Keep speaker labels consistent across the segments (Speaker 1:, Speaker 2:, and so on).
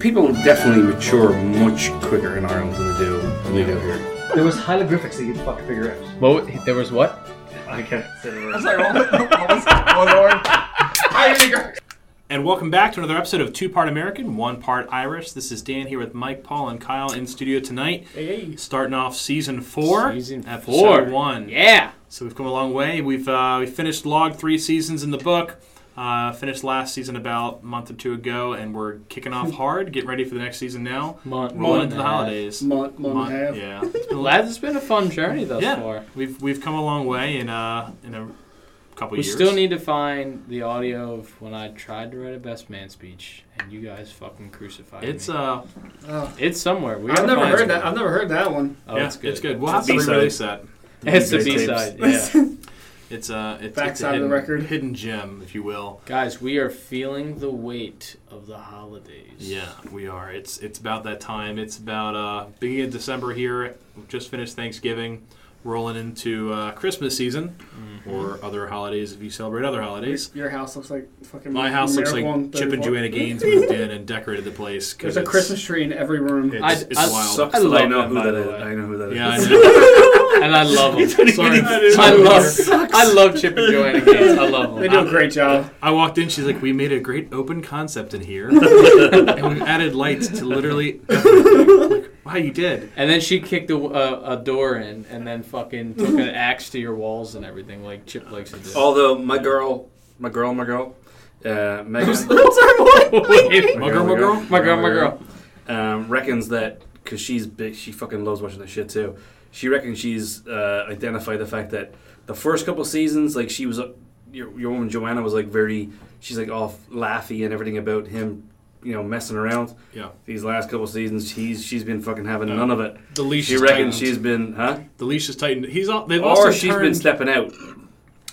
Speaker 1: People definitely mature much quicker in Ireland than they do than they do here.
Speaker 2: There was hieroglyphics that you'd fucking figure out.
Speaker 3: Well, there was what?
Speaker 2: I can't say the
Speaker 4: I'm
Speaker 2: word.
Speaker 4: sorry, what was, what was, oh lord. I
Speaker 5: And welcome back to another episode of Two Part American, One Part Irish. This is Dan here with Mike, Paul, and Kyle in studio tonight.
Speaker 3: Hey.
Speaker 5: Starting off season four,
Speaker 3: Season four.
Speaker 5: episode one.
Speaker 3: Yeah.
Speaker 5: So we've come a long way. We've uh, we finished log three seasons in the book. Uh, finished last season about a month or two ago, and we're kicking off hard, getting ready for the next season now.
Speaker 3: Month.
Speaker 5: Rolling into the holidays.
Speaker 1: Month, month and a half.
Speaker 5: yeah, It's been a lot-
Speaker 3: Lads, it's been a fun journey thus
Speaker 5: Yeah.
Speaker 3: far.
Speaker 5: we've we've come a long way in uh in a couple
Speaker 3: We
Speaker 5: years.
Speaker 3: still need to find the audio of when I tried to write a best man speech and you guys fucking crucified
Speaker 5: It's
Speaker 3: me.
Speaker 5: uh,
Speaker 1: Oh,
Speaker 3: it's somewhere. We
Speaker 1: I've
Speaker 3: gotta
Speaker 1: never
Speaker 3: find
Speaker 1: heard
Speaker 3: somewhere.
Speaker 1: that. I've never heard that one.
Speaker 3: Oh,
Speaker 5: yeah,
Speaker 3: it's good.
Speaker 5: We'll
Speaker 4: It's
Speaker 5: have
Speaker 4: a
Speaker 5: to
Speaker 4: B-side.
Speaker 5: release that.
Speaker 3: It's the
Speaker 1: Videotapes.
Speaker 3: B side. Yeah.
Speaker 5: It's uh, it's, it's a
Speaker 1: Backside of the
Speaker 5: hidden,
Speaker 1: record.
Speaker 5: hidden gem, if you will.
Speaker 3: guys, we are feeling the weight of the holidays.
Speaker 5: Yeah, we are. It's it's about that time. It's about uh, beginning of December here. We've just finished Thanksgiving, rolling into uh, Christmas season,
Speaker 3: Mm-hmm.
Speaker 5: or other holidays if you celebrate other holidays.
Speaker 1: Your house looks like fucking.
Speaker 5: My house looks like
Speaker 1: Miracle on
Speaker 5: Chip and
Speaker 1: 34th.
Speaker 5: Joanna Gaines moved in and decorated the place. 'cause
Speaker 1: There's a
Speaker 5: it's-
Speaker 1: Christmas tree in every room.
Speaker 5: It's,
Speaker 3: I-
Speaker 5: it's
Speaker 3: I
Speaker 5: wild.
Speaker 3: suck- I love
Speaker 6: I know
Speaker 3: them,
Speaker 6: who
Speaker 3: by
Speaker 6: that
Speaker 3: the
Speaker 6: is.
Speaker 3: way.
Speaker 6: I know who that is.
Speaker 5: yeah, I know.
Speaker 3: And I love them. Sorry.
Speaker 5: even-
Speaker 3: I love.
Speaker 1: Sucks.
Speaker 3: I love Chip and Joanna Gaines. I love
Speaker 1: They
Speaker 3: them.
Speaker 1: do a great job.
Speaker 5: I walked in. She's like, "We made a great open concept in here, and we've added lights to literally." everything." Like, wow, you did.
Speaker 3: And then she kicked a, a, a door in, and then fucking took an axe to your walls and everything, like Chip likes to do.
Speaker 6: Although my girl, my girl, my girl, uh, Megan,
Speaker 3: Wait.
Speaker 5: My girl, my girl.
Speaker 3: My girl, my girl.
Speaker 6: um, reckons that because she's big, she fucking loves watching this shit too. She reckons she's uh, identified the fact that the first couple seasons, like she was, uh, your, your woman Joanna was like very, she's like all laughy and everything about him, you know, messing around.
Speaker 5: Yeah.
Speaker 6: These last couple seasons, he's she's been fucking having none of it.
Speaker 5: The leash
Speaker 6: She
Speaker 5: is
Speaker 6: reckons
Speaker 5: tightened.
Speaker 6: she's been, huh?
Speaker 5: The leash is tightened. He's all, they've also
Speaker 6: Or Oh, she's
Speaker 5: turned,
Speaker 6: been stepping out.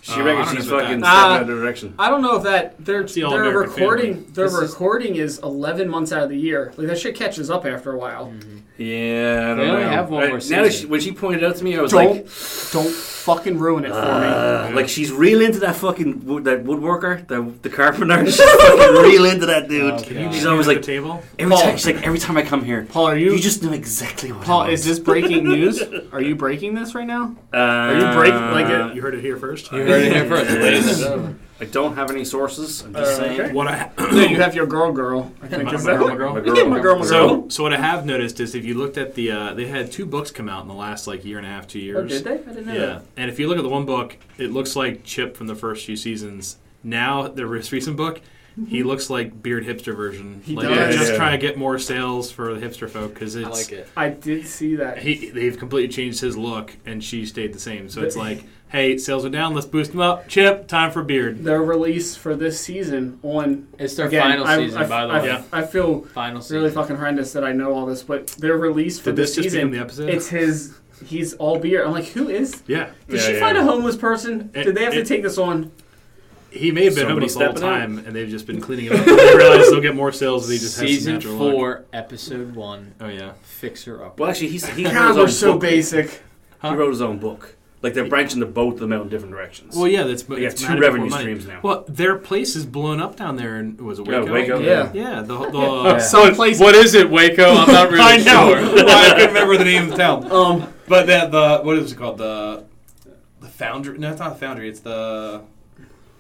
Speaker 6: She
Speaker 5: Uh,
Speaker 6: reckons
Speaker 5: I don't
Speaker 6: she's
Speaker 5: know about
Speaker 6: fucking stepping
Speaker 5: that.
Speaker 1: Ah.
Speaker 6: out of the direction.
Speaker 1: I don't know if that they're
Speaker 5: It's the
Speaker 1: they're
Speaker 5: all-American
Speaker 1: recording.
Speaker 5: family.
Speaker 1: Their
Speaker 6: This is-
Speaker 1: recording is 11 months out of the year. Like that shit catches up after a while.
Speaker 5: Mm.
Speaker 6: Yeah, I don't
Speaker 3: They only
Speaker 6: know.
Speaker 3: have one
Speaker 6: I-
Speaker 3: more
Speaker 6: Now that
Speaker 3: season.
Speaker 6: she, when she pointed out to me, I was
Speaker 1: Don't
Speaker 6: like,
Speaker 1: don't fucking ruin it for
Speaker 6: uh, like she's real into that fucking wood, that woodworker, the the carpenter. She's fucking real into that dude.
Speaker 3: Oh, God.
Speaker 6: she's always
Speaker 5: at
Speaker 6: like
Speaker 5: the table.
Speaker 6: every
Speaker 1: Paul.
Speaker 6: time. She's like every time I come here,
Speaker 1: me. Paul, are
Speaker 6: you,
Speaker 1: you?
Speaker 6: just know exactly what.
Speaker 1: Paul,
Speaker 6: I Uh,
Speaker 1: is this breaking news? Are you breaking this right now?
Speaker 6: Are
Speaker 1: you break- like, uh,
Speaker 5: You heard it here first.
Speaker 3: You heard it here first, ladies and gentlemen.
Speaker 6: I don't have any sources. I'm just
Speaker 1: Uh,
Speaker 6: saying.
Speaker 1: okay.
Speaker 5: What I
Speaker 1: No, you have your girl, girl. I think
Speaker 5: My
Speaker 1: is
Speaker 5: girl,
Speaker 1: that-
Speaker 5: my girl.
Speaker 6: My
Speaker 1: Yeah,
Speaker 6: girl.
Speaker 1: my girl, my girl.
Speaker 5: so so what I have noticed is if you looked at the uh, they had two books come out in the last like year and a half two years.
Speaker 1: oh, did they? I didn't know.
Speaker 5: Yeah, and if you look at the one book, it looks like Chip from the first few seasons. Now the most recent book, he looks like beard hipster version.
Speaker 1: He
Speaker 5: like
Speaker 1: does.
Speaker 5: they're just
Speaker 6: Yeah.
Speaker 5: trying to get more sales for the hipster folk because
Speaker 3: I
Speaker 5: it's
Speaker 3: like it.
Speaker 1: I did see that.
Speaker 5: he they've completely changed his look and she stayed the same. So it's like, hey, sales are down, let's boost them up. Chip, time for beard.
Speaker 1: Their release for this season on
Speaker 3: It's their
Speaker 1: again,
Speaker 3: final
Speaker 1: I,
Speaker 3: season,
Speaker 1: I,
Speaker 3: by the
Speaker 1: I,
Speaker 3: way.
Speaker 5: Yeah.
Speaker 1: I feel
Speaker 3: Final
Speaker 1: It's
Speaker 3: season.
Speaker 1: really fucking horrendous that I know all this, but their release for
Speaker 5: Did
Speaker 1: this
Speaker 5: this just
Speaker 1: season,
Speaker 5: become the episode?
Speaker 1: it's his. He's all beer. I'm like, who is?
Speaker 5: Yeah,
Speaker 1: Did
Speaker 6: Yeah,
Speaker 1: she
Speaker 6: yeah.
Speaker 1: find a homeless person?
Speaker 5: It-
Speaker 1: Did they have to
Speaker 5: it-
Speaker 1: take this on?
Speaker 5: he may have been
Speaker 6: Somebody
Speaker 5: homeless the whole
Speaker 6: stepping out.
Speaker 5: time, and they've just been cleaning it up. they realize they'll get more sales. if They just have some
Speaker 3: Season
Speaker 5: natural Look.
Speaker 3: four, episode one,
Speaker 5: Oh yeah,
Speaker 3: Fixer Up.
Speaker 6: Well, actually, he's, he wrote
Speaker 1: God,
Speaker 6: his
Speaker 1: we're
Speaker 6: own
Speaker 1: so
Speaker 6: book.
Speaker 1: basic.
Speaker 5: Huh?
Speaker 6: He wrote his own book. Like they're branching the both of them out in different directions.
Speaker 5: Well, yeah, that's
Speaker 6: They got
Speaker 5: it's
Speaker 6: two
Speaker 5: matted for
Speaker 6: revenue
Speaker 5: money.
Speaker 6: streams now.
Speaker 5: Well, their place is blown up down there, and was it
Speaker 6: Yeah,
Speaker 5: Waco?
Speaker 6: Waco,
Speaker 1: Yeah.
Speaker 5: yeah. The, the uh,
Speaker 1: Some place.
Speaker 3: What is it, Waco? I'm not really
Speaker 5: I know.
Speaker 3: sure.
Speaker 5: I couldn't remember the name of the town,
Speaker 1: Um,
Speaker 5: but that the what is it called? The the foundry? No, it's not the foundry. It's the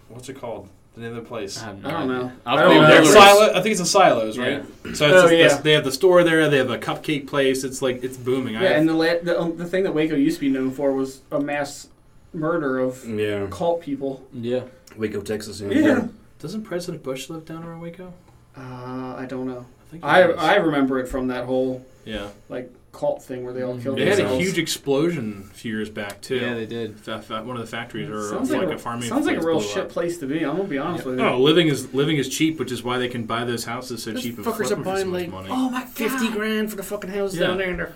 Speaker 5: what's it called? The name of the place.
Speaker 3: have no
Speaker 1: I don't
Speaker 3: idea.
Speaker 1: know.
Speaker 3: I'll
Speaker 1: I don't
Speaker 3: think
Speaker 1: know.
Speaker 3: there was-
Speaker 5: Silo, I think it's the silos, right? So it's
Speaker 1: Oh,
Speaker 5: just this-
Speaker 1: yeah.
Speaker 5: they have the store there. They have a cupcake place. It's like it's booming.
Speaker 1: yeah,
Speaker 5: I have,
Speaker 1: and the la- the, um, the thing that Waco used to be known for was a mass murder of
Speaker 6: yeah,
Speaker 1: cult people.
Speaker 3: Yeah.
Speaker 6: Waco, Texas. Yeah.
Speaker 5: doesn't President Bush live down around Waco?
Speaker 1: Uh, I don't know.
Speaker 5: I think. he
Speaker 1: I
Speaker 5: does.
Speaker 1: I remember it from that whole
Speaker 5: yeah.
Speaker 1: like cult thing where they all killed
Speaker 5: They had a
Speaker 1: themselves.
Speaker 5: huge explosion a few years back too.
Speaker 3: Yeah, they did.
Speaker 5: Fa- fa- one of the factories or
Speaker 1: Sounds
Speaker 5: like,
Speaker 1: like
Speaker 5: a farming.
Speaker 1: Sounds like a
Speaker 5: place
Speaker 1: real
Speaker 5: blew
Speaker 1: shit
Speaker 5: up.
Speaker 1: place to be. I'm gonna be honest with you.
Speaker 5: Oh, living is living is cheap, which is why they can buy those houses so
Speaker 6: Those
Speaker 5: cheap. and
Speaker 6: fuckers
Speaker 5: flip
Speaker 6: are
Speaker 5: them for
Speaker 6: buying,
Speaker 5: so much
Speaker 6: like,
Speaker 5: money.
Speaker 1: Oh my god.
Speaker 6: 50 grand for the fucking house
Speaker 5: Yeah.
Speaker 6: down there. And they're,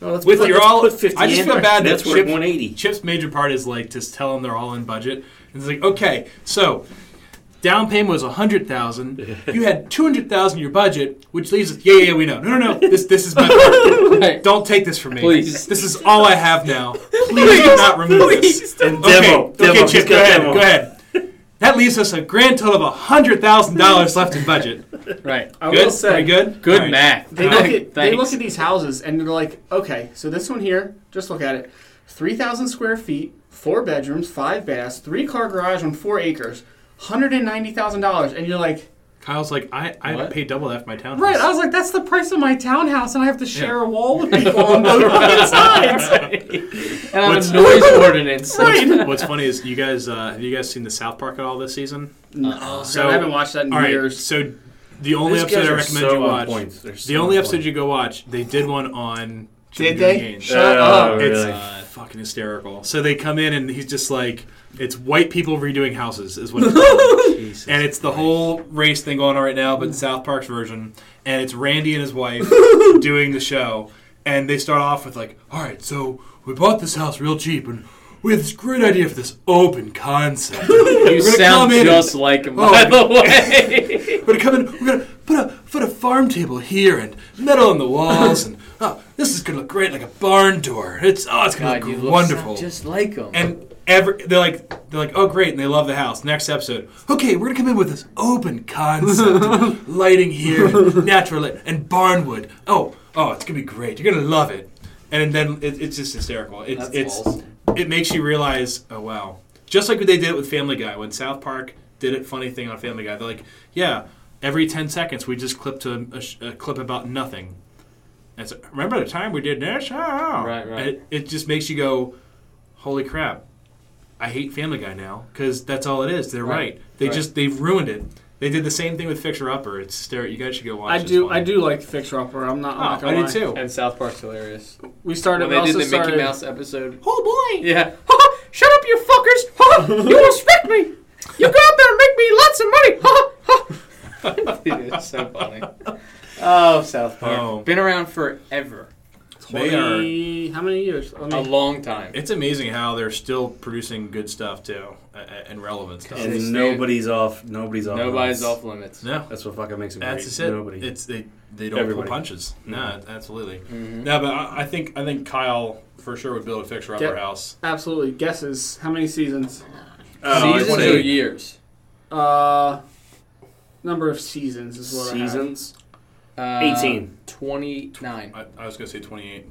Speaker 6: no, let's
Speaker 5: With
Speaker 6: put-
Speaker 5: your
Speaker 6: let's
Speaker 5: all-
Speaker 6: put 50
Speaker 5: I just
Speaker 6: in.
Speaker 5: feel bad that
Speaker 6: That's worth
Speaker 5: Chip-
Speaker 6: 180.
Speaker 5: Chip's major part is like just tell them they're all in budget. And it's like, okay, so down payment was a hundred thousand. You had two hundred thousand in your budget, which leaves us. Yeah, yeah, we know. No, no, no. This this is my part.
Speaker 3: Right.
Speaker 5: Don't take this from me.
Speaker 3: Please.
Speaker 5: This is all I have now. Please do not remove this.
Speaker 6: And
Speaker 5: Okay,
Speaker 6: demo,
Speaker 5: okay,
Speaker 6: demo.
Speaker 5: Chip,
Speaker 6: He's
Speaker 5: go
Speaker 6: got
Speaker 5: ahead.
Speaker 6: demo.
Speaker 5: Go ahead. That That leaves us a grand total of hundred thousand dollars left in budget.
Speaker 3: Right.
Speaker 1: I
Speaker 5: Good,
Speaker 1: will say,
Speaker 5: very good,
Speaker 3: Good
Speaker 5: All right.
Speaker 3: math.
Speaker 1: They look, at, they
Speaker 3: Thanks.
Speaker 1: look at these houses and they're like, okay, so this one here, just look at it. 3,000 square feet, four bedrooms, five baths, three car garage on four acres, $190,000. And you're like,
Speaker 5: Kyle's like, I, I
Speaker 3: What?
Speaker 5: pay double that for my townhouse.
Speaker 1: right. I was like, that's the price of my townhouse and I have to share a wall with people on both fucking sides.
Speaker 3: and I'm
Speaker 5: What's-
Speaker 3: a noise ordinance.
Speaker 5: What's, what's funny is you guys uh, have you guys seen the South Park at all this season?
Speaker 1: No,
Speaker 5: So-
Speaker 1: so, I haven't watched that in
Speaker 5: All right,
Speaker 1: years.
Speaker 5: so the only
Speaker 6: Uh, These
Speaker 5: episode
Speaker 6: guys
Speaker 5: I
Speaker 6: are
Speaker 5: recommend
Speaker 6: so
Speaker 5: you
Speaker 6: on
Speaker 5: watch.
Speaker 6: point. They're so
Speaker 5: The only
Speaker 6: on
Speaker 5: episode
Speaker 6: point.
Speaker 5: you go watch, they did one on.
Speaker 1: Did
Speaker 5: Jimmy
Speaker 1: they?
Speaker 5: Gaines.
Speaker 1: Shut up.
Speaker 5: It's
Speaker 6: Oh,
Speaker 5: uh,
Speaker 6: really?
Speaker 5: fucking hysterical. So they come in and he's just like, it's white people redoing houses is what it's called. and it's the whole race thing going on right now, but South Park's version. And it's Randy and his wife doing the show. And they start off with like, all right, so we bought this house real cheap and we have this great idea for this open concept.
Speaker 3: You
Speaker 5: gonna
Speaker 3: sound
Speaker 5: come in and-
Speaker 3: just like him,
Speaker 5: Oh.
Speaker 3: by the way.
Speaker 5: We're gonna come in. We're gonna put a put a farm table here and metal on the walls, and oh, this is gonna look great, like a barn door. It's oh, it's gonna
Speaker 3: God, you
Speaker 5: look
Speaker 3: look
Speaker 5: wonderful.
Speaker 3: just like him.
Speaker 5: and every they're like they're like oh great, and they love the house. Next episode, okay, we're gonna come in with this open concept, lighting here, and natural light, and barnwood. Oh, oh, it's gonna be great. You're gonna love it. And then it, it's just hysterical. It's
Speaker 3: That's
Speaker 5: it's
Speaker 3: balls.
Speaker 5: it makes you realize, oh wow. Just like they did it with Family Guy, when South Park did it funny thing on Family Guy, they're like, yeah, every ten seconds we just clip to a, sh- a clip about nothing. And so, remember the time we did this? Oh.
Speaker 3: Right, right.
Speaker 5: And It, it just makes you go, holy crap, I hate Family Guy now because that's all it is. They're right.
Speaker 3: Right,
Speaker 5: They
Speaker 3: right.
Speaker 5: just they've ruined it. They did the same thing with Fixer Upper. It's hysterical. You guys should go watch.
Speaker 1: I
Speaker 5: It's
Speaker 1: do,
Speaker 5: funny.
Speaker 1: I do like Fixer Upper. I'm not. I'm not
Speaker 5: Oh, I
Speaker 1: gonna
Speaker 5: did
Speaker 1: lie.
Speaker 5: too.
Speaker 3: And South Park's hilarious.
Speaker 1: We started.
Speaker 3: When they
Speaker 1: we
Speaker 3: did
Speaker 1: also
Speaker 3: the
Speaker 1: started,
Speaker 3: Mickey Mouse episode.
Speaker 5: oh boy.
Speaker 3: Yeah. Shut up, you fuckers! Ha! you won't respect me! You go out there and make me lots of money! Ha! Ha! Dude, it's so funny. Oh, South Park.
Speaker 5: Oh.
Speaker 3: Been around forever.
Speaker 5: They are.
Speaker 1: 20 How many years? I
Speaker 3: A
Speaker 1: mean,
Speaker 3: long time.
Speaker 5: It's amazing how they're still producing good stuff too, uh, and relevant stuff.
Speaker 3: They
Speaker 6: And
Speaker 3: stand-
Speaker 6: nobody's off. Nobody's off.
Speaker 3: Nobody's
Speaker 6: limits.
Speaker 3: off limits.
Speaker 5: Oh, No,
Speaker 6: That's what fucking makes it
Speaker 5: that's
Speaker 6: great.
Speaker 5: just it.
Speaker 6: Nobody.
Speaker 5: It's they they don't
Speaker 6: Everybody. Mm-hmm.
Speaker 5: pull punches. No, absolutely.
Speaker 1: Mm-hmm.
Speaker 5: No, but I, I think I think Kyle for sure would build a fixer upper
Speaker 1: Yep.
Speaker 5: house.
Speaker 1: absolutely. Guesses. How many seasons?
Speaker 6: Oh, I'd
Speaker 3: Seasons
Speaker 6: say
Speaker 3: or years?
Speaker 1: Uh, number of seasons is what
Speaker 6: seasons.
Speaker 3: Uh,
Speaker 6: 18.
Speaker 3: 29.
Speaker 5: I, I was gonna say twenty eight.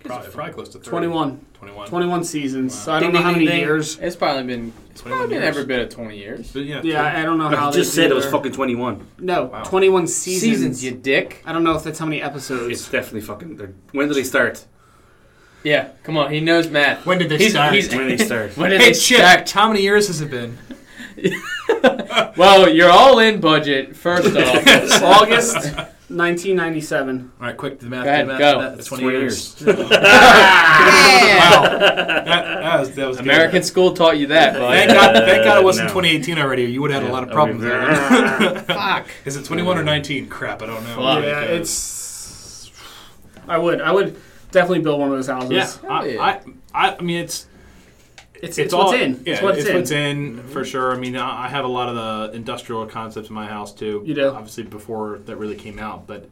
Speaker 5: Probably, probably close to
Speaker 1: I have. 21.
Speaker 5: 21.
Speaker 1: 21 seasons. So I
Speaker 6: Ding,
Speaker 1: don't know
Speaker 6: ding,
Speaker 1: how
Speaker 6: ding,
Speaker 1: many
Speaker 6: ding.
Speaker 1: years.
Speaker 3: It's probably been, it's
Speaker 5: 21
Speaker 3: probably been
Speaker 5: years.
Speaker 3: every bit of 20 years.
Speaker 5: But yeah,
Speaker 1: Yeah, I don't know how
Speaker 6: I
Speaker 1: they
Speaker 6: just
Speaker 1: do
Speaker 6: said it was
Speaker 1: their-
Speaker 6: fucking 21.
Speaker 1: No,
Speaker 5: Wow.
Speaker 1: 21 seasons.
Speaker 3: Seasons, you dick.
Speaker 1: I don't know if that's how many episodes.
Speaker 6: It's definitely fucking. they're- When did they start?
Speaker 3: Yeah, come on. He knows math.
Speaker 5: When did they
Speaker 3: he's,
Speaker 5: start?
Speaker 3: He's,
Speaker 6: When did they start?
Speaker 3: when did
Speaker 5: Hey,
Speaker 3: they start?
Speaker 5: Chip, how many years has it been?
Speaker 3: Well, you're all in budget, first off.
Speaker 1: August 1997.
Speaker 5: All right, quick, do the math.
Speaker 3: Go ahead,
Speaker 5: do the math,
Speaker 3: go.
Speaker 5: That's
Speaker 6: It's
Speaker 5: 20
Speaker 6: 20
Speaker 5: years. wow. That, that was, that was good.
Speaker 3: American school taught you that,
Speaker 5: Thank
Speaker 3: bud.
Speaker 5: God, thank God it wasn't
Speaker 6: No.
Speaker 5: 2018 already. You would have had a lot of
Speaker 6: Yeah,
Speaker 5: problems
Speaker 6: okay.
Speaker 5: there.
Speaker 3: Fuck.
Speaker 5: Is it 21 or 19? Crap, I don't know.
Speaker 3: Fuck.
Speaker 1: yeah,
Speaker 5: Because-
Speaker 1: it's. I would. I would definitely build one of those houses.
Speaker 5: Yeah, I,
Speaker 3: yeah.
Speaker 5: I, I, I mean, it's
Speaker 1: It's, it's,
Speaker 5: it's, all,
Speaker 1: what's in.
Speaker 5: Yeah,
Speaker 1: it's what's in. Mm-hmm.
Speaker 5: for sure. I mean, I, I have a lot of the industrial concepts in my house too.
Speaker 1: You do?
Speaker 5: obviously before that really came out, but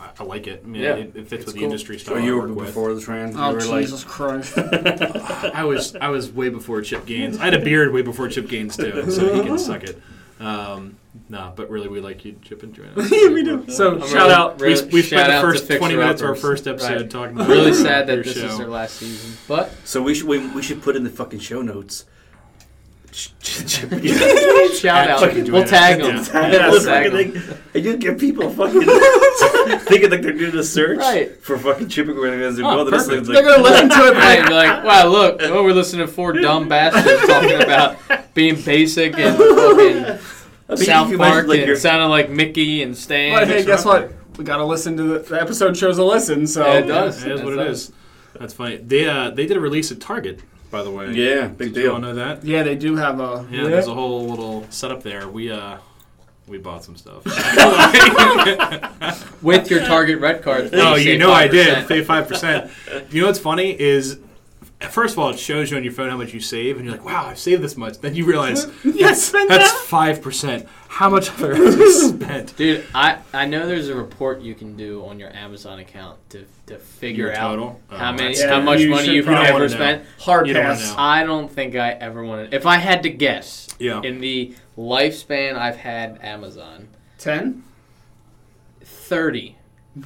Speaker 5: I, I like it. I mean,
Speaker 3: Yeah.
Speaker 5: it, it fits with the
Speaker 1: cool.
Speaker 5: industry stuff.
Speaker 6: So
Speaker 5: I
Speaker 6: you were
Speaker 5: work with.
Speaker 6: before the trans. you
Speaker 1: Oh,
Speaker 6: were
Speaker 1: Jesus Christ.
Speaker 5: I was I was way before Chip Gaines. I had a beard way before Chip Gaines too, so he can suck it. Um, nah, but really, we like you, Chip and Joanna. we do.
Speaker 1: So,
Speaker 3: I'm
Speaker 1: shout
Speaker 3: really-
Speaker 1: out.
Speaker 5: We,
Speaker 3: really-
Speaker 5: we
Speaker 3: shout
Speaker 5: spent the
Speaker 3: out to
Speaker 5: first
Speaker 3: Fixer
Speaker 5: twenty minutes of our
Speaker 3: Uppers.
Speaker 5: first episode
Speaker 3: Right.
Speaker 5: talking about
Speaker 3: Really sad
Speaker 5: your
Speaker 3: that this
Speaker 5: show.
Speaker 3: is their last season, but
Speaker 6: like- So we should we, we should put in the fucking show notes. Ch- ch- ch-
Speaker 3: shout out.
Speaker 5: fucking
Speaker 3: We'll
Speaker 5: Joanna.
Speaker 3: tag them.
Speaker 6: Yeah,
Speaker 3: We'll
Speaker 6: it's
Speaker 3: tag
Speaker 6: fucking
Speaker 3: 'em.
Speaker 6: like- and you get people fucking thinking like they're doing a search
Speaker 3: Right.
Speaker 6: for fucking chipping organizers.
Speaker 5: Oh,
Speaker 6: well, this
Speaker 5: perfect.
Speaker 6: thing's
Speaker 1: They're
Speaker 6: like,
Speaker 1: going to listen to it.
Speaker 3: Right, be like, wow, look, oh, we're listening to four dumb bastards talking about being basic and fucking
Speaker 6: I mean, if
Speaker 3: South
Speaker 6: you
Speaker 3: Park
Speaker 6: imagine, like,
Speaker 3: and
Speaker 6: your-
Speaker 3: sounding like Mickey and Stan.
Speaker 1: But hey, guess what? We gotta listen to the, the episode. Shows a listen, so
Speaker 3: Yeah, it
Speaker 5: Yeah,
Speaker 3: does.
Speaker 5: It is
Speaker 3: It
Speaker 5: what it
Speaker 3: does.
Speaker 5: is. That's funny. They uh, they did a release at Target, by the way.
Speaker 6: yeah, big
Speaker 5: Did you all
Speaker 6: deal.
Speaker 5: know that?
Speaker 1: Yeah, they do have a.
Speaker 5: Yeah, there's a whole little setup there. We uh, we bought some stuff.
Speaker 3: with your Target red card.
Speaker 5: oh,
Speaker 3: please
Speaker 5: you
Speaker 3: say
Speaker 5: know I
Speaker 3: 5%.
Speaker 5: did. Pay five percent. You know what's funny is, first of all, it shows you on your phone how much you save, and you're like, "Wow, I've saved this much." Then you realize
Speaker 1: yes,
Speaker 5: that's five percent. How much have I already spent?
Speaker 3: Dude, I, I know there's a report you can do on your Amazon account to, to figure
Speaker 5: Your
Speaker 3: out
Speaker 5: total?
Speaker 3: how
Speaker 5: Oh,
Speaker 3: many
Speaker 5: that's-
Speaker 3: how
Speaker 1: Yeah,
Speaker 3: much
Speaker 1: you
Speaker 3: money
Speaker 1: should
Speaker 3: you've
Speaker 5: probably-
Speaker 3: ever
Speaker 5: You don't wanna
Speaker 3: spent.
Speaker 1: hard
Speaker 5: You don't wanna
Speaker 1: pass.
Speaker 5: know.
Speaker 3: I don't think I ever wanted. If I had to guess,
Speaker 5: Yeah.
Speaker 3: in the lifespan I've had Amazon.
Speaker 1: Ten.
Speaker 3: 30.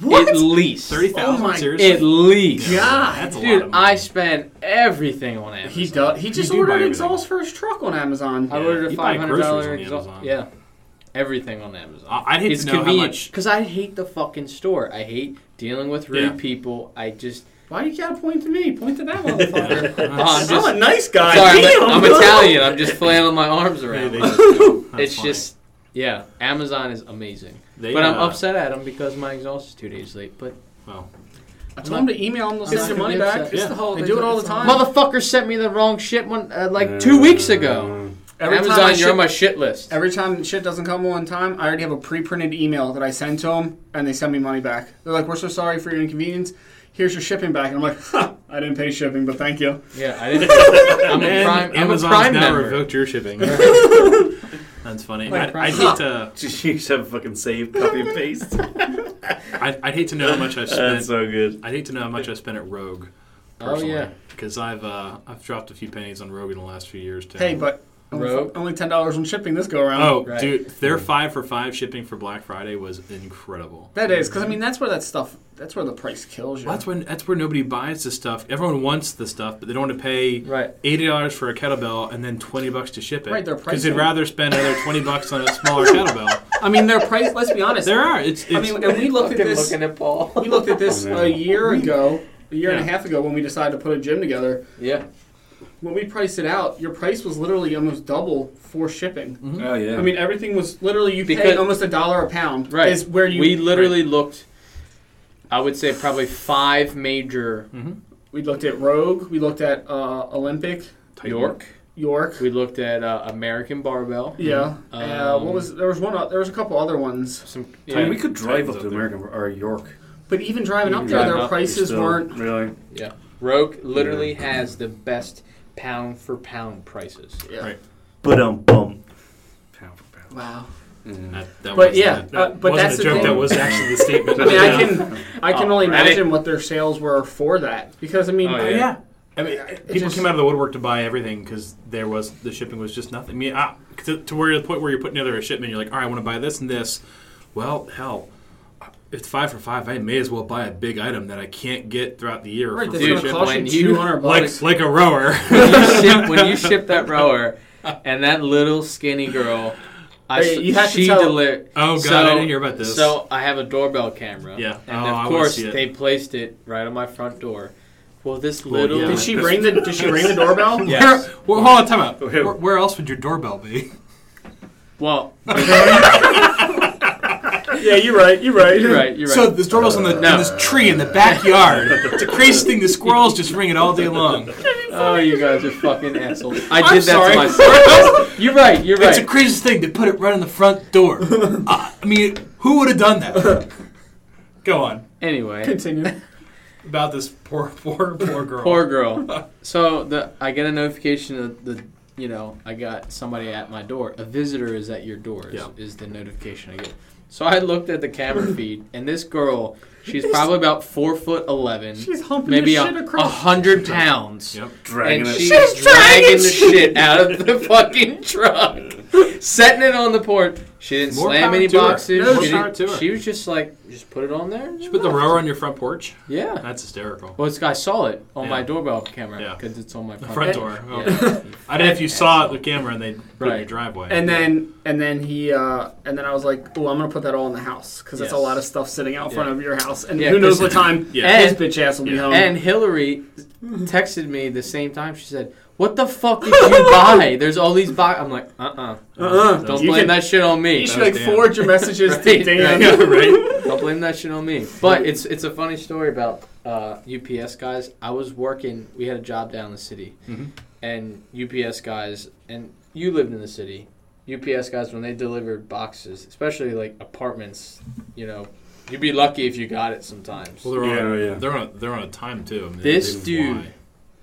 Speaker 1: What?
Speaker 3: At least.
Speaker 5: Thirty thousand.
Speaker 1: Oh my
Speaker 5: seriously.
Speaker 3: At least.
Speaker 1: God.
Speaker 5: That's a lot.
Speaker 3: Dude,
Speaker 5: of money.
Speaker 3: I spend everything on Amazon.
Speaker 1: He does. He just
Speaker 5: do buy
Speaker 1: ordered
Speaker 5: everything.
Speaker 1: exhaust for his truck on Amazon.
Speaker 3: I ordered a
Speaker 5: you buy
Speaker 3: five hundred
Speaker 5: groceries
Speaker 3: dollar
Speaker 5: on Amazon.
Speaker 3: Yeah, everything on Amazon.
Speaker 5: I- I'd hate
Speaker 3: it's
Speaker 5: to know how
Speaker 3: convenient
Speaker 5: much.
Speaker 3: because I hate the fucking store. I hate dealing with rude
Speaker 5: Yeah.
Speaker 3: people. I just,
Speaker 1: Why you gotta point to me? Point to that motherfucker.
Speaker 3: Oh, I'm just
Speaker 1: I'm a nice guy.
Speaker 3: sorry. I'm-
Speaker 1: Damn,
Speaker 3: I'm,
Speaker 1: bro.
Speaker 3: Italian. I'm just flailing my arms
Speaker 5: They-
Speaker 3: around.
Speaker 5: they just do. That's
Speaker 3: it's
Speaker 5: funny.
Speaker 3: just, yeah. Amazon is amazing,
Speaker 5: They,
Speaker 3: but I'm
Speaker 5: uh,
Speaker 3: upset at them because my exhaust is two days late. But
Speaker 5: Well,
Speaker 1: I told him to email him. They'll
Speaker 3: I'm
Speaker 1: send
Speaker 3: not
Speaker 1: your
Speaker 3: gonna
Speaker 1: money
Speaker 3: be
Speaker 1: back.
Speaker 3: upset.
Speaker 5: Yeah.
Speaker 1: They do it all the time.
Speaker 3: motherfucker sent me the wrong shit one uh, like two
Speaker 5: Mm.
Speaker 3: weeks ago.
Speaker 1: Every time I
Speaker 3: Amazon, you're
Speaker 1: ship-
Speaker 3: on my shit list.
Speaker 1: Every time shit doesn't come on time, I already have a pre-printed email that I send to them, and they send me money back. They're like, "We're so sorry for your inconvenience. Here's your shipping back." And I'm like, huh, "I didn't pay shipping, but thank you."
Speaker 3: yeah, I didn't. I'm a
Speaker 5: and
Speaker 3: prime. I'm a
Speaker 5: Amazon's
Speaker 3: prime
Speaker 5: now
Speaker 3: member.
Speaker 5: revoked your shipping. That's funny.
Speaker 1: Like
Speaker 5: I'd, I'd
Speaker 1: Prime.
Speaker 5: hate to.
Speaker 6: You just have a fucking save, copy and paste.
Speaker 5: I'd, I'd hate to know how much I've spent.
Speaker 6: That's so good.
Speaker 5: I'd hate to know how much I've spent at Rogue.
Speaker 3: Oh yeah.
Speaker 5: Because I've uh, I've dropped a few pennies on Rogue in the last few years too.
Speaker 1: Hey, but only-
Speaker 3: Bro.
Speaker 1: only ten dollars on shipping this go around.
Speaker 5: oh,
Speaker 3: Right.
Speaker 5: dude, their five for five shipping for Black Friday was incredible.
Speaker 1: that is because I mean that's where that stuff. That's where the price kills you.
Speaker 5: Well, that's when that's where nobody buys the stuff. Everyone wants the stuff, but they don't want to pay
Speaker 3: Right.
Speaker 5: eighty dollars for a kettlebell and then twenty bucks to ship it.
Speaker 1: Right, they're
Speaker 5: because they'd
Speaker 1: pricing.
Speaker 5: rather spend another twenty bucks on a smaller kettlebell.
Speaker 1: I mean, their price. Let's be honest.
Speaker 5: There are. It's, it's
Speaker 1: I mean, and we looked at this.
Speaker 3: at Paul.
Speaker 1: We looked at this a year ago, a year and
Speaker 5: Oh, Yeah.
Speaker 1: a half ago, when we decided to put a gym together.
Speaker 3: Yeah.
Speaker 1: When we priced it out, your price was literally almost double for shipping.
Speaker 6: Oh yeah.
Speaker 1: I mean, everything was literally you
Speaker 3: Because-
Speaker 1: paid almost a dollar a pound.
Speaker 3: Right.
Speaker 1: Is where you
Speaker 3: we literally looked. I would say probably five major
Speaker 1: we looked at Rogue, we looked at uh, Olympic
Speaker 3: York.
Speaker 1: York.
Speaker 3: We looked at uh, American barbell.
Speaker 1: yeah. uh,
Speaker 3: Um,
Speaker 1: what was there was one o- there was a couple other ones,
Speaker 3: Some
Speaker 6: I mean,
Speaker 3: yeah,
Speaker 6: we could drive up
Speaker 5: Titans
Speaker 6: to
Speaker 5: up there.
Speaker 6: American or York.
Speaker 1: but even driving up
Speaker 6: Even
Speaker 1: there,
Speaker 3: driving
Speaker 1: their
Speaker 3: up,
Speaker 1: prices
Speaker 6: Still,
Speaker 1: weren't.
Speaker 6: really.
Speaker 3: yeah. Roke literally has the best pound for pound prices.
Speaker 1: Yeah.
Speaker 5: Right.
Speaker 6: But um, bum. Pound for pound.
Speaker 1: Wow.
Speaker 5: That, that
Speaker 1: But
Speaker 5: wasn't
Speaker 1: yeah,
Speaker 5: a- that
Speaker 1: uh, but
Speaker 5: wasn't
Speaker 1: that's
Speaker 5: a
Speaker 1: the
Speaker 5: joke.
Speaker 1: thing.
Speaker 5: That was actually the statement.
Speaker 1: I mean, I can I can
Speaker 3: Oh,
Speaker 1: only
Speaker 3: right.
Speaker 1: imagine what their sales were for that because I mean,
Speaker 3: Oh,
Speaker 5: Yeah.
Speaker 3: yeah.
Speaker 5: I mean, people
Speaker 1: just-
Speaker 5: came out of the woodwork to buy everything because there was the shipping was just nothing. I mean, ah, to, to where the point where you're putting together a shipment, you're like, all right, I want to buy this and this. Well, hell, it's five for five. I may as well buy a big item that I can't get throughout the year.
Speaker 1: right,
Speaker 5: for
Speaker 1: that's
Speaker 5: free
Speaker 3: Dude,
Speaker 1: going to
Speaker 5: shipping.
Speaker 1: cost
Speaker 3: when
Speaker 1: you
Speaker 3: you-
Speaker 1: two hundred
Speaker 5: like
Speaker 1: bucks.
Speaker 5: like a rower.
Speaker 3: When you, ship, when you ship that rower, and that little skinny girl, I
Speaker 1: Hey,
Speaker 3: s-
Speaker 1: you have to
Speaker 3: she
Speaker 1: tell-
Speaker 3: deli-
Speaker 5: Oh, God,
Speaker 3: so,
Speaker 5: I didn't hear about this.
Speaker 3: So I have a doorbell camera.
Speaker 5: Yeah.
Speaker 3: and
Speaker 5: Oh, I
Speaker 3: of
Speaker 5: wanna
Speaker 3: course
Speaker 5: see it.
Speaker 3: they placed it right on my front door. Well, this
Speaker 5: Well,
Speaker 3: little
Speaker 5: yeah.
Speaker 1: did she ring the Did she ring the doorbell?
Speaker 3: Yes.
Speaker 5: Where, well, hold on, time out.
Speaker 6: Okay.
Speaker 5: Where, where else would your doorbell be?
Speaker 3: Well,
Speaker 1: Yeah, you're right. You're right.
Speaker 3: you're right. You're right.
Speaker 5: So this doorbell's on the
Speaker 3: No.
Speaker 5: on this tree in the backyard. it's a crazy thing. The squirrels just ring it all day long.
Speaker 3: Oh, you guys are fucking assholes. I
Speaker 5: I'm
Speaker 3: did that
Speaker 5: sorry.
Speaker 3: to myself. you're right. You're
Speaker 5: It's
Speaker 3: right.
Speaker 5: the craziest thing to put it right on the front door. Uh, I mean, who would have done that? Go on
Speaker 3: anyway,
Speaker 1: Continue.
Speaker 5: about this poor, poor, poor girl.
Speaker 3: poor girl. So the I get a notification of the you know I got somebody at my door. A visitor is at your door. Is,
Speaker 5: Yeah.
Speaker 3: is the notification I get. So I looked at the camera feed, and this girl, she's probably about four foot eleven,
Speaker 1: She's humping
Speaker 3: maybe
Speaker 1: your
Speaker 3: a,
Speaker 1: shit
Speaker 3: a
Speaker 1: across.
Speaker 3: hundred pounds.
Speaker 5: Yep.
Speaker 6: Dragging
Speaker 3: and
Speaker 6: it.
Speaker 3: she's dragging the shit out of the fucking truck, setting it on the porch. She didn't
Speaker 5: More
Speaker 3: slam
Speaker 5: power
Speaker 3: any
Speaker 5: to her.
Speaker 3: boxes.
Speaker 5: No,
Speaker 3: she,
Speaker 5: power
Speaker 3: didn't-
Speaker 5: to her.
Speaker 3: she was just like, just put it on there. and
Speaker 5: You put the
Speaker 3: left.
Speaker 5: rower on your front porch.
Speaker 3: Yeah.
Speaker 5: That's hysterical.
Speaker 3: Well, it's, I saw it on my
Speaker 5: Yeah.
Speaker 3: doorbell camera
Speaker 5: Yeah.
Speaker 3: because it's on my front,
Speaker 5: Front
Speaker 3: door.
Speaker 5: door. Oh.
Speaker 3: Yeah.
Speaker 5: I don't know if you saw it with camera and they put it in
Speaker 3: Right.
Speaker 5: your driveway.
Speaker 1: And then and then he uh, and then I was like, oh, I'm gonna put that all in the house because that's
Speaker 3: Yes.
Speaker 1: a lot of stuff sitting out front of your house, and
Speaker 3: Yeah,
Speaker 1: who knows
Speaker 3: 'cause-
Speaker 1: what time
Speaker 5: Yeah.
Speaker 1: his
Speaker 3: And-
Speaker 1: bitch ass will be
Speaker 5: Um,
Speaker 1: home.
Speaker 3: and Hillary texted me the same time. She said, "What the fuck did you buy? There's all these box." I'm like, "Uh uh-uh. uh,
Speaker 1: uh-uh.
Speaker 3: do not
Speaker 1: You
Speaker 3: blame
Speaker 1: can-
Speaker 3: that shit on me.
Speaker 1: you should
Speaker 5: That
Speaker 1: like
Speaker 5: was Dan.
Speaker 1: forward your messages to
Speaker 3: Right,
Speaker 1: Dan.
Speaker 3: right.
Speaker 5: right?
Speaker 3: Don't blame that shit on me." But it's it's a funny story about uh, UPS guys. I was working. We had a job down in the city, and UPS guys, and you lived in the city. UPS guys, when they delivered boxes, especially like apartments, you know, you'd be lucky if you got it sometimes.
Speaker 5: Well, they're on,
Speaker 6: Yeah, yeah.
Speaker 5: They're on. A, they're on a time too. I mean,
Speaker 3: This
Speaker 5: they
Speaker 3: dude-
Speaker 5: fly.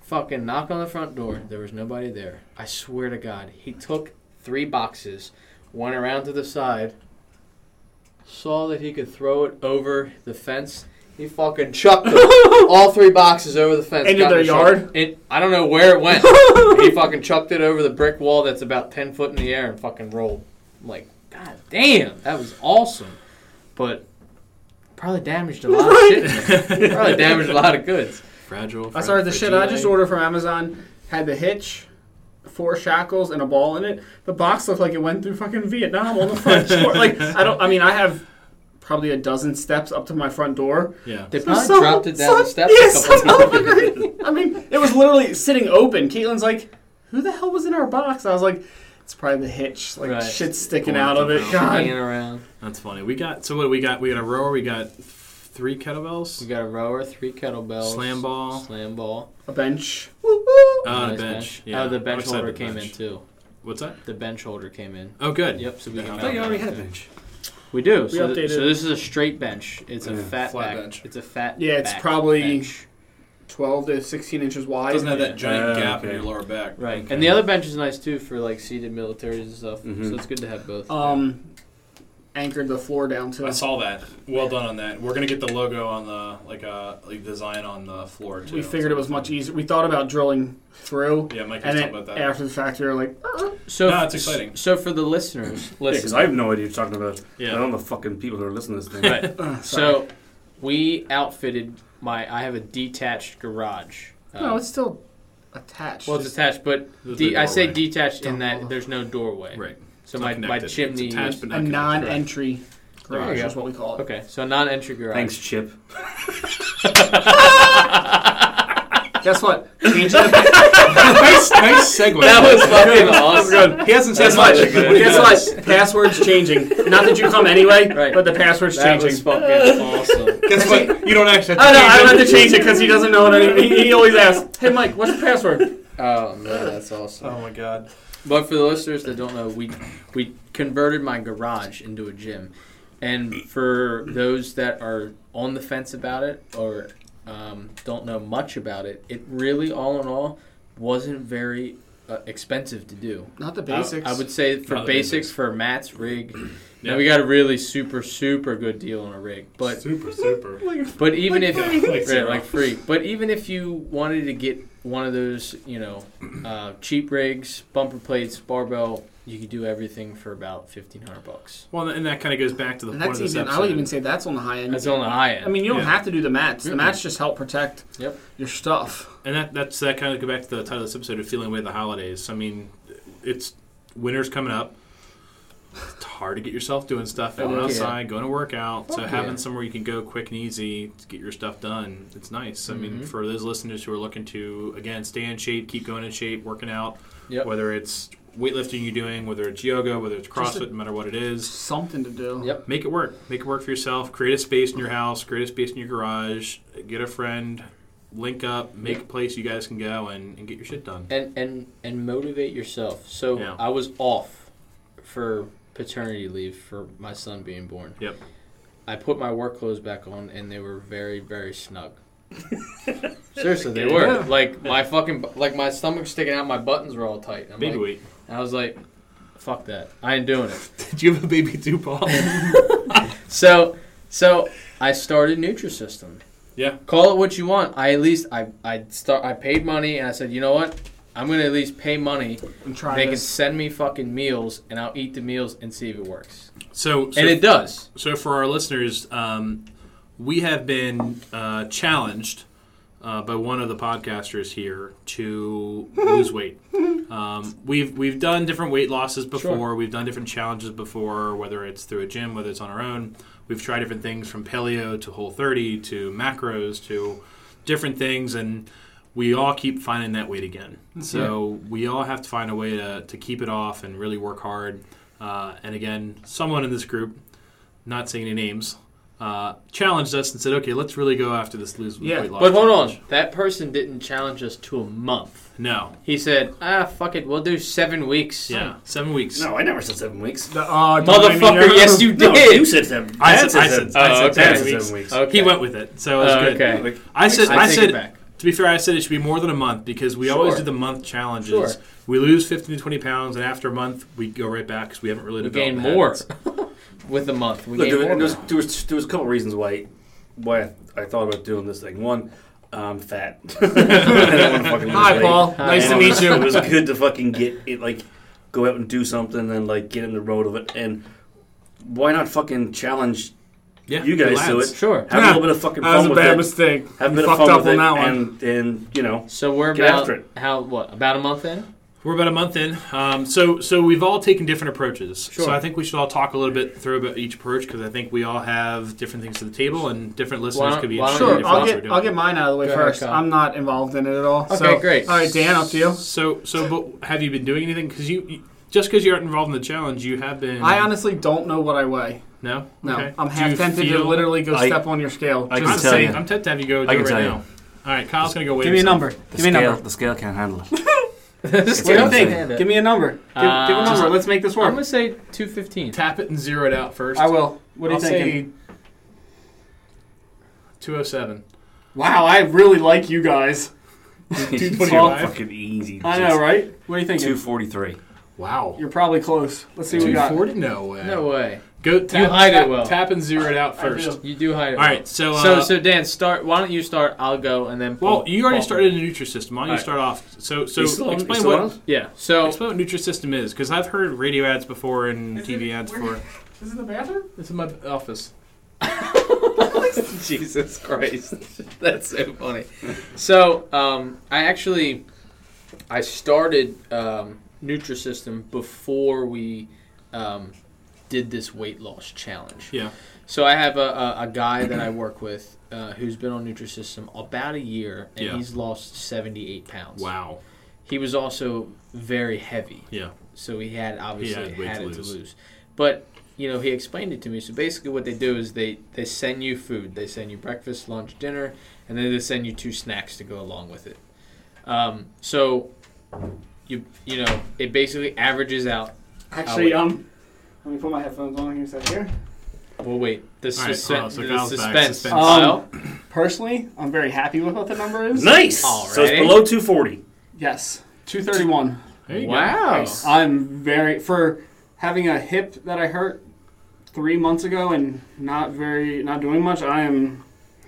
Speaker 3: fucking knock on the front door. There was nobody there. I swear to God. He took three boxes, went around to the side, saw that he could throw it over the fence. He fucking chucked them, all three boxes over the fence.
Speaker 1: Into
Speaker 3: got in
Speaker 1: their
Speaker 3: the truck.
Speaker 1: yard?
Speaker 3: It, I don't know where it went. he fucking chucked it over the brick wall that's about ten foot in the air and fucking rolled. I'm like, god damn, that was awesome, but probably damaged a lot of shit. probably damaged a lot of goods.
Speaker 5: Fragile.
Speaker 1: I started the shit I just
Speaker 5: fragile.
Speaker 1: ordered from Amazon. Had the hitch, four shackles, and a ball in it. The box looked like it went through fucking Vietnam on the front door. Like I don't. I mean, I have probably a dozen steps up to my front door.
Speaker 5: Yeah.
Speaker 3: They
Speaker 1: So
Speaker 3: probably
Speaker 1: some-
Speaker 3: dropped it down
Speaker 1: some-
Speaker 3: the steps
Speaker 1: yeah,
Speaker 3: a couple
Speaker 1: some
Speaker 3: of times.
Speaker 1: motherfucker- I mean, it was literally sitting open. Caitlin's like, "Who the hell was in our box?" I was like, "It's probably the hitch. Like
Speaker 3: Right.
Speaker 1: shit's sticking
Speaker 5: Pulling
Speaker 1: out of it."
Speaker 5: something
Speaker 1: God.
Speaker 3: Hanging around.
Speaker 5: That's funny. We got so what do we got? We got a rower. We got three kettlebells.
Speaker 3: We got a rower, three kettlebells,
Speaker 5: Slam ball.
Speaker 3: slam ball,
Speaker 1: A bench.
Speaker 5: Oh, and
Speaker 3: nice
Speaker 5: a bench. Yeah.
Speaker 3: Oh, the
Speaker 5: I'm
Speaker 3: bench
Speaker 5: excited
Speaker 3: holder
Speaker 5: for the
Speaker 3: came in
Speaker 5: bench.
Speaker 3: too.
Speaker 5: What's that?
Speaker 3: The bench holder came in.
Speaker 5: Oh, good.
Speaker 3: Yep. So we
Speaker 5: Yeah,
Speaker 3: can
Speaker 5: I
Speaker 6: I thought
Speaker 3: mount
Speaker 6: you already
Speaker 3: that.
Speaker 6: had a bench.
Speaker 3: We do. so,
Speaker 1: updated-
Speaker 3: th- so this is a straight bench. It's a
Speaker 6: Yeah.
Speaker 3: fat
Speaker 5: Flat
Speaker 3: back.
Speaker 5: bench.
Speaker 3: It's a fat.
Speaker 1: Yeah, it's
Speaker 3: back
Speaker 1: probably-
Speaker 3: bench.
Speaker 1: Twelve to sixteen inches
Speaker 5: It
Speaker 1: wide.
Speaker 5: doesn't have that giant
Speaker 6: Yeah,
Speaker 5: gap in
Speaker 6: okay.
Speaker 5: your lower back.
Speaker 3: right. And the other bench is nice too for like seated militaries and stuff. So
Speaker 6: Mhm.
Speaker 3: it's good to have both.
Speaker 1: um, anchored the floor down to.
Speaker 5: I saw that. Well done on that. We're gonna get the logo on the like uh like design on the floor too.
Speaker 1: We figured it was much easier. We thought about drilling through,
Speaker 5: Yeah,
Speaker 1: and
Speaker 5: Mike was talking
Speaker 1: then
Speaker 5: about that.
Speaker 1: after the fact, we were like, "Uh-uh."
Speaker 3: So
Speaker 5: No,
Speaker 3: f-
Speaker 5: it's exciting.
Speaker 3: So for the listeners,
Speaker 6: Yeah, because
Speaker 3: listen.
Speaker 6: I have no idea what you're talking about.
Speaker 5: Yeah.
Speaker 6: I don't know the fucking people who are listening to this thing.
Speaker 3: Right.
Speaker 1: Ugh, sorry.
Speaker 3: so we outfitted my. I have a detached garage. Uh,
Speaker 1: "Oh, no, it's still attached.
Speaker 3: well, it's
Speaker 1: Just-
Speaker 3: attached, but
Speaker 5: The- the
Speaker 3: de- I say
Speaker 5: doorway.
Speaker 3: detached in
Speaker 1: Door.
Speaker 3: that there's no doorway.
Speaker 5: Right.
Speaker 3: So
Speaker 5: It's
Speaker 3: my,
Speaker 5: not
Speaker 3: my
Speaker 5: connected. It's
Speaker 3: chimney.
Speaker 5: attached,
Speaker 3: is-
Speaker 5: but
Speaker 1: a
Speaker 5: not connected.
Speaker 1: non-entry
Speaker 3: There
Speaker 1: garage
Speaker 3: you
Speaker 1: is what we call it.
Speaker 3: okay, so non-entry garage.
Speaker 6: Thanks, Chip.
Speaker 1: Guess what? Change it.
Speaker 5: nice, nice segue.
Speaker 3: That was fucking awesome.
Speaker 5: He hasn't said
Speaker 1: Guess
Speaker 5: much.
Speaker 1: what?
Speaker 5: but he
Speaker 1: Guess
Speaker 5: does.
Speaker 1: what? Password's changing. Not that you come anyway,
Speaker 3: Right.
Speaker 1: but the password's
Speaker 3: That was
Speaker 1: changing.
Speaker 3: fucking awesome.
Speaker 5: Guess what? You don't actually.
Speaker 1: I
Speaker 5: Have
Speaker 1: know. Oh,
Speaker 5: to
Speaker 1: I
Speaker 5: change
Speaker 1: don't
Speaker 5: it.
Speaker 1: have to change it because he doesn't know it. He, he always asks, "Hey, Mike, what's the password?"
Speaker 3: Oh man, that's awesome.
Speaker 5: Oh my god.
Speaker 3: But for the listeners that don't know, we we converted my garage into a gym, and for those that are on the fence about it or um, don't know much about it, it really, all in all, wasn't very uh, expensive to do.
Speaker 1: Not the
Speaker 3: I-
Speaker 1: basics.
Speaker 3: I, would say for
Speaker 5: Not the
Speaker 3: basics,
Speaker 5: basics.
Speaker 3: for mats, rig.
Speaker 5: Yeah.
Speaker 3: Now we got a really super super good deal on a rig, but
Speaker 5: super super.
Speaker 3: but even if
Speaker 5: free. Like
Speaker 3: right,
Speaker 5: zero.
Speaker 3: like free, but even if you wanted to get one of those, you know, uh, cheap rigs, bumper plates, barbell, you could do everything for about fifteen hundred bucks.
Speaker 5: Well, and that kind of goes back to the
Speaker 1: And
Speaker 5: point of
Speaker 1: that's
Speaker 5: this
Speaker 1: even.
Speaker 5: episode.
Speaker 1: I would even say that's on the high end.
Speaker 3: That's on the high end.
Speaker 1: I mean, you don't
Speaker 5: Yeah.
Speaker 1: have to do the mats. The
Speaker 3: Mm-mm.
Speaker 1: mats just help protect
Speaker 3: Yep.
Speaker 1: your stuff.
Speaker 5: And that that's that kind of go back to the title of this episode of feeling away the holidays. I mean, it's winter's coming up. It's hard to get yourself doing stuff,
Speaker 3: Fuck
Speaker 5: going
Speaker 3: yeah.
Speaker 5: outside, going to work out. so
Speaker 3: Fuck
Speaker 5: having
Speaker 3: yeah.
Speaker 5: somewhere you can go quick and easy to get your stuff done, it's nice. I mean,
Speaker 3: Mhm.
Speaker 5: for those listeners who are looking to again stay in shape, keep going in shape, working out,
Speaker 3: Yep.
Speaker 5: whether it's weightlifting you're doing, whether it's yoga, whether it's
Speaker 1: Just a-
Speaker 5: CrossFit, no matter what it is.
Speaker 1: Something to do.
Speaker 3: Yep.
Speaker 5: Make it work. Make it work for yourself. Create a space in your house. Create a space in your garage. Get a friend. Link up. Make a place you guys can go and, and get your shit done.
Speaker 3: and and and motivate yourself. So
Speaker 5: Yeah.
Speaker 3: I was off for paternity leave for my son being born.
Speaker 5: Yep.
Speaker 3: I put my work clothes back on, and they were very very snug. Seriously, they were
Speaker 5: Yeah.
Speaker 3: like my fucking bu- like my stomach sticking out. My buttons were all tight. I'm
Speaker 5: Baby
Speaker 3: like,
Speaker 5: weight.
Speaker 3: and I was like, "Fuck that! I ain't doing it."
Speaker 5: Did you have a baby too, Paul?
Speaker 3: So, so I started Nutrisystem.
Speaker 5: Yeah.
Speaker 3: Call it what you want. I at least I I start I paid money and I said, you know what? I'm gonna at least pay money.
Speaker 1: And try
Speaker 3: They can
Speaker 1: this.
Speaker 3: send me fucking meals and I'll eat the meals and see if it works.
Speaker 5: so, so,
Speaker 3: And it does.
Speaker 5: so for our listeners, um, we have been uh, challenged uh, by one of the podcasters here to lose weight. Um, we've we've done different weight losses before. We've done different challenges before, whether it's through a gym, whether it's on our own. We've tried different things from paleo to whole 30 to macros to different things, and we all keep finding that weight again. So we all have to find a way to, to keep it off and really work hard. Uh, and again, someone in this group, not saying any names, uh, challenged us and said, "Okay, let's really go after this lose
Speaker 1: Yeah,
Speaker 5: weight loss."
Speaker 3: But hold
Speaker 5: challenge."
Speaker 3: on, that person didn't challenge us to a month.
Speaker 5: No.
Speaker 3: He said, ah, fuck it, we'll do seven weeks.
Speaker 5: Yeah. Seven weeks.
Speaker 6: No, I never said seven weeks.
Speaker 1: The, uh,
Speaker 3: Motherfucker, yes you
Speaker 6: No,
Speaker 3: did.
Speaker 6: you said seven.
Speaker 5: I
Speaker 6: Dad
Speaker 5: said, I said, I
Speaker 3: Oh,
Speaker 5: said
Speaker 3: okay.
Speaker 5: seven weeks.
Speaker 6: seven weeks.
Speaker 3: Okay.
Speaker 5: He went with it, so it was
Speaker 3: Oh,
Speaker 5: good.
Speaker 3: okay.
Speaker 6: Like,
Speaker 5: I said,
Speaker 3: I
Speaker 5: I,
Speaker 3: take
Speaker 5: said,
Speaker 3: it back.
Speaker 5: to be fair, I said it should be more than a month because we always
Speaker 3: Sure.
Speaker 5: do the month challenges.
Speaker 3: Sure.
Speaker 5: We lose 15 to 20 pounds, and after a month, we go right back because we haven't really
Speaker 3: We
Speaker 5: developed
Speaker 3: gained
Speaker 5: the
Speaker 3: more
Speaker 5: habits.
Speaker 3: with a month. We
Speaker 6: Look,
Speaker 3: gained
Speaker 6: there,
Speaker 3: more.
Speaker 6: there was,
Speaker 3: now.
Speaker 6: there was there was a couple reasons why why I, I thought about doing this thing. One, I'm fat. And I wanna fucking lose
Speaker 5: Hi,
Speaker 6: weight.
Speaker 5: Paul.
Speaker 6: And
Speaker 5: Nice to
Speaker 6: it
Speaker 5: meet
Speaker 6: was-
Speaker 5: you.
Speaker 6: It was good to fucking get it, like, go out and do something and, like, get in the road of it. And why not fucking challenge
Speaker 5: Yeah,
Speaker 6: you guys do
Speaker 5: lads.
Speaker 6: it?
Speaker 3: Sure.
Speaker 6: Have a little bit of fucking
Speaker 5: That was
Speaker 6: fun
Speaker 5: a
Speaker 6: with
Speaker 5: bad
Speaker 6: it.
Speaker 5: mistake.
Speaker 6: Have a
Speaker 5: You
Speaker 6: bit of
Speaker 5: fucked
Speaker 6: fun
Speaker 5: up
Speaker 6: with
Speaker 5: on
Speaker 6: it.
Speaker 5: that one.
Speaker 6: And, and, you know,
Speaker 3: So we're
Speaker 6: Get
Speaker 3: about
Speaker 6: after it.
Speaker 3: how what about a month in?
Speaker 5: We're about a month in. Um, so, so we've all taken different approaches. So
Speaker 3: Sure.
Speaker 5: I think we should all talk a little bit through about each approach because I think we all have different things to the table and different listeners
Speaker 3: don't-
Speaker 5: could be
Speaker 3: why don't
Speaker 5: interested
Speaker 3: you-
Speaker 1: Sure,
Speaker 5: in different
Speaker 1: I'll
Speaker 5: things
Speaker 1: get
Speaker 5: we're
Speaker 1: I'll
Speaker 5: doing.
Speaker 1: get mine out of the way
Speaker 3: Go ahead,
Speaker 1: first.
Speaker 3: Kyle.
Speaker 1: I'm not involved in it at all.
Speaker 3: Okay,
Speaker 1: so-
Speaker 3: great.
Speaker 1: All right, Dan, up to you.
Speaker 5: So, so but have you been doing anything? Because you, you just because you aren't involved in the challenge, you have been.
Speaker 1: I honestly don't know what I weigh.
Speaker 5: no,
Speaker 1: No,
Speaker 5: Okay.
Speaker 1: I'm
Speaker 5: Do
Speaker 1: half
Speaker 5: you
Speaker 1: tempted to
Speaker 5: feel-
Speaker 1: literally go
Speaker 6: I-
Speaker 1: step on your scale.
Speaker 6: I
Speaker 5: I'm
Speaker 6: can tell
Speaker 5: saying,
Speaker 6: you.
Speaker 5: I'm tempted to have you go do
Speaker 6: I
Speaker 5: it
Speaker 6: can
Speaker 5: right
Speaker 6: tell you.
Speaker 5: now. All right, Kyle's gonna go wait.
Speaker 1: Give me a number.
Speaker 6: The
Speaker 1: Give me a
Speaker 6: scale,
Speaker 1: number.
Speaker 6: the scale can't handle it.
Speaker 3: What
Speaker 6: do you think?
Speaker 1: Give me a number. Give, give a
Speaker 3: Uh,
Speaker 1: number. Let's make this
Speaker 3: I'm
Speaker 1: work.
Speaker 3: gonna say two fifteen.
Speaker 5: Tap it and zero it out first.
Speaker 1: I will. What are
Speaker 5: I'll
Speaker 1: you thinking?
Speaker 5: say two oh seven.
Speaker 1: Wow, I really like you guys.
Speaker 6: It's
Speaker 1: 225?
Speaker 6: fucking easy.
Speaker 1: I know, right? What are you thinking?
Speaker 6: Two forty-three.
Speaker 5: Wow.
Speaker 1: You're probably close. Let's see what we
Speaker 5: Two
Speaker 1: got.
Speaker 5: forty? No way.
Speaker 3: No way.
Speaker 5: Go tap,
Speaker 3: hide it
Speaker 5: tap,
Speaker 3: well.
Speaker 5: Tap and zero it out first. All
Speaker 3: You do hide it.
Speaker 5: right. So, uh,
Speaker 3: So so Dan, start. Why don't you start? I'll go and then.
Speaker 5: well,
Speaker 3: Paul-
Speaker 5: you already
Speaker 3: Paul.
Speaker 5: started a Nutrisystem. Why don't you
Speaker 3: Alright.
Speaker 5: start off? So, so
Speaker 6: You still on- you
Speaker 5: explain
Speaker 6: still
Speaker 5: what
Speaker 6: on?
Speaker 3: Yeah. So
Speaker 5: explain what Nutrisystem is, because I've heard radio ads before and
Speaker 1: Is
Speaker 5: TV
Speaker 1: it-
Speaker 5: ads
Speaker 1: where-
Speaker 5: before.
Speaker 1: This is the bathroom?
Speaker 5: This is my office.
Speaker 3: Jesus Christ, that's so funny. So um, I actually I started um, Nutrisystem before we um, did this weight loss challenge.
Speaker 5: Yeah.
Speaker 3: So I have a, a, a guy that I work with uh, who's been on Nutrisystem about a year, and
Speaker 5: Yeah.
Speaker 3: he's lost seventy eight pounds.
Speaker 5: Wow.
Speaker 3: He was also very heavy
Speaker 5: Yeah.
Speaker 3: so he had obviously
Speaker 5: had
Speaker 3: had,
Speaker 5: weight to
Speaker 3: it
Speaker 5: lose.
Speaker 3: to lose. But you know, he explained it to me. So basically, what they do is they they send you food. They send you breakfast, lunch, dinner, and then they send you two snacks to go along with it. Um, so you you know, it basically averages out.
Speaker 1: Actually,
Speaker 3: I'll
Speaker 1: um, let me put my headphones on here. Is that here?
Speaker 3: Well, wait, the,
Speaker 5: All right,
Speaker 3: suspen-
Speaker 5: Kyle, so
Speaker 3: the
Speaker 5: Kyle's back.
Speaker 3: suspense. Oh,
Speaker 5: Suspense.
Speaker 3: Kyle?
Speaker 1: Um, Personally, I'm very happy with what the number is.
Speaker 6: Nice. So it's
Speaker 3: Alrighty.
Speaker 6: below two forty.
Speaker 1: Yes, 231.
Speaker 5: There you go.
Speaker 3: wow.
Speaker 1: I'm very for having a hip that I hurt three months ago and not very not doing much. I am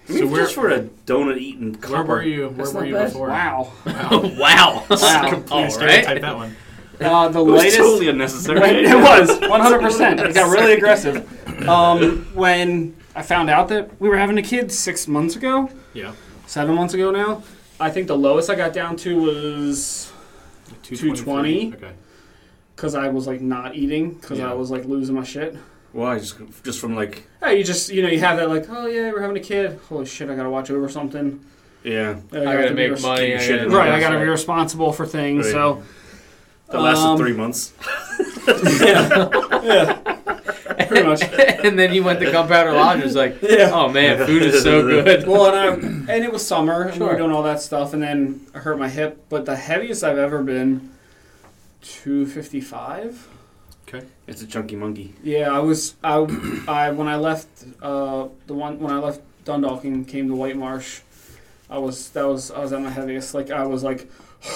Speaker 5: So
Speaker 6: So
Speaker 5: where-
Speaker 6: we're just for a donut eating.
Speaker 5: Where were you? Where
Speaker 6: That's
Speaker 5: were
Speaker 6: not
Speaker 5: you
Speaker 6: bad.
Speaker 5: before?
Speaker 1: wow.
Speaker 3: oh,
Speaker 6: Wow.
Speaker 1: Wow.
Speaker 5: Please
Speaker 3: Alright.
Speaker 5: stereotype that one.
Speaker 1: Uh, the
Speaker 6: It was
Speaker 1: latest
Speaker 6: totally
Speaker 1: when,
Speaker 6: unnecessary.
Speaker 1: it was 100. percent It got really aggressive. Um, when I found out that we were having a kid six months ago,
Speaker 5: Yeah.
Speaker 1: seven months ago now. I think the lowest I got down to was 220.
Speaker 5: Okay.
Speaker 1: because I was like not eating because
Speaker 5: Yeah.
Speaker 1: I was like losing my shit.
Speaker 6: Why? Just just from like
Speaker 1: Yeah, you just you know you have that like oh yeah we're having a kid holy shit I gotta watch over something.
Speaker 6: yeah.
Speaker 1: I
Speaker 3: I gotta
Speaker 1: be
Speaker 3: make
Speaker 1: res-
Speaker 3: money. I
Speaker 6: shit
Speaker 3: gotta
Speaker 6: in
Speaker 3: do
Speaker 1: Right, I
Speaker 3: this,
Speaker 1: gotta be responsible for things.
Speaker 6: Right.
Speaker 1: So
Speaker 6: That lasted
Speaker 1: Um,
Speaker 6: three months.
Speaker 1: pretty much.
Speaker 3: and then he went to Gunpowder Lodge and was like,
Speaker 1: Yeah.
Speaker 3: "Oh man, food is so good."
Speaker 1: Well, and I and it was summer and we were
Speaker 3: Sure.
Speaker 1: doing all that stuff, and then I hurt my hip. But the heaviest I've ever been, two fifty five.
Speaker 6: It's a chunky monkey.
Speaker 1: Yeah, I was I, I when I left uh, the one when I left Dundalk and came to White Marsh, I was that was I was at my heaviest. Like I was like,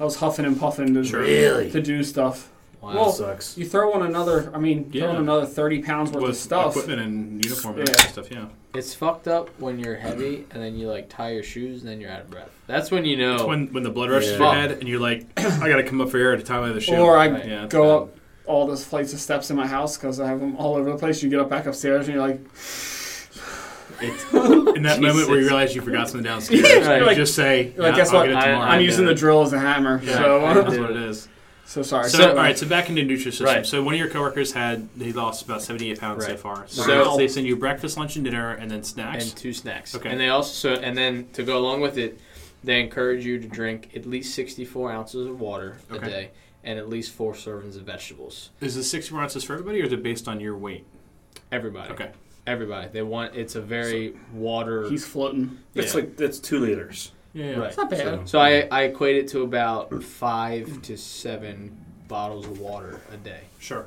Speaker 1: I was huffing and puffing to,
Speaker 6: Really?
Speaker 1: to do stuff.
Speaker 3: Wow.
Speaker 1: Well,
Speaker 6: Sucks.
Speaker 1: you throw on another. I mean, throw
Speaker 5: Yeah.
Speaker 1: on another thirty pounds worth
Speaker 5: With
Speaker 1: of stuff.
Speaker 5: equipment and uniform and
Speaker 1: Yeah.
Speaker 5: that stuff. Yeah.
Speaker 3: It's fucked up when you're heavy and then you like tie your shoes and then you're out of breath. That's when you
Speaker 5: It's
Speaker 3: know.
Speaker 5: when when the blood rushes
Speaker 6: Yeah.
Speaker 5: your head and you're like, I gotta come up for air at a time of the shoe.
Speaker 1: Or I
Speaker 3: Right.
Speaker 5: Yeah, it's
Speaker 1: go
Speaker 5: bad.
Speaker 1: up all those flights of steps in my house because I have them all over the place. You get up back upstairs and you're like,
Speaker 5: in that moment where you
Speaker 3: Jesus.
Speaker 5: realize you forgot something downstairs.
Speaker 1: Yeah,
Speaker 5: you
Speaker 1: like-
Speaker 5: just say,
Speaker 1: you're like,
Speaker 5: "Nah,
Speaker 1: guess
Speaker 5: I'll
Speaker 1: what?
Speaker 5: get it
Speaker 3: I-
Speaker 5: tomorrow."
Speaker 1: I'm
Speaker 3: do.
Speaker 1: using the drill as a hammer.
Speaker 5: Yeah,
Speaker 1: So, uh,
Speaker 5: that's what it is.
Speaker 1: so sorry.
Speaker 5: So, all right. So back into nutrition.
Speaker 3: Right.
Speaker 5: So one of your coworkers had they lost about seventy-eight pounds so
Speaker 3: Right.
Speaker 5: far. So,
Speaker 1: So-
Speaker 5: they send you breakfast, lunch, and dinner, and then snacks.
Speaker 3: and two snacks.
Speaker 5: Okay.
Speaker 3: And they also so and then to go along with it, they encourage you to drink at least 64 ounces of water
Speaker 5: Okay.
Speaker 3: a day and at least four servings of vegetables.
Speaker 5: is the sixty-four ounces for everybody, or is it based on your weight?
Speaker 3: Everybody.
Speaker 5: Okay.
Speaker 3: Everybody. They want it's a very water.
Speaker 1: uh, He's floating.
Speaker 6: It's
Speaker 3: Yeah.
Speaker 6: like that's two liters.
Speaker 5: Yeah. yeah.
Speaker 3: right.
Speaker 1: It's not bad.
Speaker 3: So I I equate it to about five to seven bottles of water a day.
Speaker 5: Sure.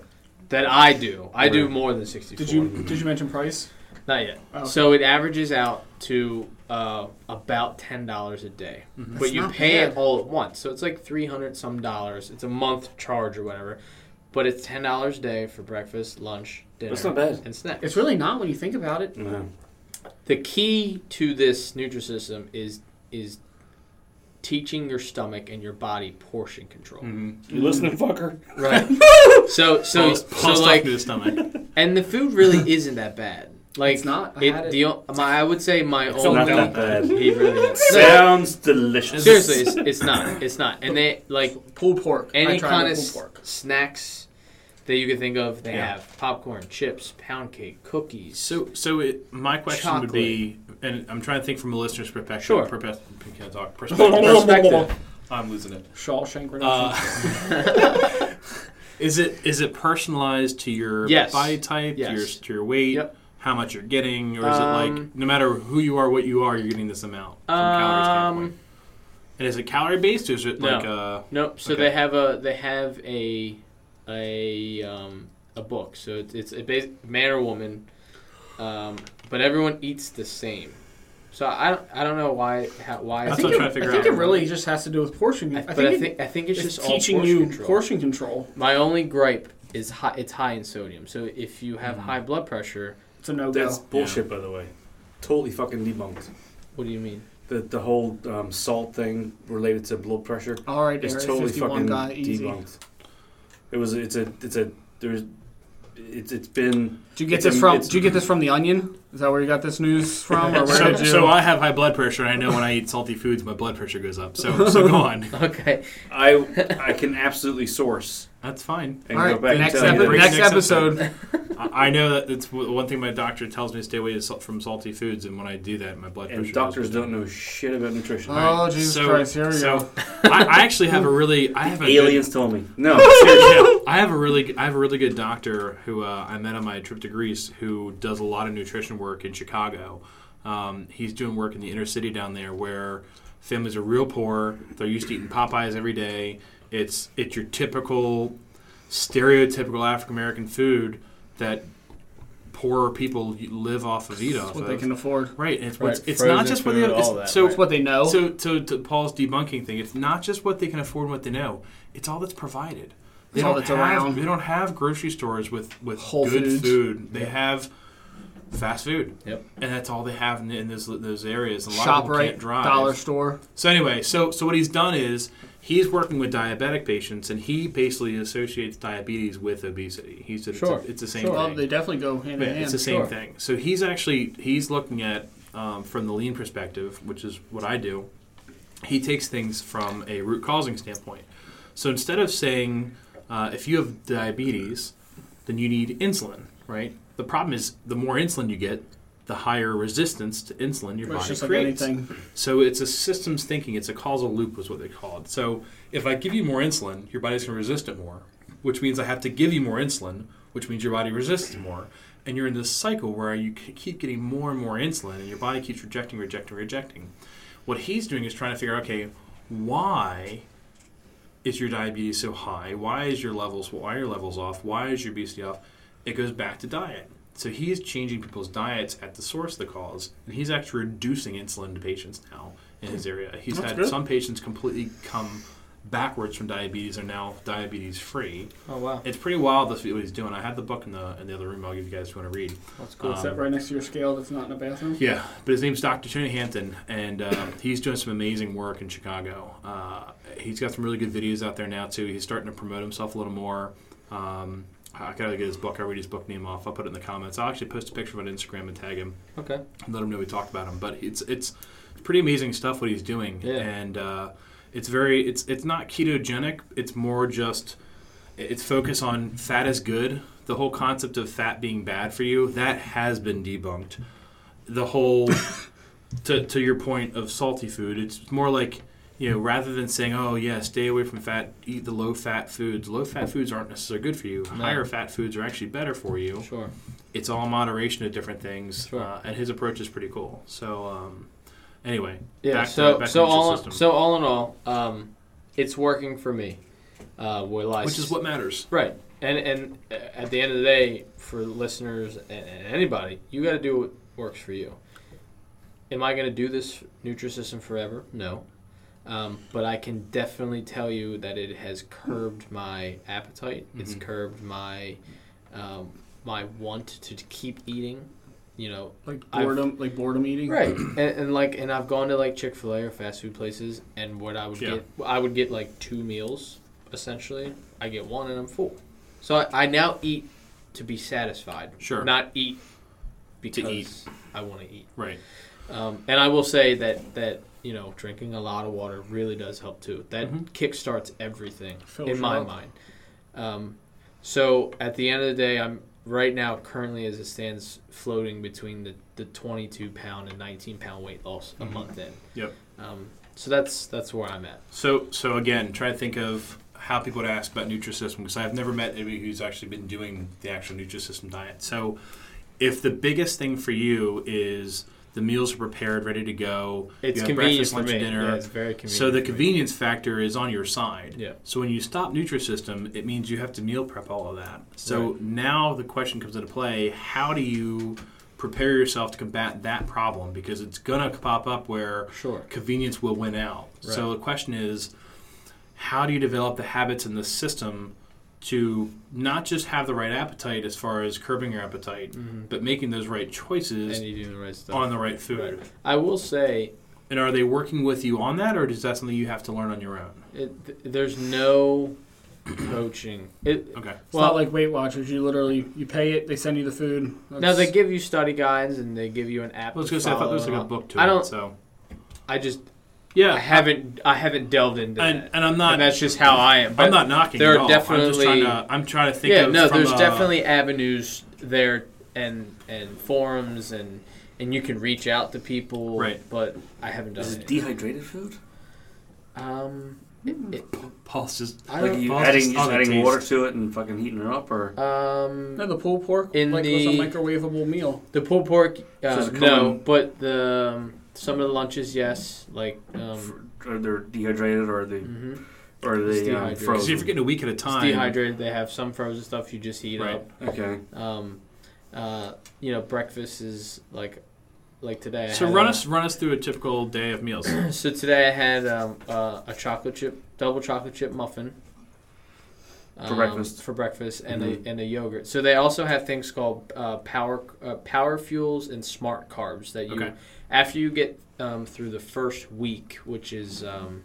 Speaker 3: That I do. I do more than 64.
Speaker 1: Did you did you mention price?
Speaker 3: Not yet.
Speaker 1: Oh.
Speaker 3: So it averages out to uh, about ten dollars a day, but
Speaker 1: Mm-hmm.
Speaker 3: you
Speaker 1: not
Speaker 3: pay
Speaker 1: bad.
Speaker 3: it all at once. So it's like three hundred some dollars. It's a month charge or whatever, but it's ten dollars a day for breakfast, lunch, dinner,
Speaker 6: That's not bad.
Speaker 3: and snacks.
Speaker 6: Uh-huh.
Speaker 1: It's really not when you think about it.
Speaker 6: No.
Speaker 3: the key to this nutrisystem is is teaching your stomach and your body portion control.
Speaker 1: Mm-hmm.
Speaker 7: You listening, fucker?
Speaker 3: Right. so so
Speaker 5: Pulse-
Speaker 3: so
Speaker 5: pulse
Speaker 3: like
Speaker 5: through the stomach.
Speaker 3: and the food really isn't that bad. Like
Speaker 1: It's not. I
Speaker 3: It,
Speaker 1: had it.
Speaker 3: The, o- my, I would say my only.
Speaker 6: not that bad.
Speaker 3: He really is. No,
Speaker 7: Sounds delicious.
Speaker 3: seriously, it's, it's not. It's not. And they like
Speaker 1: pulled pork. I
Speaker 3: any
Speaker 1: tried
Speaker 3: kind
Speaker 1: the
Speaker 3: of
Speaker 1: pulled
Speaker 3: s-
Speaker 1: pork.
Speaker 3: snacks that you can think of. They
Speaker 5: Yeah.
Speaker 3: have popcorn, chips, pound cake, cookies.
Speaker 5: So, so it, my question would be, and I'm trying to think from a listener's perspective.
Speaker 3: Sure.
Speaker 5: perpe- can't talk, perspective.
Speaker 3: perspective.
Speaker 5: I'm losing it.
Speaker 1: Shawshank Redemption.
Speaker 5: Uh, is it is it personalized to your
Speaker 3: Yes.
Speaker 5: body type, to your
Speaker 3: Yes.
Speaker 5: to your weight,
Speaker 3: Yep.
Speaker 5: how much you're getting, or is it
Speaker 3: Um,
Speaker 5: like no matter who you are, what you are, you're getting this amount from calorie standpoint?
Speaker 3: Um,
Speaker 5: And is it calorie based, or is it
Speaker 3: No.
Speaker 5: like uh
Speaker 3: nope. So
Speaker 5: Okay.
Speaker 3: they have a they have a a um, a book. So it's it's a bas- man or woman, um, but everyone eats the same. So I don't I don't know why how, why.
Speaker 5: That's
Speaker 1: I think,
Speaker 5: what
Speaker 1: it,
Speaker 5: I'm trying to
Speaker 1: I
Speaker 5: figure
Speaker 1: think
Speaker 5: out.
Speaker 1: it really just has to do with portion.
Speaker 3: I,
Speaker 1: I
Speaker 3: but
Speaker 1: think,
Speaker 3: I
Speaker 1: it-
Speaker 3: think I think it's
Speaker 1: it's,
Speaker 3: just all
Speaker 1: teaching
Speaker 3: portion
Speaker 1: you
Speaker 3: control.
Speaker 1: portion control.
Speaker 3: My only gripe is high, it's high in sodium. So if you
Speaker 1: Mm.
Speaker 3: have high blood pressure,
Speaker 1: It's a no
Speaker 6: That's
Speaker 1: go.
Speaker 6: bullshit, by the way. Totally fucking debunked.
Speaker 3: what do you mean?
Speaker 6: The, the whole um, salt thing related to blood pressure
Speaker 1: All right,
Speaker 6: is
Speaker 1: Area
Speaker 6: totally
Speaker 1: 51
Speaker 6: fucking
Speaker 1: guy, easy.
Speaker 6: debunked. It was it's a it's a there's it's it's been
Speaker 1: Did you get
Speaker 6: It's
Speaker 1: this
Speaker 6: a-
Speaker 1: from?
Speaker 6: it's-
Speaker 1: Did you get this from the Onion? Is that where you got this news from? Or where
Speaker 5: So,
Speaker 1: did you?
Speaker 5: so I have high blood pressure, and I know when I eat salty foods, my blood pressure goes up. So, so go on.
Speaker 3: Okay.
Speaker 6: I I can absolutely source
Speaker 5: That's fine.
Speaker 6: and
Speaker 1: All
Speaker 6: go
Speaker 1: right,
Speaker 6: back
Speaker 1: next,
Speaker 6: and tell
Speaker 5: epi-
Speaker 6: you that-
Speaker 1: epi- next
Speaker 5: Next
Speaker 1: episode.
Speaker 5: I, I know that it's w- one thing my doctor tells me to stay away is salt- from salty foods, and when I do that, my blood pressure.
Speaker 6: and
Speaker 5: goes
Speaker 6: doctors
Speaker 5: up.
Speaker 6: don't know shit about nutrition.
Speaker 1: Oh Jesus
Speaker 5: so,
Speaker 1: Christ! Here we
Speaker 5: so
Speaker 1: go.
Speaker 5: I, I actually have a really I have a good-
Speaker 6: Aliens told me no. seriously.
Speaker 5: I have a really I have a really good doctor who uh, I met on my trip to Greece who does a lot of nutrition work in Chicago. Um, he's doing work in the inner city down there where families are real poor. They're used to eating Popeyes every day. It's it's your typical stereotypical African American food that poor people live off of eat off
Speaker 1: It's what
Speaker 5: of.
Speaker 1: they can afford.
Speaker 5: Right, and it's,
Speaker 3: Right,
Speaker 5: it's, it's not
Speaker 3: frozen
Speaker 5: just what they
Speaker 3: food,
Speaker 5: it's-
Speaker 3: all that,
Speaker 5: so
Speaker 1: It's what they know.
Speaker 5: so, to, to Paul's debunking thing, it's not just what they can afford and what they know; it's all that's provided. They
Speaker 1: It's all
Speaker 5: don't
Speaker 1: that's
Speaker 5: have
Speaker 1: around.
Speaker 5: they don't have grocery stores with with
Speaker 1: Whole
Speaker 5: good
Speaker 1: Foods.
Speaker 5: food. They have fast food.
Speaker 3: Yep.
Speaker 5: and that's all they have in, in those those areas. A lot of
Speaker 1: Shop
Speaker 5: people
Speaker 1: right,
Speaker 5: can't drive.
Speaker 1: dollar store.
Speaker 5: So anyway, so so what he's done is he's working with diabetic patients, and he basically associates diabetes with obesity. He said
Speaker 3: Sure,
Speaker 5: it's, a, it's the same
Speaker 3: sure.
Speaker 1: Well,
Speaker 5: thing.
Speaker 1: they definitely go hand
Speaker 5: Yeah,
Speaker 1: in
Speaker 5: it's the
Speaker 1: hand.
Speaker 5: same
Speaker 3: Sure.
Speaker 5: thing. So he's actually he's looking at um, from the lean perspective, which is what I do. He takes things from a root causing standpoint. So instead of saying uh, if you have diabetes, then you need insulin, right? The problem is the more insulin you get, the higher resistance to insulin your
Speaker 1: It's
Speaker 5: body
Speaker 1: just like
Speaker 5: creates. Um,
Speaker 1: anything.
Speaker 5: So it's a systems thinking. It's a causal loop, was what they called. So if I give you more insulin, your body's going to resist it more, which means I have to give you more insulin, which means your body resists it more. And you're in this cycle where you c- keep getting more and more insulin, and your body keeps rejecting, rejecting, rejecting. What he's doing is trying to figure out, okay, why is your diabetes so high? Why is your levels? Why are your levels off? Why is your obesity off? It goes back to diet. So he is changing people's diets at the source of the cause, and he's actually reducing insulin to patients now in his area. He's had
Speaker 1: good.
Speaker 5: some patients completely come backwards from diabetes are now diabetes free.
Speaker 3: Oh wow,
Speaker 5: It's pretty wild. This what he's doing. I had the book in the in the other room. I'll give you guys if you want to read.
Speaker 3: that's
Speaker 5: cool.
Speaker 1: Is that right next to your scale? That's not in a bathroom.
Speaker 5: Yeah, but his name's Dr. Tony Hampton, and um, he's doing some amazing work in Chicago. Uh, he's got some really good videos out there now too. He's starting to promote himself a little more. Um, I I gotta get his book. I read his book name off. I'll put it in the comments. I'll actually post a picture of it on Instagram and tag him
Speaker 3: Okay.
Speaker 5: and let him know we talked about him. But it's it's pretty amazing stuff what he's doing,
Speaker 3: Yeah.
Speaker 5: and uh, it's very it's it's not ketogenic. It's more just it's focus on fat is good. The whole concept of fat being bad for you that has been debunked. The whole to to your point of salty food, it's more like you know rather than saying oh yeah stay away from fat, eat the low fat foods. Low fat foods aren't necessarily good for you. Higher fat foods are actually better for you
Speaker 3: Sure.
Speaker 5: it's all moderation of different things,
Speaker 3: Sure.
Speaker 5: uh, and his approach is pretty cool. So, um, anyway,
Speaker 3: Yeah.
Speaker 5: back to-
Speaker 3: so
Speaker 5: back to
Speaker 3: so
Speaker 5: the
Speaker 3: all
Speaker 5: system.
Speaker 3: so all in all, um, it's working for me. Uh, will I
Speaker 5: which is what matters.
Speaker 3: Right. And and uh, at the end of the day, for listeners and, and anybody, you got to do what works for you. Am I going to do this Nutrisystem forever? No. Um, but I can definitely tell you that it has curbed my appetite. It's curbed my um, my want to keep eating. you know,
Speaker 1: Like
Speaker 3: I've-
Speaker 1: boredom, like boredom eating.
Speaker 3: right. and, and like, and I've gone to like Chick Fil A or fast food places, and what I would
Speaker 5: Yeah.
Speaker 3: get, I would get like two meals essentially. I get one, and I'm full. So I, I now eat to be satisfied.
Speaker 5: Sure.
Speaker 3: Not eat because
Speaker 5: eat.
Speaker 3: I want to eat.
Speaker 5: Right.
Speaker 3: Um, and I will say that that you know drinking a lot of water really does help too. That kickstarts everything
Speaker 1: Fills
Speaker 3: in
Speaker 1: you
Speaker 3: my
Speaker 1: up.
Speaker 3: mind. Um, so at the end of the day, I'm right now currently as it stands floating between the, the 22 pound and 19 pound weight loss a month in.
Speaker 5: Yep.
Speaker 3: Um, so that's that's where I'm at.
Speaker 5: So, so again, try to think of how people would ask about Nutrisystem because I've never met anybody who's actually been doing the actual Nutrisystem diet. So, if the biggest thing for you is the meals are prepared, ready to go,
Speaker 3: It's
Speaker 5: you have
Speaker 3: convenient
Speaker 5: breakfast,
Speaker 3: for
Speaker 5: lunch,
Speaker 3: me.
Speaker 5: and dinner.
Speaker 3: Yeah, it's very convenient.
Speaker 5: so the
Speaker 3: for me.
Speaker 5: convenience factor is on your side.
Speaker 3: Yeah.
Speaker 5: So when you stop Nutrisystem, it means you have to meal prep all of that. So now the question comes into play: How do you prepare yourself to combat that problem? Because it's gonna pop up where
Speaker 3: Sure.
Speaker 5: convenience will win out. So the question is, how do you develop the habits in the system to not just have the right appetite as far as curbing your appetite, but making those right choices
Speaker 3: Mm-hmm. And you doing the right stuff.
Speaker 5: on the right food?
Speaker 3: I will say
Speaker 5: And are they working with you on that, or is that something you have to learn on your own?
Speaker 3: it, th- there's no coaching. It,
Speaker 5: Okay.
Speaker 1: It's
Speaker 3: well,
Speaker 1: not like Weight Watchers. You literally you pay it, they send you the food.
Speaker 3: No,
Speaker 1: That's-
Speaker 3: they give you study guides and they give you an app.
Speaker 5: I was
Speaker 3: to
Speaker 5: gonna say I thought there was
Speaker 3: follow
Speaker 5: like a
Speaker 3: and all.
Speaker 5: book to
Speaker 3: Uh, I
Speaker 5: it.
Speaker 3: don't.
Speaker 5: So
Speaker 3: I just.
Speaker 5: yeah,
Speaker 3: I haven't. I haven't delved into
Speaker 5: And,
Speaker 3: that.
Speaker 5: and I'm
Speaker 3: and
Speaker 5: not.
Speaker 3: that's just how I am. But
Speaker 5: I'm not knocking.
Speaker 3: there
Speaker 5: at
Speaker 3: are
Speaker 5: all. I'm just
Speaker 3: definitely-
Speaker 5: trying to. I'm trying to think.
Speaker 3: yeah,
Speaker 5: of
Speaker 3: no.
Speaker 5: from
Speaker 3: There's
Speaker 5: a-
Speaker 3: definitely avenues there and and forums and and you can reach out to people.
Speaker 5: Right.
Speaker 3: But I haven't done
Speaker 6: Is
Speaker 3: it.
Speaker 6: it dehydrated food?
Speaker 3: um. It,
Speaker 5: Hmm.
Speaker 3: it,
Speaker 5: Paul's just.
Speaker 3: I
Speaker 6: Like are
Speaker 3: don't.
Speaker 6: you
Speaker 5: Paul's
Speaker 6: adding
Speaker 5: just
Speaker 6: just
Speaker 5: on a
Speaker 6: adding
Speaker 5: taste.
Speaker 6: water to it and fucking heating it up, or
Speaker 3: Um.
Speaker 1: No, the pulled pork
Speaker 3: In
Speaker 1: like was a
Speaker 3: the-
Speaker 1: microwavable meal.
Speaker 3: The pulled pork. Uh,
Speaker 6: it's a
Speaker 3: no,
Speaker 6: common-
Speaker 3: but the um, some of the lunches, yes. Like um.
Speaker 6: f- are they dehydrated or are they
Speaker 3: mhm.
Speaker 6: or are
Speaker 3: It's
Speaker 6: they um,
Speaker 3: dehydrated.
Speaker 5: Because if you're
Speaker 6: frozen?
Speaker 5: getting a week at a
Speaker 3: It's
Speaker 5: time,
Speaker 3: dehydrated. They have some frozen stuff you just heat
Speaker 5: Right.
Speaker 3: up.
Speaker 6: Okay.
Speaker 3: Um, uh, you know, breakfast is like, like today. I
Speaker 5: So
Speaker 3: had
Speaker 5: run
Speaker 3: a-
Speaker 5: us run us through a typical day of meals.
Speaker 3: So today I had um, uh, a chocolate chip, double chocolate chip muffin. Um,
Speaker 6: For breakfast. Mm-hmm.
Speaker 3: For breakfast and a and a yogurt. So they also have things called uh, power uh, power fuels and smart carbs that you
Speaker 5: Okay.
Speaker 3: after you get um, through the first week, which is um,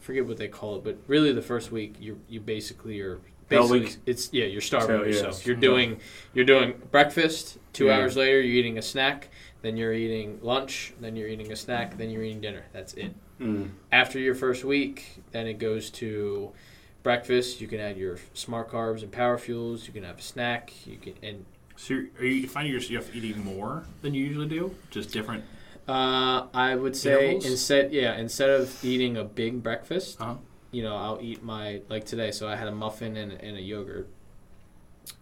Speaker 3: forget what they call it, but really the first week you you basically are
Speaker 6: Hell
Speaker 3: basically
Speaker 6: week.
Speaker 3: it's yeah you're starving
Speaker 6: So, yeah,
Speaker 3: yourself.
Speaker 6: it's-
Speaker 3: You're doing you're doing breakfast. Two
Speaker 6: Yeah.
Speaker 3: hours later, you're eating a snack. Then you're eating lunch. Then you're eating a snack. Then you're eating dinner. That's it
Speaker 6: Mm.
Speaker 3: after your first week, then it goes to breakfast. You can add your smart carbs and power fuels. You can have a snack. You can and
Speaker 5: So you're, are you finding yourself eating more than you usually do? Just different.
Speaker 3: uh, I would say
Speaker 5: Intervals?
Speaker 3: instead, yeah, instead of eating a big breakfast,
Speaker 5: Uh-huh.
Speaker 3: you know, I'll eat my like today. So I had a muffin and, and a yogurt.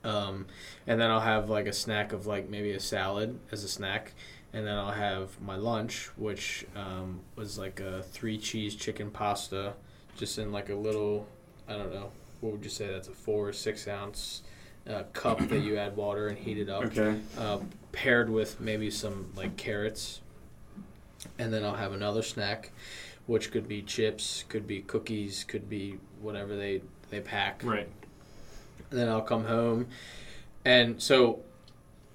Speaker 3: Um, and then I'll have like a snack of like maybe a salad as a snack, and then I'll have my lunch, which um, was like a three cheese chicken pasta, just in like a little, I don't know, what would you say? That's a four or six ounce uh, cup that you add water and heat it up
Speaker 6: Okay.
Speaker 3: uh, paired with maybe some like carrots, and then I'll have another snack, which could be chips, could be cookies, could be whatever they they pack.
Speaker 5: Right.
Speaker 3: And then I'll come home, and so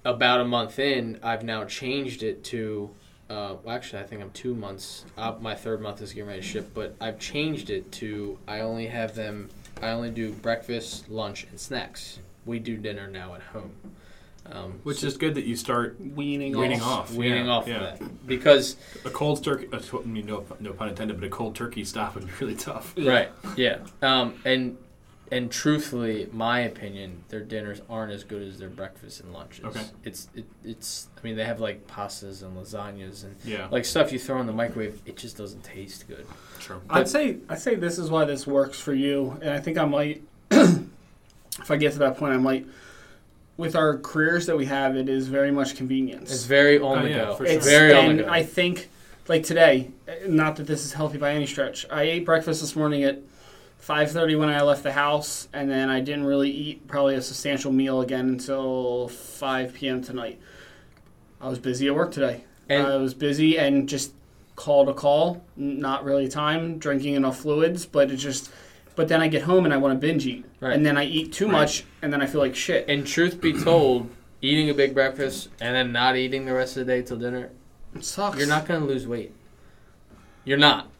Speaker 3: about a month in, I've now changed it to. Uh, well, actually, I think I'm two months. Uh, my third month is getting ready to ship, but I've changed it to I only have them. I only do breakfast, lunch, and snacks. We do dinner now at home, um,
Speaker 5: Which is good that you start
Speaker 1: Weaning,
Speaker 5: weaning
Speaker 1: off.
Speaker 5: off.
Speaker 3: weaning
Speaker 5: yeah,
Speaker 3: off
Speaker 5: yeah.
Speaker 3: of that because
Speaker 5: A cold turkey. uh, I mean, no, no pun intended, but a cold turkey stop would be really tough.
Speaker 3: right yeah um, and and truthfully my opinion their dinners aren't as good as their breakfasts and lunches
Speaker 5: Okay.
Speaker 3: it's it, it's i mean they have like pastas and lasagnas and
Speaker 5: Yeah.
Speaker 3: like stuff you throw in the microwave it just doesn't taste good
Speaker 5: Sure.
Speaker 1: I'd say I'd say this is why this works for you, and I think I might. if I get to that point, I might. With our careers that we have, it is very much convenience.
Speaker 3: it's very on
Speaker 5: Oh,
Speaker 3: the
Speaker 5: yeah,
Speaker 3: go
Speaker 5: for
Speaker 3: it's
Speaker 5: sure.
Speaker 3: very on
Speaker 1: and
Speaker 3: the go
Speaker 1: I think like today, eh, not that this is healthy by any stretch. I ate breakfast this morning at 5:30 when I left the house, and then I didn't really eat probably a substantial meal again until 5 p.m. tonight. I was busy at work today.
Speaker 3: And-
Speaker 1: I was busy and just call to call, n- not really time, drinking enough fluids, but it just. But then I get home and I want to binge eat,
Speaker 3: Right.
Speaker 1: and then I eat too much, and then I feel like shit.
Speaker 3: and truth be told eating a big breakfast and then not eating the rest of the day till dinner,
Speaker 1: It sucks.
Speaker 3: you're not going to lose weight. You're not.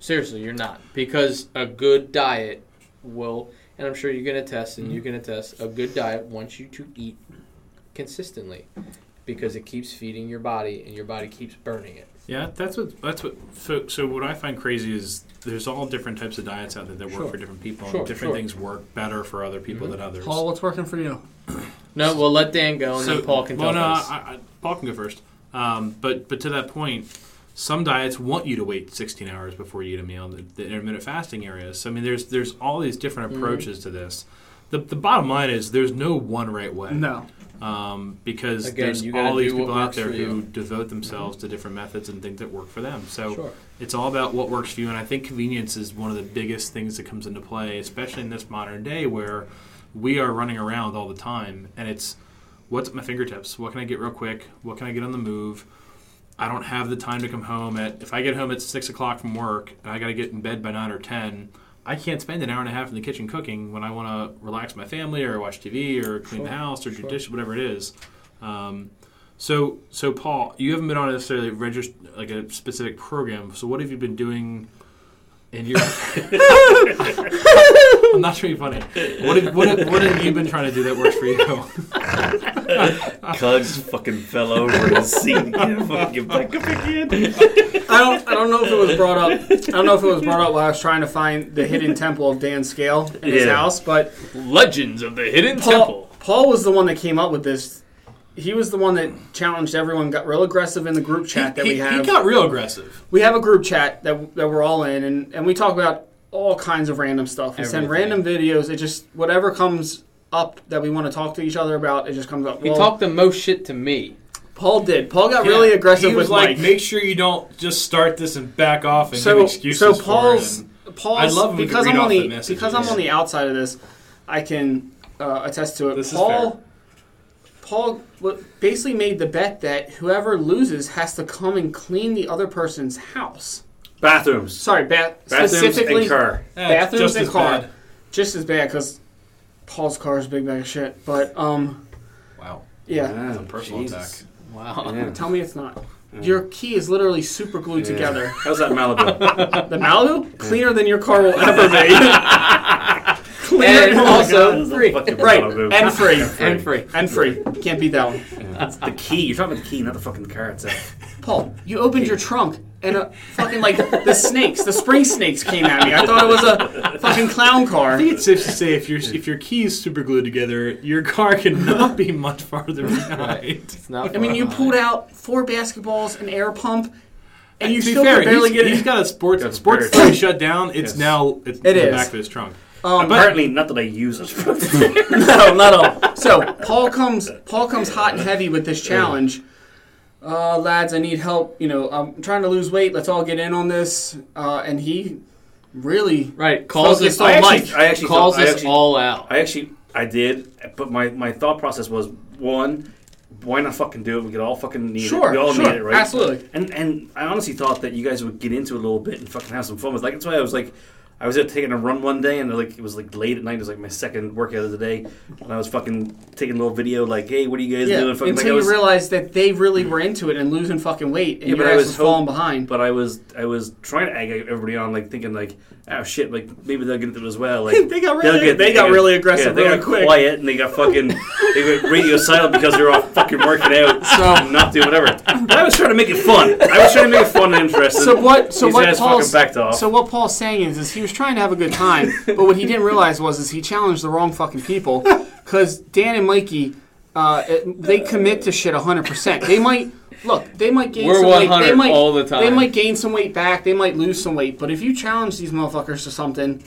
Speaker 3: Seriously, you're not. Because a good diet will, and I'm sure you can attest, and you can attest, a good diet wants you to eat consistently because it keeps feeding your body and your body keeps burning it.
Speaker 5: Yeah, that's what that's what. So, so what I find crazy is there's all different types of diets out there that work
Speaker 3: Sure.
Speaker 5: for different people.
Speaker 3: Sure,
Speaker 5: and different
Speaker 3: sure. Mm-hmm.
Speaker 5: things work better for other people than others.
Speaker 1: Paul, what's working for you?
Speaker 3: No, we'll let Dan go and then Paul can
Speaker 5: well,
Speaker 3: tell
Speaker 5: no,
Speaker 3: us.
Speaker 5: I, I, Paul can go first. Um, but but to that point, some diets want you to wait 16 hours before you eat a meal. The, the intermittent fasting areas. So I mean, there's there's all these different
Speaker 3: Mm-hmm.
Speaker 5: approaches to this. The, the bottom line is there's no one right way.
Speaker 1: No.
Speaker 5: um, because
Speaker 3: Again,
Speaker 5: there's
Speaker 3: you gotta
Speaker 5: all these
Speaker 3: do what
Speaker 5: people out
Speaker 3: works
Speaker 5: there
Speaker 3: for
Speaker 5: who
Speaker 3: you.
Speaker 5: devote themselves to different methods and things that work for them. So
Speaker 3: Mm-hmm. Sure.
Speaker 5: it's all about what works for you. And I think convenience is one of the biggest things that comes into play, especially in this modern day where we are running around all the time. And it's what's at my fingertips? What can I get real quick? What can I get on the move? I don't have the time to come home at. If I get home at six o'clock from work and I got to get in bed by nine or ten, I can't spend an hour and a half in the kitchen cooking when I want to relax my family or watch TV or clean the house or do dishes, whatever it is. Um, so, so Paul, you haven't been on necessarily regist- like a specific program. So, what have you been doing? in your I'm not trying to be funny. What have, what, have, what have you been trying to do that works for you?
Speaker 6: Cugs fucking fell over his seat. and Can't fucking get back up again.
Speaker 1: I don't. I don't know if it was brought up. I don't know if it was brought up while I was trying to find the hidden temple of Dan Scale in his
Speaker 6: Yeah.
Speaker 1: house, but
Speaker 8: Legends of the Hidden
Speaker 1: Paul,
Speaker 8: Temple.
Speaker 1: Paul was the one that came up with this. He was the one that challenged everyone. Got real aggressive in the group chat that
Speaker 5: he,
Speaker 1: we
Speaker 5: he
Speaker 1: have.
Speaker 5: got real aggressive.
Speaker 1: we have a group chat that that we're all in, and, and we talk about all kinds of random stuff. We send
Speaker 3: Everything.
Speaker 1: random videos. It just whatever comes up that we want to talk to each other about. It just comes up.
Speaker 3: he
Speaker 1: Well,
Speaker 3: talked the most shit to me.
Speaker 1: Paul did. Paul got really aggressive
Speaker 5: He was
Speaker 1: with
Speaker 5: like,
Speaker 1: Mike.
Speaker 5: make sure you don't just start this and back off and give
Speaker 1: so
Speaker 5: excuses.
Speaker 1: so
Speaker 5: for it
Speaker 1: Paul's
Speaker 5: and-
Speaker 1: Paul's
Speaker 5: I love when we
Speaker 1: because
Speaker 5: can
Speaker 1: I'm on
Speaker 5: read off the
Speaker 1: the,
Speaker 5: messages.
Speaker 1: because I'm on the outside of this, I can uh, attest to it.
Speaker 5: This is
Speaker 1: Paul Paul wa- basically made the bet that whoever loses has to come and clean the other person's house.
Speaker 6: Bathrooms.
Speaker 1: Sorry, ba-
Speaker 6: Bathrooms
Speaker 1: specifically
Speaker 6: and car.
Speaker 5: Eh, it's
Speaker 1: bathrooms
Speaker 5: just
Speaker 1: and
Speaker 5: as
Speaker 1: car.
Speaker 5: bad.
Speaker 1: Just as bad because Paul's car is a big bag of shit. But um,
Speaker 5: Wow.
Speaker 6: Ah,
Speaker 1: yeah,
Speaker 5: That's a personal attack.
Speaker 3: Wow.
Speaker 6: Yeah.
Speaker 1: tell me it's not. Your key is literally super glued
Speaker 6: Yeah.
Speaker 1: together.
Speaker 6: How's that Malibu?
Speaker 1: The Malibu cleaner than your car will ever be. cleaner
Speaker 3: And
Speaker 6: Oh
Speaker 1: than
Speaker 3: also free.
Speaker 6: Fucking
Speaker 1: Right,
Speaker 6: Malibu.
Speaker 1: and free.
Speaker 3: And free.
Speaker 1: And free. Can't beat that one.
Speaker 6: That's the key. You're talking about the key, not the fucking car itself.
Speaker 1: Paul, you opened your trunk and a fucking like the snakes, the spring snakes came at me. I thought it was a fucking clown car.
Speaker 5: I think it's safe to say if your if your key is super glued together, your car cannot be much farther behind.
Speaker 3: It's not
Speaker 1: I mean, you
Speaker 3: fun.
Speaker 1: pulled out four basketballs, an air pump, and you
Speaker 5: to be
Speaker 1: still
Speaker 5: fair,
Speaker 1: could barely
Speaker 5: he's,
Speaker 1: get
Speaker 5: he's
Speaker 1: it.
Speaker 5: got a sports
Speaker 6: Got a
Speaker 5: sports
Speaker 6: spirit.
Speaker 5: thing shut down. It's
Speaker 6: Yes.
Speaker 5: now it's
Speaker 1: It
Speaker 5: in the
Speaker 1: is.
Speaker 5: back of his trunk.
Speaker 1: Um,
Speaker 6: Apparently, not that I use it.
Speaker 1: no, not all. So Paul comes, Paul comes hot and heavy with this challenge. Uh, lads, I need help. You know, I'm trying to lose weight. Let's all get in on this. Uh, and he really
Speaker 3: Right, calls us
Speaker 1: focused
Speaker 3: all,
Speaker 1: on
Speaker 3: Mike,
Speaker 1: Mike.
Speaker 6: I actually
Speaker 3: calls
Speaker 6: thought- I
Speaker 3: us
Speaker 6: actually-
Speaker 3: all out.
Speaker 6: I actually, I did, but my, my thought process was one, why not fucking do it? We could all fucking need
Speaker 1: Sure,
Speaker 6: it. We all
Speaker 1: sure,
Speaker 6: need it, right?
Speaker 1: absolutely.
Speaker 6: And and I honestly thought that you guys would get into it a little bit and fucking have some fun with. Like that's why I was like, I was out taking a run one day and like it was like late at night. It was like my second workout of the day, and I was fucking taking a little video like, hey, what are you guys
Speaker 1: Yeah,
Speaker 6: doing? Fucking,
Speaker 1: until
Speaker 6: like, I was,
Speaker 1: you realize that they really were into it and losing fucking weight, and
Speaker 6: Yeah,
Speaker 1: your
Speaker 6: but I
Speaker 1: ass
Speaker 6: was
Speaker 1: was, falling
Speaker 6: hope-
Speaker 1: behind.
Speaker 6: But I was I was trying to egg everybody on, like thinking like, oh shit, like maybe they'll get into it as well. Like
Speaker 1: They got
Speaker 6: they'll
Speaker 1: really- they got really aggressive
Speaker 6: yeah, they
Speaker 1: really
Speaker 6: got
Speaker 1: quick.
Speaker 6: quiet, and they got fucking they got radio silent because they were all fucking working out, so not doing whatever. But I was trying to make it fun. I was trying to make it fun and interesting.
Speaker 1: So what? So
Speaker 6: These
Speaker 1: what?
Speaker 6: guys
Speaker 1: Paul's,
Speaker 6: fucking backed off.
Speaker 1: so what Paul's saying is, is he was trying to have a good time, but what he didn't realize was, is he challenged the wrong fucking people, because Dan and Mikey, uh, it- they commit to shit hundred percent. They might look, they might gain
Speaker 3: We're
Speaker 1: some weight. They
Speaker 3: 100
Speaker 1: might
Speaker 3: all the time.
Speaker 1: They might gain some weight back. They might lose some weight. But if you challenge these motherfuckers to something,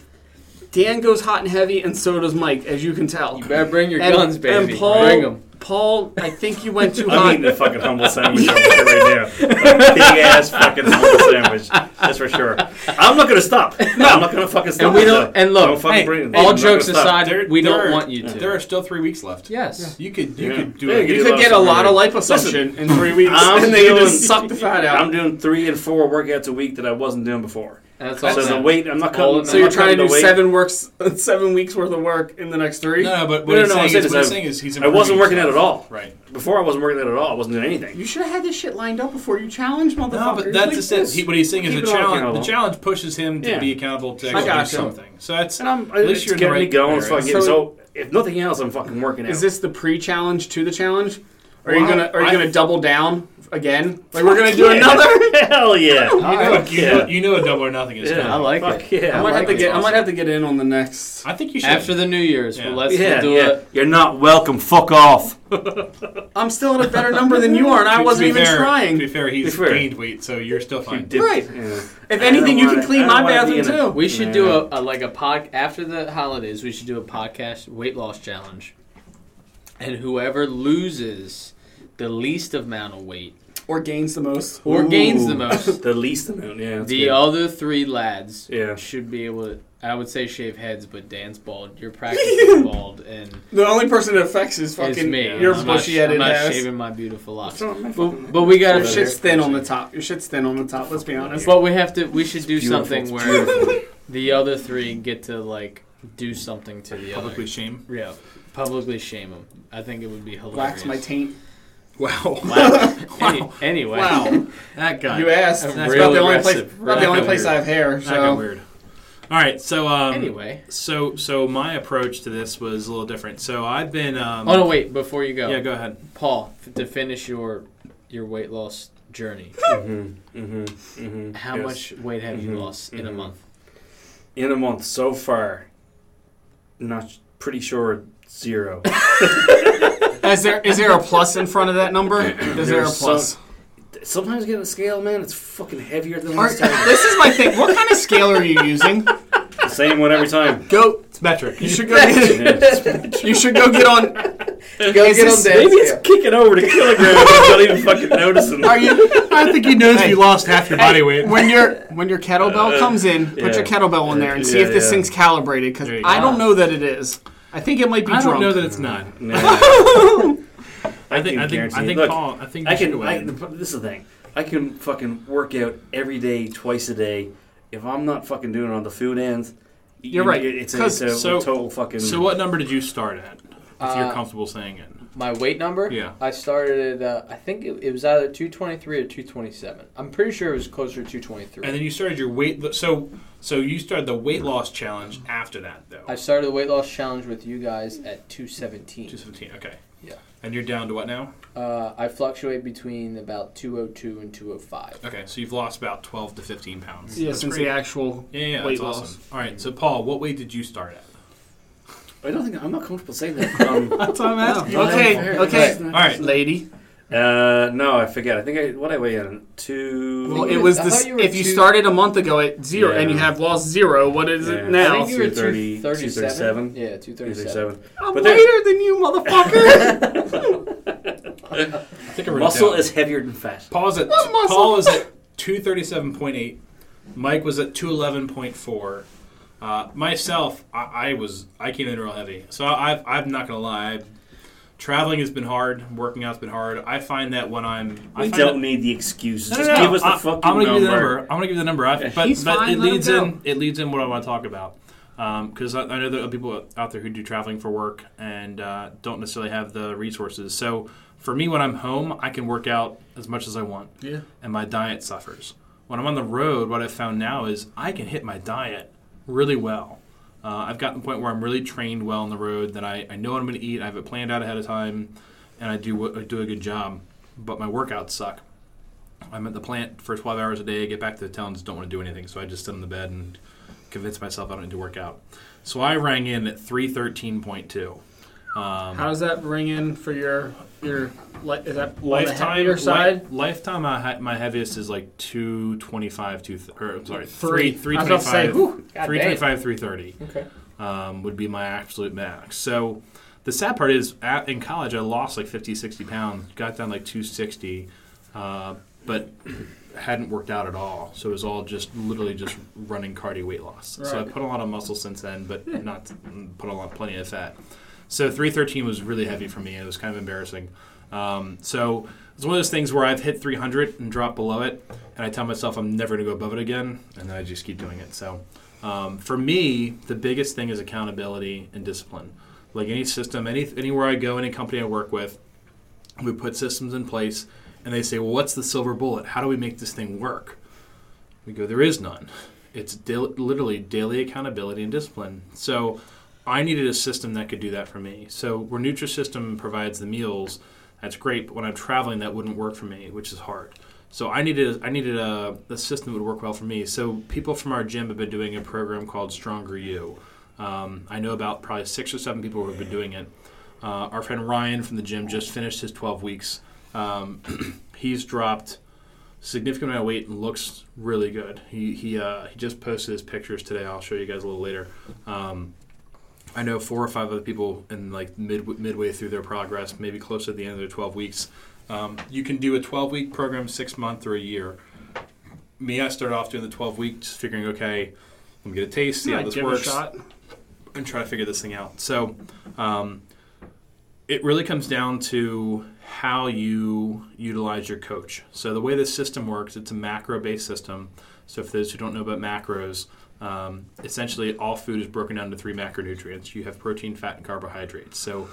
Speaker 1: Dan goes hot and heavy, and so does Mike, as you can tell.
Speaker 3: You better bring your
Speaker 1: and,
Speaker 3: guns, baby.
Speaker 1: And Paul,
Speaker 3: bring them.
Speaker 1: Paul, I think you went too
Speaker 6: I'm
Speaker 1: hot.
Speaker 6: eating a fucking humble sandwich over here right now. Big ass fucking humble sandwich. That's for sure. I'm not gonna stop. No, I'm not gonna fucking stop.
Speaker 3: And we don't.
Speaker 6: myself.
Speaker 3: And look,
Speaker 6: fucking
Speaker 5: hey,
Speaker 6: bring it.
Speaker 3: all
Speaker 6: I'm not
Speaker 3: jokes
Speaker 6: gonna stop.
Speaker 3: aside, we don't want you to.
Speaker 5: There are still three weeks left.
Speaker 3: yes.
Speaker 5: You could you
Speaker 6: Yeah.
Speaker 5: could do
Speaker 6: Yeah,
Speaker 5: it.
Speaker 6: you
Speaker 1: You could get a lot of liposuction in three weeks,
Speaker 6: I'm
Speaker 1: and they
Speaker 6: doing-
Speaker 1: just suck the fat out.
Speaker 6: I'm doing three and four workouts a week that I wasn't doing before.
Speaker 3: And that's all.
Speaker 6: So
Speaker 3: that
Speaker 6: the
Speaker 3: matters.
Speaker 6: weight, I'm not
Speaker 3: All
Speaker 6: cutting.
Speaker 3: that
Speaker 1: So you're
Speaker 6: I'm not
Speaker 1: trying to
Speaker 6: cutting
Speaker 1: do
Speaker 6: the weight.
Speaker 1: seven works, seven weeks worth of work in the next three?
Speaker 5: No, no, but what,
Speaker 6: No,
Speaker 5: he's,
Speaker 6: no, no, I'm
Speaker 5: saying
Speaker 6: saying
Speaker 5: is,
Speaker 6: is
Speaker 5: what he's
Speaker 6: I-
Speaker 5: saying is he's.
Speaker 6: I wasn't
Speaker 5: improving
Speaker 6: working at it at
Speaker 5: himself.
Speaker 6: all.
Speaker 5: Right.
Speaker 6: Before I wasn't working at it at all. I wasn't doing anything.
Speaker 1: You should have had this shit lined up before you challenged motherfuckers.
Speaker 5: No, but
Speaker 1: like
Speaker 5: that's the sense.
Speaker 1: this.
Speaker 5: He, what he's saying is
Speaker 6: Keep
Speaker 5: the
Speaker 6: it all
Speaker 5: challenge.
Speaker 6: accountable.
Speaker 5: The challenge pushes him to
Speaker 6: Yeah.
Speaker 5: be accountable to
Speaker 1: I
Speaker 5: actually do
Speaker 1: gotcha.
Speaker 5: something. So that's
Speaker 6: And I'm
Speaker 5: at
Speaker 6: at
Speaker 5: least
Speaker 6: least
Speaker 5: you're in the
Speaker 6: getting me
Speaker 5: right
Speaker 6: going. It's
Speaker 5: area.
Speaker 6: fucking so,
Speaker 1: So-
Speaker 6: if nothing else, I'm fucking working out.
Speaker 1: Is this the pre-challenge to the challenge? Are you
Speaker 6: Wow,
Speaker 1: gonna Are you
Speaker 6: I-
Speaker 1: gonna double down again? Like we're gonna do
Speaker 6: Yeah.
Speaker 1: another?
Speaker 6: Hell yeah!
Speaker 5: you know, you,
Speaker 6: Yeah.
Speaker 5: know, you know a double or nothing is
Speaker 6: Yeah.
Speaker 5: coming.
Speaker 3: I like
Speaker 6: Fuck
Speaker 3: it.
Speaker 1: I
Speaker 6: yeah!
Speaker 1: might have to
Speaker 3: it.
Speaker 1: get. I might have to get in on the next.
Speaker 5: I think you should.
Speaker 3: After the New Year's,
Speaker 5: Yeah.
Speaker 3: well, let's
Speaker 6: yeah,
Speaker 3: we'll do
Speaker 6: yeah.
Speaker 3: it.
Speaker 6: You're not welcome. Fuck off.
Speaker 1: I'm still at a better number than you are, and
Speaker 5: To-
Speaker 1: I
Speaker 5: to
Speaker 1: wasn't
Speaker 5: be
Speaker 1: even
Speaker 5: fair- To
Speaker 1: trying.
Speaker 5: be fair, he's
Speaker 6: fair.
Speaker 5: gained weight, so you're still fine.
Speaker 6: Did-
Speaker 1: Right.
Speaker 6: yeah.
Speaker 1: If anything, you can
Speaker 6: wanna- I
Speaker 1: clean
Speaker 6: don't
Speaker 1: my
Speaker 6: wanna be
Speaker 1: bathroom
Speaker 6: in a-
Speaker 1: too.
Speaker 3: We should do a, a like a pod after the holidays. We should do a podcast weight loss challenge, and whoever loses the least amount of weight
Speaker 1: Or gains the most.
Speaker 3: or gains the
Speaker 6: Ooh.
Speaker 3: most,
Speaker 6: The least amount. Yeah. that's
Speaker 3: the uh,
Speaker 6: good.
Speaker 3: other three lads
Speaker 6: Yeah.
Speaker 3: should be able. to... I would say shave heads, but Dan's bald. You're practically bald, and
Speaker 1: The only person it affects is
Speaker 3: it's
Speaker 1: fucking
Speaker 3: me.
Speaker 1: your
Speaker 3: I'm not,
Speaker 1: bushy headed
Speaker 3: I'm not
Speaker 1: ass.
Speaker 3: shaving my beautiful locks.
Speaker 6: wrong with my
Speaker 3: But, but we got
Speaker 1: Your
Speaker 3: to
Speaker 1: shit's thin on the top. Your shit's thin on the top. Let's be honest.
Speaker 3: But we have to. We should do
Speaker 6: beautiful.
Speaker 3: something
Speaker 6: It's
Speaker 3: where the other three get to like do something to the
Speaker 5: Publicly
Speaker 3: other.
Speaker 5: shame.
Speaker 3: Yeah, publicly shame them. I think it would be hilarious.
Speaker 1: Wax my taint.
Speaker 5: Wow.
Speaker 3: Wow. Any, anyway,
Speaker 1: Wow.
Speaker 5: that guy.
Speaker 1: You asked.
Speaker 3: I'm
Speaker 1: That's
Speaker 3: real
Speaker 1: about the only place.
Speaker 3: aggressive.
Speaker 1: About the
Speaker 5: That
Speaker 1: only
Speaker 5: got
Speaker 1: place
Speaker 5: weird.
Speaker 1: I have hair.
Speaker 5: That got
Speaker 1: So
Speaker 5: weird. All right. So um.
Speaker 3: anyway.
Speaker 5: So so my approach to this was a little different. So I've been. Um,
Speaker 3: Oh no, wait. Before you go,
Speaker 5: Yeah. Go ahead.
Speaker 3: Paul, f- to finish your your weight loss journey,
Speaker 6: Mm-hmm.
Speaker 3: how
Speaker 6: Yes.
Speaker 3: much weight have
Speaker 5: Mm-hmm.
Speaker 3: you lost in a month?
Speaker 6: in a month so far. Not pretty sure zero.
Speaker 1: is there is there a plus in front of that number? Is there a
Speaker 6: There's
Speaker 1: plus?
Speaker 6: some- Sometimes getting a scale, man, it's fucking heavier than
Speaker 1: Are-
Speaker 6: last time.
Speaker 1: this is my thing. What kind of scale are you using?
Speaker 6: The Same one every time.
Speaker 1: Go.
Speaker 5: It's metric.
Speaker 1: You should go. Get,
Speaker 6: Yeah.
Speaker 1: you should go get on.
Speaker 3: Go
Speaker 1: Is
Speaker 3: get
Speaker 1: this-
Speaker 3: on
Speaker 6: Maybe
Speaker 3: Dan's
Speaker 6: it's kicking over to kilograms. I'm not even fucking noticing.
Speaker 1: Are you
Speaker 5: I think he knows you lost half your body weight.
Speaker 1: when your when your kettlebell comes in? Put
Speaker 6: yeah.
Speaker 1: your kettlebell on there and see
Speaker 6: Yeah,
Speaker 1: if this
Speaker 6: yeah.
Speaker 1: thing's calibrated. Because
Speaker 5: There you
Speaker 1: I
Speaker 5: go.
Speaker 1: don't know that it is. I think it might be
Speaker 5: I don't
Speaker 1: drunk.
Speaker 5: know that it's not.
Speaker 6: No. I
Speaker 5: I think.
Speaker 6: can
Speaker 5: I think.
Speaker 6: guarantee
Speaker 5: I
Speaker 6: it.
Speaker 5: think.
Speaker 6: Look,
Speaker 5: Paul, I think.
Speaker 6: I
Speaker 5: you should
Speaker 6: can.
Speaker 5: go
Speaker 6: I,
Speaker 5: ahead.
Speaker 6: the- this is the thing. I can fucking work out every day, twice a day. If I'm not fucking doing it on the food end,
Speaker 1: You're right,
Speaker 6: It's a,
Speaker 1: 'cause-
Speaker 6: it's a
Speaker 5: so-
Speaker 6: total fucking.
Speaker 5: So what number did you start at? If you're
Speaker 3: Uh,
Speaker 5: comfortable saying it.
Speaker 3: My weight number?
Speaker 5: Yeah.
Speaker 3: I started at, uh, I think it, it was either 223 or 227. I'm pretty sure it was closer to 223.
Speaker 5: And then you started your weight. lo- So so you started the weight loss challenge after that though.
Speaker 3: I started the weight loss challenge with you guys at 217.
Speaker 5: Two seventeen. Okay.
Speaker 3: Yeah.
Speaker 5: And you're down to what now?
Speaker 3: Uh, I fluctuate between about 202 and 205.
Speaker 5: Okay, so you've lost about twelve to fifteen pounds.
Speaker 1: Yeah,
Speaker 5: That's
Speaker 1: since
Speaker 5: great.
Speaker 1: the actual
Speaker 5: yeah, yeah,
Speaker 1: weight
Speaker 5: that's
Speaker 1: loss.
Speaker 5: awesome. All right, so Paul, what weight did you start at?
Speaker 6: I don't think I'm not comfortable saying that. Um,
Speaker 5: That's what I'm asking.
Speaker 1: Oh, Okay, okay,
Speaker 5: All right.
Speaker 1: lady.
Speaker 6: Uh, no, I forget. I think I what I weigh in two.
Speaker 1: Well,
Speaker 3: you
Speaker 1: it
Speaker 3: were-
Speaker 1: was
Speaker 3: I
Speaker 1: this.
Speaker 3: thought you were
Speaker 1: if you
Speaker 3: two-
Speaker 1: started a month ago at zero and you
Speaker 6: Yeah.
Speaker 1: have lost zero, what is
Speaker 6: Yeah.
Speaker 1: it
Speaker 3: I
Speaker 1: now?
Speaker 3: think you were
Speaker 6: 230,
Speaker 3: 237.
Speaker 6: 237.
Speaker 3: Yeah, 237.
Speaker 1: I'm
Speaker 6: But there-
Speaker 1: lighter than you, motherfucker.
Speaker 5: I think I wrote it
Speaker 6: Muscle
Speaker 5: down.
Speaker 6: is heavier than fat.
Speaker 5: Paul's at
Speaker 1: What muscle?
Speaker 5: Paul is at two thirty seven point eight. Mike was at two eleven point four. Uh, myself, I, I was I came in real heavy, so I've, I'm not gonna lie. I've- traveling has been hard. Working out's been hard. I find that when I'm I
Speaker 6: We
Speaker 5: find
Speaker 6: don't
Speaker 5: that-
Speaker 6: need the excuses.
Speaker 5: No, no,
Speaker 6: Just
Speaker 5: no.
Speaker 6: give us the
Speaker 5: I,
Speaker 6: fucking
Speaker 5: I'm gonna give you the number.
Speaker 6: number.
Speaker 5: I'm gonna give you the number. I, but
Speaker 1: he's
Speaker 5: but
Speaker 1: fine,
Speaker 5: it
Speaker 1: let him
Speaker 5: leads
Speaker 1: go.
Speaker 5: in it leads in what I want to talk about because I, I know there are people out there who do traveling for work and uh, don't necessarily have the resources. So for me, when I'm home, I can work out as much as I want,
Speaker 1: Yeah.
Speaker 5: and my diet suffers. When I'm on the road, what I've found now is I can hit my diet really well. Uh, I've gotten to the point where I'm really trained well on the road. That I, I know what I'm going to eat. I have it planned out ahead of time, and I do I do a good job. But my workouts suck. I'm at the plant for 12 hours a day. I get back to the town and just don't want to do anything. So I just sit in the bed and convince myself I don't need to work out. So I rang in at 313.2. Um,
Speaker 1: How does that ring in for your your li- is that on the
Speaker 5: lifetime,
Speaker 1: heavier side?
Speaker 5: li- lifetime, I ha- my heaviest is like 225, two th- or I'm sorry,
Speaker 1: Three.
Speaker 5: three,
Speaker 1: I was about to say,
Speaker 5: 325,
Speaker 1: whew,
Speaker 5: 325, 330
Speaker 3: Okay.
Speaker 5: um, would be my absolute max. So the sad part is at, in college, I lost like 50, 60 pounds, got down like 260, uh, but hadn't worked out at all. So it was all just literally just running cardio weight loss. So I
Speaker 1: Right.
Speaker 5: put a lot of muscle since then, but not mm, put a lot, plenty of fat. So 313 was really heavy for me. and It was kind of embarrassing. Um, so it's one of those things where I've hit 300 and dropped below it, and I tell myself I'm never going to go above it again, and then I just keep doing it. So, um, for me, the biggest thing is accountability and discipline. Like any system, any anywhere I go, any company I work with, we put systems in place, and they say, "Well, what's the silver bullet? How do we make this thing work?" We go, "There is none. It's dil- literally daily accountability and discipline." So, I needed a system that could do that for me. So, where Nutrisystem provides the meals, that's great. But when I'm traveling, that wouldn't work for me, which is hard. So I needed I needed a, a system that would work well for me. So people from our gym have been doing a program called Stronger You. Um, I know about probably six or seven people who have been doing it. Uh, our friend Ryan from the gym just finished his 12 weeks. Um, he's dropped significant amount of weight and looks really good. He he uh, he just posted his pictures today. I'll show you guys a little later. Um, I know four or five other people in like mid, midway through their progress, maybe close to the end of their 12 weeks. Um, you can do a 12 week program, six month or a year. Me, I started off doing the 12 weeks, figuring, okay, let me get a taste, see
Speaker 1: Yeah,
Speaker 5: how this
Speaker 1: give
Speaker 5: works
Speaker 1: it a shot.
Speaker 5: and try to figure this thing out. So, um, it really comes down to how you utilize your coach. So the way this system works, it's a macro-based system. So for those who don't know about macros, um, essentially all food is broken down to three macronutrients. You have protein, fat, and carbohydrates. So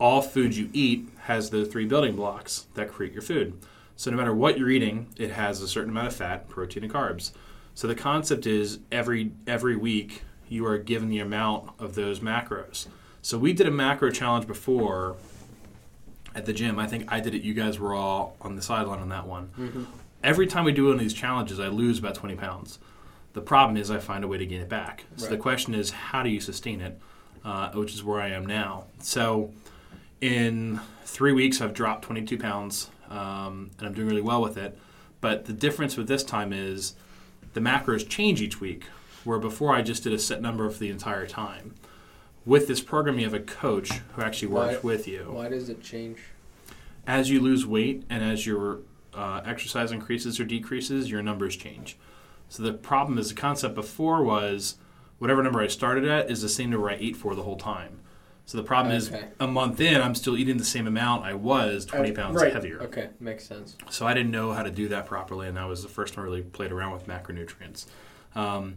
Speaker 5: all food you eat has the three building blocks that create your food. So no matter what you're eating, it has a certain amount of fat, protein, and carbs. So the concept is every every week you are given the amount of those macros. So we did a macro challenge before at the gym. I think I did it. You guys were all on the sideline on that one. Every time we do one of these challenges, I lose about 20 pounds. The problem is I find a way to gain it back. So the question is, how do you sustain it? Uh, which is where I am now. So in three weeks, I've dropped 22 pounds, um, and I'm doing really well with it. But the difference with this time is the macros change each week, where before I just did a set number for the entire time. With this program, you have a coach who actually works
Speaker 3: Why-
Speaker 5: with you
Speaker 3: Why does it change?
Speaker 5: as you lose weight and as your uh, exercise increases or decreases, your numbers change. So the problem is the concept before was whatever number I started at is the same number I ate for the whole time. So the problem is
Speaker 3: Okay.
Speaker 5: a month in, I'm still eating the same amount I was 20
Speaker 1: Uh,
Speaker 5: pounds
Speaker 1: right.
Speaker 5: heavier.
Speaker 3: Okay, makes sense.
Speaker 5: So I didn't know how to do that properly, and that was the first time I really played around with macronutrients. Um,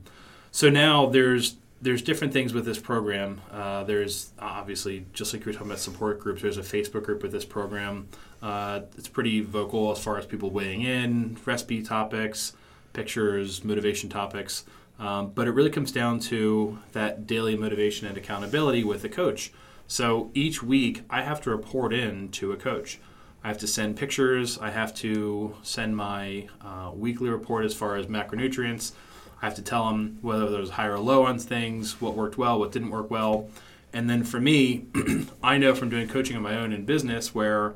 Speaker 5: so now there's there's different things with this program. Uh, there's obviously just like you were talking about support groups. There's a Facebook group with this program. Uh, it's pretty vocal as far as people weighing in, recipe topics, pictures, motivation topics. Um, but it really comes down to that daily motivation and accountability with a coach. So each week I have to report in to a coach. I have to send pictures. I have to send my uh, weekly report as far as macronutrients. I have to tell them whether there was high or low on things, what worked well, what didn't work well. And then for me, I know from doing coaching on my own in business where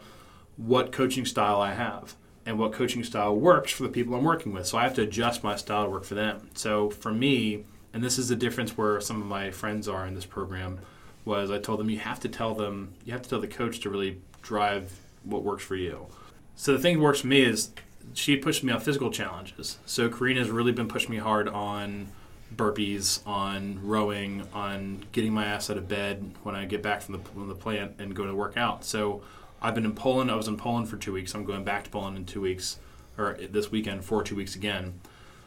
Speaker 5: what coaching style I have and what coaching style works for the people I'm working with. So I have to adjust my style to work for them. So for me, and this is the difference where some of my friends are in this program, was I told them you have to tell them you have to tell the coach to really drive what works for you. So the thing that works for me is she pushed me on physical challenges. So Karina's really been pushing me hard on burpees, on rowing, on getting my ass out of bed when I get back from the, from the plant and go to work out. So I've been in Poland. I was in Poland for two weeks. I'm going back to Poland in two weeks, or this weekend for two weeks again.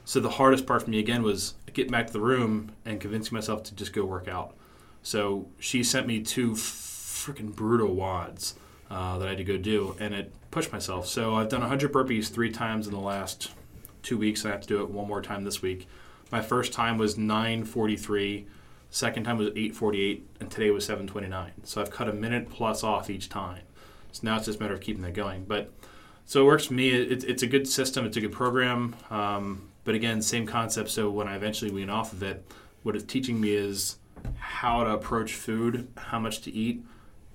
Speaker 5: So the hardest part for me again was getting back to the room and convincing myself to just go work out. So she sent me two freaking brutal wads uh, that I had to go do, and it pushed myself. So I've done 100 burpees three times in the last two weeks, and I have to do it one more time this week. My first time was 9:43, second time was 8:48, and today was 7:29. So I've cut a minute plus off each time. So now it's just a matter of keeping that going. But so it works for me. It, it's a good system. It's a good program. Um, but again, same concept. So when I eventually wean off of it, what it's teaching me is how to approach food, how much to eat,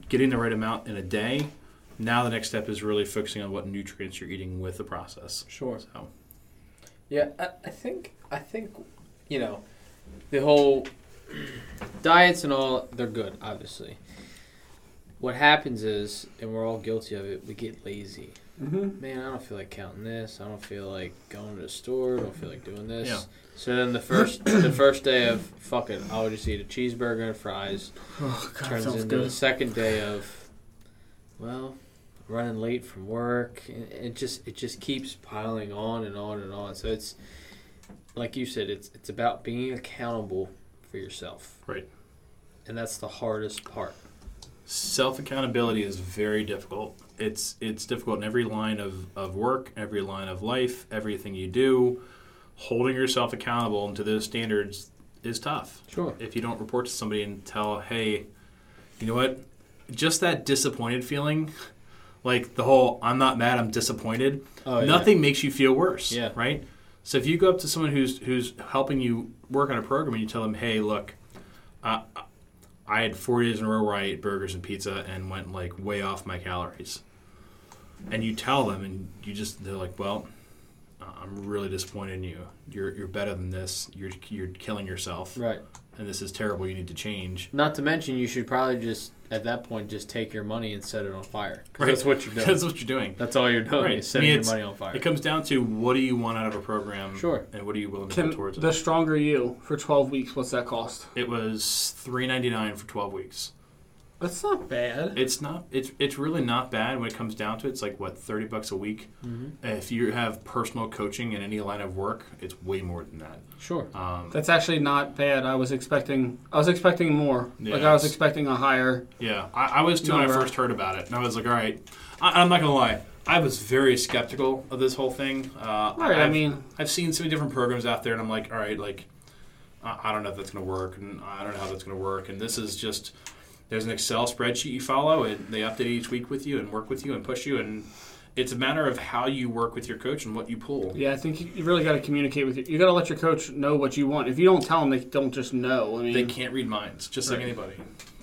Speaker 5: getting the right amount in a day. Now the next step is really focusing on what nutrients you're eating with the process.
Speaker 3: Sure.
Speaker 5: So
Speaker 3: Yeah, I, I think I think you know the whole diets and all they're good, obviously. What happens is, and we're all guilty of it, we get lazy.
Speaker 1: Mhm.
Speaker 3: Man, I don't feel like counting this. I don't feel like going to the store. I don't feel like doing this.
Speaker 5: Yeah.
Speaker 3: So then the first the first day of fuck it, I'll just eat a cheeseburger and fries.
Speaker 1: Oh, God,
Speaker 3: turns
Speaker 1: sounds
Speaker 3: into the
Speaker 1: good.
Speaker 3: second day of, well, running late from work. and It just it just keeps piling on and on and on. So it's like you said, it's it's about being accountable for yourself,
Speaker 5: Right.
Speaker 3: and that's the hardest part.
Speaker 5: Self accountability is very difficult. It's it's difficult in every line of, of work, every line of life, everything you do. Holding yourself accountable to those standards is tough.
Speaker 3: Sure.
Speaker 5: If you don't report to somebody and tell, hey, you know what? Just that disappointed feeling, like the whole I'm not mad, I'm disappointed.
Speaker 3: Oh, yeah.
Speaker 5: Nothing makes you feel worse.
Speaker 3: Yeah.
Speaker 5: Right? So if you go up to someone who's who's helping you work on a program and you tell them, hey, look, I had four days in a row where I ate burgers and pizza and went like way off my calories. And you tell them, and you just they're like, "Well, uh, I'm really disappointed in you. You're you're better than this. You're you're killing yourself,
Speaker 3: Right.
Speaker 5: and this is terrible. You need to change."
Speaker 3: Not to mention, you should probably just at that point just take your money and set it on fire. 'Cause
Speaker 5: Right.
Speaker 3: That's what you're doing.
Speaker 5: That's what you're doing.
Speaker 3: That's all you're doing
Speaker 5: Right.
Speaker 3: is
Speaker 5: I
Speaker 3: setting
Speaker 5: mean,
Speaker 3: your
Speaker 5: it's-
Speaker 3: money on fire.
Speaker 5: It comes down to what do you want out of a program,
Speaker 3: Sure.
Speaker 5: and what are you willing to
Speaker 1: Tim,
Speaker 5: put towards
Speaker 1: the
Speaker 5: it.
Speaker 1: stronger you for 12 weeks, what's that cost?
Speaker 5: It was three ninety nine for twelve weeks.
Speaker 1: That's not bad.
Speaker 5: It's not. It's it's really not bad when it comes down to it. It's like what thirty bucks a week.
Speaker 1: Mm-hmm.
Speaker 5: If you have personal coaching in any line of work, it's way more than that.
Speaker 3: Sure.
Speaker 5: Um,
Speaker 1: That's actually not bad. I was expecting I was expecting more. like I was
Speaker 5: Yes.
Speaker 1: expecting a higher.
Speaker 5: yeah, I, I was too when I
Speaker 1: Number.
Speaker 5: first heard about it, and I was like, all right. I, I'm not gonna lie. I was very skeptical of this whole thing. Uh,
Speaker 1: All right, I
Speaker 5: I've-
Speaker 1: mean,
Speaker 5: I've seen so many different programs out there, and I'm like, all right, like, I I don't know if that's going to work, and I don't know how that's going to work. And this is just there's an Excel spreadsheet you follow, and they update each week with you, and work with you, and push you, and it's a matter of how you work with your coach and what you pull.
Speaker 1: yeah, I think you- you really got to communicate with you. You got to let your coach know what you want. If you don't tell them, they don't just know. I mean,
Speaker 5: They can't read minds, just like anybody.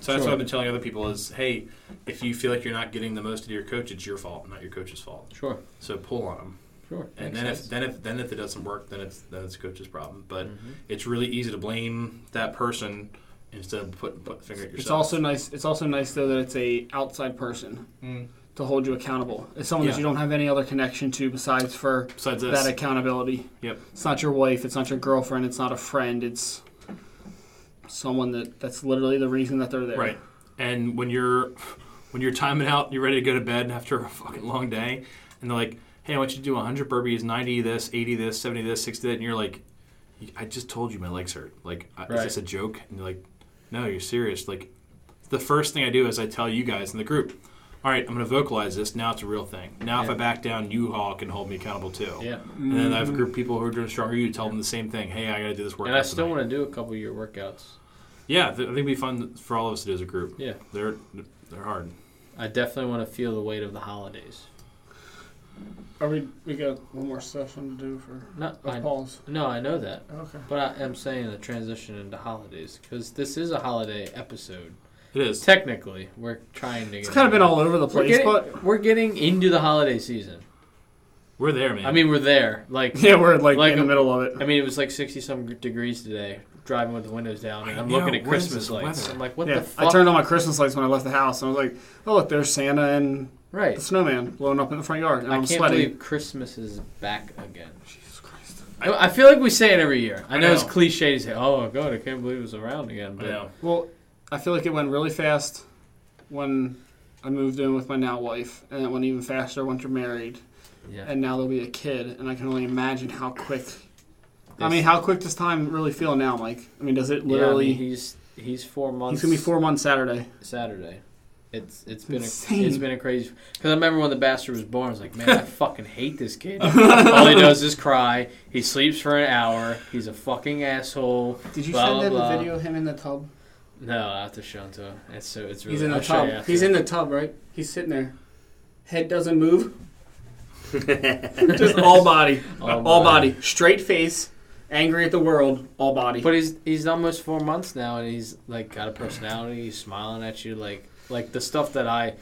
Speaker 5: So that's
Speaker 3: Sure.
Speaker 5: what I've been telling other people is, hey, if you feel like you're not getting the most out of your coach, it's your fault, not your coach's fault.
Speaker 3: sure.
Speaker 5: So pull on them.
Speaker 3: Sure.
Speaker 5: And
Speaker 3: Makes
Speaker 5: then
Speaker 3: sense.
Speaker 5: if, then if then if it doesn't work, then it's then it's the coach's problem. But
Speaker 1: Mm-hmm.
Speaker 5: it's really easy to blame that person instead of put put the finger at yourself.
Speaker 1: It's also nice. It's also nice though that it's a outside person
Speaker 3: Mm.
Speaker 1: to hold you accountable. It's someone
Speaker 5: Yeah.
Speaker 1: that you don't have any other connection to besides for
Speaker 5: besides this.
Speaker 1: that accountability.
Speaker 5: yep.
Speaker 1: It's not your wife. It's not your girlfriend. It's not a friend. It's someone that that's literally the reason that they're there.
Speaker 5: Right. And when you're when you're timing out, you're ready to go to bed after a fucking long day, and they're like, "Hey, I want you to do 100 burpees, 90 this, 80 this, 70 this, 60 that," and you're like, "I just told you my legs hurt. Like, I is
Speaker 3: Right.
Speaker 5: this a joke?" And you're like, "No, you're serious." Like, the first thing I do is I tell you guys in the group. All right, I'm going to vocalize this. Now it's a real thing. Now, if
Speaker 3: Yeah.
Speaker 5: I back down, you all can hold me accountable too.
Speaker 3: Yeah. Mm.
Speaker 5: And then I have a group of people who are doing stronger. You tell them the same thing. Hey, I got to do this workout.
Speaker 3: And I still
Speaker 5: tonight.
Speaker 3: want to do a couple of your workouts.
Speaker 5: Yeah, th- I think it'd be fun for all of us to do as a group.
Speaker 3: Yeah.
Speaker 5: They're they're hard.
Speaker 3: I definitely want to feel the weight of the holidays.
Speaker 1: Are we? We got one more session to do for
Speaker 3: Not I,
Speaker 1: pause.
Speaker 3: no, I know that,
Speaker 1: Okay.
Speaker 3: but I am saying the transition into holidays because this is a holiday episode.
Speaker 5: It is.
Speaker 3: Technically, we're trying to.
Speaker 1: It's
Speaker 3: get
Speaker 1: kind of been all over the
Speaker 3: We're
Speaker 1: place,
Speaker 3: getting,
Speaker 1: but
Speaker 3: we're getting into the holiday season.
Speaker 5: We're there, man.
Speaker 3: I mean, we're there. Like,
Speaker 1: yeah, we're like,
Speaker 3: Like
Speaker 1: in the
Speaker 3: a-
Speaker 1: middle of it.
Speaker 3: I mean, it was like sixty some degrees today, driving with the windows down, and
Speaker 5: I
Speaker 3: I'm
Speaker 5: know,
Speaker 3: looking at
Speaker 5: what is
Speaker 3: Christmas
Speaker 5: this
Speaker 3: lights.
Speaker 5: weather?
Speaker 3: I'm like, what
Speaker 1: yeah,
Speaker 3: the fuck?
Speaker 1: I turned on my Christmas lights when I left the house, and I was like, "Oh, look, there's Santa and
Speaker 3: right.
Speaker 1: the snowman blowing up in the front yard," and
Speaker 3: I
Speaker 1: am
Speaker 3: can't
Speaker 1: sweating.
Speaker 3: believe Christmas is back again.
Speaker 1: Jesus Christ.
Speaker 3: I, I feel like we say it every year. I know, it's
Speaker 5: know.
Speaker 3: cliche to say, "Oh God, I can't believe it's around again."
Speaker 5: I
Speaker 3: But
Speaker 5: know.
Speaker 1: Well, I feel like it went really fast when I moved in with my now wife, and it went even faster once you're married,
Speaker 3: yeah,
Speaker 1: and now there'll be a kid, and I can only imagine how quick. I
Speaker 3: This-
Speaker 1: mean, how quick does time really feel now, Mike? I mean, does it
Speaker 3: Yeah, I mean,
Speaker 1: literally?
Speaker 3: he's he's four months.
Speaker 1: he's gonna be four months Saturday.
Speaker 3: Saturday. It's it's been
Speaker 1: Insane.
Speaker 3: a, it's been a crazy because I remember when the bastard was born. I was like, man, I fucking hate this kid. All he does is cry. He sleeps for an hour. He's a fucking asshole.
Speaker 1: Did
Speaker 3: you Blah, send him a blah. video
Speaker 1: of him in the tub?
Speaker 3: No, I have to show him to him. It's so it's really.
Speaker 1: He's in the
Speaker 3: I'll show you
Speaker 1: tub.
Speaker 3: after.
Speaker 1: He's in the tub, right? He's sitting there. Head doesn't move. Just all body,
Speaker 3: All
Speaker 1: all body, straight face, angry at the world, all body.
Speaker 3: But he's he's almost four months now, and he's like got a personality. He's smiling at you, like like the stuff that I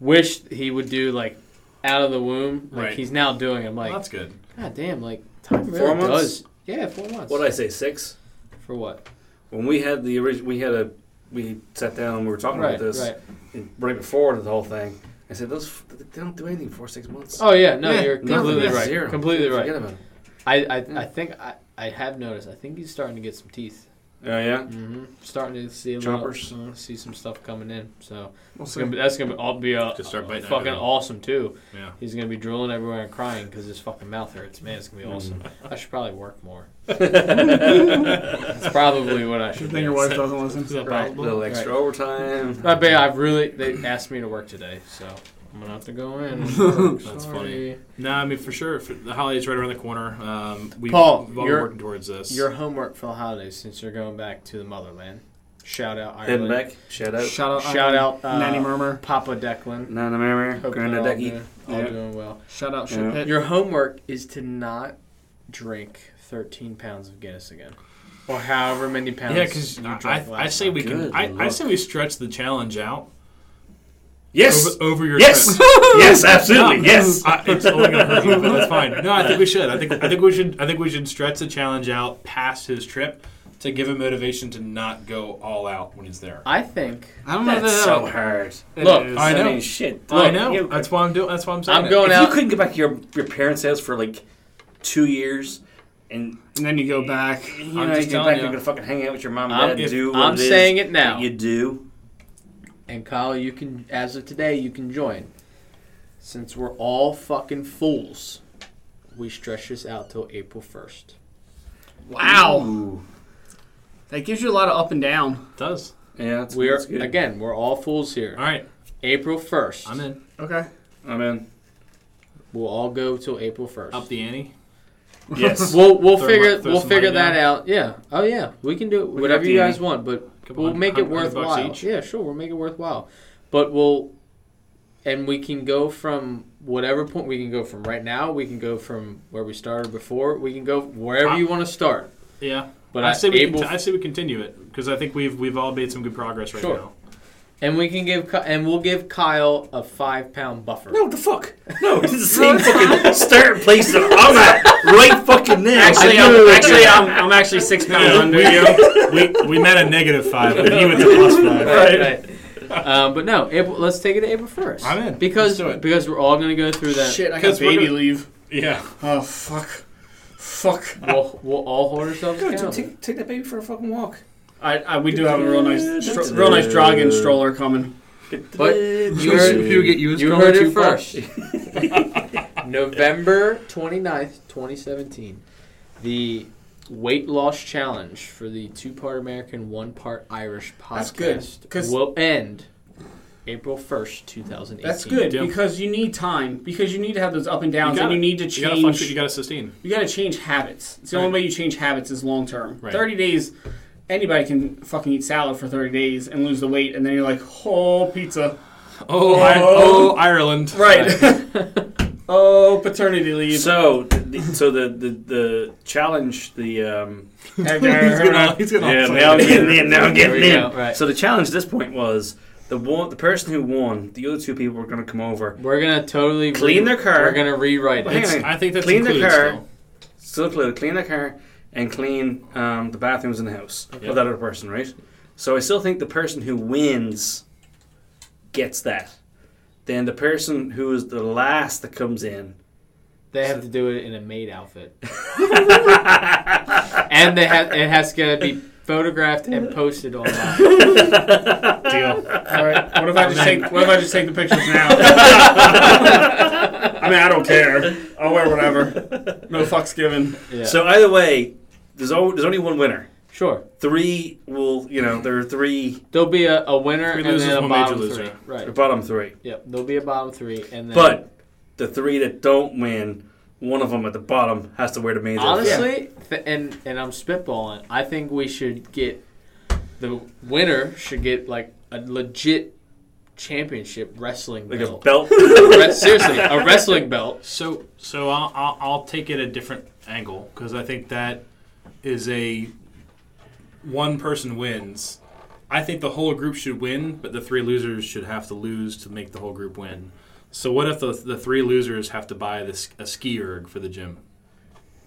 Speaker 3: wished he would do, like out of the womb. Like
Speaker 5: Right.
Speaker 3: he's now doing. I'm like,
Speaker 5: Well, that's good.
Speaker 3: god damn, like time really
Speaker 6: Four months?
Speaker 3: does. Yeah, four months.
Speaker 6: What did I say? Six.
Speaker 3: For what?
Speaker 6: When we had the original, we had a we sat down and we were talking
Speaker 3: Right,
Speaker 6: about this
Speaker 3: right.
Speaker 6: and right before the whole thing. I said those f- they don't do anything for six months.
Speaker 3: Oh yeah, no,
Speaker 1: Yeah,
Speaker 3: you're
Speaker 1: no,
Speaker 3: completely
Speaker 1: yeah,
Speaker 3: right.
Speaker 6: Zero.
Speaker 3: Completely
Speaker 6: Forget
Speaker 3: right.
Speaker 6: about it.
Speaker 3: I I, I think I, I have noticed. I think he's starting to get some teeth.
Speaker 6: Oh yeah.
Speaker 3: hmm Starting to see a
Speaker 6: Choppers.
Speaker 3: little, uh, see some stuff coming in. So
Speaker 1: We'll
Speaker 3: it's
Speaker 1: see.
Speaker 3: gonna be, that's gonna be, all be uh,
Speaker 5: Just start biting
Speaker 3: fucking
Speaker 5: everything.
Speaker 3: awesome too.
Speaker 5: Yeah.
Speaker 3: He's gonna be drooling everywhere and crying because his fucking mouth hurts. Man, it's gonna be awesome. I should probably work more. That's probably what I should.
Speaker 1: Good
Speaker 3: do.
Speaker 1: thing your wife doesn't listen.
Speaker 9: Is that
Speaker 3: Right.
Speaker 9: possible?
Speaker 6: little extra overtime.
Speaker 3: But yeah, I've really they asked me to work today, so I'm gonna have to go in. That's
Speaker 5: funny. No, I mean for sure. For the holidays right around the corner. Um, we've,
Speaker 3: Paul,
Speaker 5: we've all been
Speaker 3: you're-
Speaker 5: working towards this.
Speaker 3: Your homework for the holidays, since you're going back to the motherland. Shout out
Speaker 6: Heading
Speaker 3: Ireland.
Speaker 6: back. Shout out.
Speaker 1: Shout out,
Speaker 3: Shout
Speaker 1: Ireland.
Speaker 3: out, uh,
Speaker 1: Nanny Murmur.
Speaker 3: Papa Declan.
Speaker 6: Nana Mary,
Speaker 3: Hope they're
Speaker 6: Grandad
Speaker 3: all,
Speaker 6: Ducky.
Speaker 3: doing, all
Speaker 6: Yeah.
Speaker 3: doing well.
Speaker 1: Shout out,
Speaker 6: Yeah.
Speaker 1: Ship Hit.
Speaker 3: Your homework is to not drink 13 pounds of Guinness again, or however many pounds.
Speaker 5: yeah, because
Speaker 3: you drank
Speaker 5: I, I
Speaker 3: last
Speaker 5: say
Speaker 3: time.
Speaker 5: we can.
Speaker 6: Good
Speaker 5: I, I
Speaker 6: luck.
Speaker 5: say we stretch the challenge out
Speaker 6: Yes.
Speaker 5: over, over your
Speaker 6: Yes.
Speaker 5: trip.
Speaker 6: yes. Absolutely.
Speaker 5: No,
Speaker 6: Yes.
Speaker 5: I, it's only gonna hurt you, but that's fine. No, I think we should. I think I think we should. I think we should stretch the challenge out past his trip to give him motivation to not go all out when he's there.
Speaker 3: I think
Speaker 1: I don't know
Speaker 6: That's
Speaker 1: that.
Speaker 6: so hard.
Speaker 5: Look,
Speaker 1: is.
Speaker 5: I know.
Speaker 6: mean, shit.
Speaker 5: I
Speaker 6: Look,
Speaker 5: know.
Speaker 6: you-
Speaker 5: that's why I'm doing. That's why I'm saying.
Speaker 3: I'm
Speaker 5: it.
Speaker 3: going
Speaker 6: if
Speaker 3: out.
Speaker 6: you couldn't get back to your your parents' house for like two years, and
Speaker 1: And then you go back.
Speaker 6: you
Speaker 5: I'm
Speaker 6: know
Speaker 5: just
Speaker 6: you get
Speaker 5: telling
Speaker 6: back,
Speaker 5: you.
Speaker 6: you're gonna fucking hang out with your mom
Speaker 3: I'm-
Speaker 6: and dad.
Speaker 5: if-
Speaker 6: do. what
Speaker 3: I'm
Speaker 6: it is
Speaker 3: saying it
Speaker 6: that
Speaker 3: now.
Speaker 6: You do.
Speaker 3: and Kyle, you can as of today, you can join. Since we're all fucking fools, we stretch this out till April 1st.
Speaker 1: Wow.
Speaker 6: Ooh.
Speaker 1: That gives you a lot of up and down.
Speaker 5: It does.
Speaker 6: Yeah. That's,
Speaker 3: We're
Speaker 6: that's good.
Speaker 3: again, we're all fools here.
Speaker 5: All right,
Speaker 3: April 1st.
Speaker 5: I'm in.
Speaker 1: Okay.
Speaker 6: I'm in.
Speaker 3: We'll all go till April 1st.
Speaker 5: Up the ante.
Speaker 6: Yes.
Speaker 3: We'll we'll
Speaker 5: Throw
Speaker 3: figure
Speaker 5: mo- throw
Speaker 3: we'll
Speaker 5: some
Speaker 3: figure
Speaker 5: money
Speaker 3: that
Speaker 5: down.
Speaker 3: out. Yeah. Oh yeah, we can do it.
Speaker 6: can
Speaker 3: whatever
Speaker 6: up the
Speaker 3: you guys
Speaker 6: ante.
Speaker 3: want, but
Speaker 5: Come
Speaker 3: we'll
Speaker 5: on,
Speaker 3: make it
Speaker 5: 100 bucks
Speaker 3: worthwhile.
Speaker 5: each.
Speaker 3: Yeah, sure, we'll make it worthwhile. But we'll and we can go from whatever point we can go from right now. We can go from where we started before. We can go wherever
Speaker 5: I-
Speaker 3: you want to start.
Speaker 5: Yeah.
Speaker 3: But
Speaker 5: I,
Speaker 3: I-
Speaker 5: say we
Speaker 3: April-
Speaker 5: cont- I say we continue it because I think we've we've all made some good progress right
Speaker 3: Sure.
Speaker 5: now.
Speaker 3: And we can give Ky- and we'll give Kyle a five pound buffer.
Speaker 6: No, what the fuck? No, it's the same fucking starting place that I'm at right fucking now.
Speaker 1: Actually,
Speaker 6: I
Speaker 1: I'm,
Speaker 6: do.
Speaker 1: actually, I'm, I'm actually six pounds under
Speaker 5: we,
Speaker 1: you.
Speaker 5: we, we met a negative five, but he went to plus
Speaker 3: right,
Speaker 5: five.
Speaker 3: right. um, but no, April, let's take it to April first.
Speaker 5: I'm in.
Speaker 3: because
Speaker 5: Let's do it.
Speaker 3: because we're all gonna go through that.
Speaker 1: Shit, I got
Speaker 5: Because we're
Speaker 1: baby
Speaker 5: gonna-
Speaker 1: leave.
Speaker 5: Yeah.
Speaker 1: Oh fuck, fuck.
Speaker 3: We'll, we'll all hold ourselves
Speaker 6: Go, dude,
Speaker 3: accountable.
Speaker 6: take, take that baby for a fucking walk.
Speaker 1: I, I we do have a real nice,
Speaker 6: That's-
Speaker 1: stro- real nice dragon stroller coming.
Speaker 3: But you heard, you heard it first. November 29th, 2017. The weight loss challenge for the two part American, one part Irish
Speaker 1: That's good,
Speaker 3: podcast
Speaker 1: 'cause-
Speaker 3: will end April 1st, 2018.
Speaker 1: That's good
Speaker 5: Yeah.
Speaker 1: because you need time because you need to have those up and
Speaker 5: You
Speaker 1: downs
Speaker 5: gotta-
Speaker 1: and you need to
Speaker 5: You gotta
Speaker 1: change.
Speaker 5: fluctuate. You gotta sustain.
Speaker 1: you got to change habits. It's the only way you change habits is long term.
Speaker 5: Right.
Speaker 1: Thirty days, anybody can fucking eat salad for thirty days and lose the weiat, and then you're like, oh pizza,
Speaker 5: Oh, I, oh Ireland.
Speaker 1: right? oh paternity leave.
Speaker 6: So, the, so the, the the challenge, the um,
Speaker 5: he's gonna. He's gonna.
Speaker 6: yeah, now I'm getting in, now I'm
Speaker 3: Oh, There
Speaker 6: getting
Speaker 3: we
Speaker 6: in.
Speaker 3: go, right.
Speaker 6: So the challenge at this point was the one, the person who won, the other two people were going to come over,
Speaker 3: We're going to totally re-
Speaker 6: Clean their car.
Speaker 3: We're going to rewrite
Speaker 6: Well, hang
Speaker 3: it.
Speaker 5: It's,
Speaker 6: on.
Speaker 5: I think that's
Speaker 6: Clean the
Speaker 5: included
Speaker 6: car.
Speaker 5: still.
Speaker 6: still included, clean their car and clean um, the bathrooms in the house
Speaker 5: Yeah.
Speaker 6: of that other person, right? So I still think the person who wins gets that. Then the person who is the last that comes in
Speaker 3: They have to do it in a maid outfit. and they have it has to be photographed and posted online.
Speaker 5: Deal.
Speaker 1: All right. What if I just take What if I just take the pictures now? I mean, I don't care. I'll wear whatever. No fucks given.
Speaker 3: Yeah.
Speaker 6: So either way, there's only, there's only one winner.
Speaker 3: sure.
Speaker 6: Three will, you know, there are three
Speaker 3: There'll be a, a winner
Speaker 5: Three
Speaker 3: and
Speaker 5: losers,
Speaker 3: then a
Speaker 5: one major
Speaker 3: bottom
Speaker 5: loser.
Speaker 3: three. Right.
Speaker 6: the bottom three.
Speaker 3: Yep. There'll be a bottom three, and then
Speaker 6: But the three that don't win, one of them at the bottom has to wear the main. outfit.
Speaker 3: honestly, th- and and I'm spitballing. I think we should get the winner should get like a legit championship wrestling
Speaker 6: like a
Speaker 3: belt.
Speaker 6: belt.
Speaker 3: Re- seriously, a wrestling belt.
Speaker 5: So, so I'll, I'll, I'll take it a different angle because I think that is a one person wins. I think the whole group should win, but the three losers should have to lose to make the whole group win. So, what if the, the three losers have to buy this a ski erg for the gym?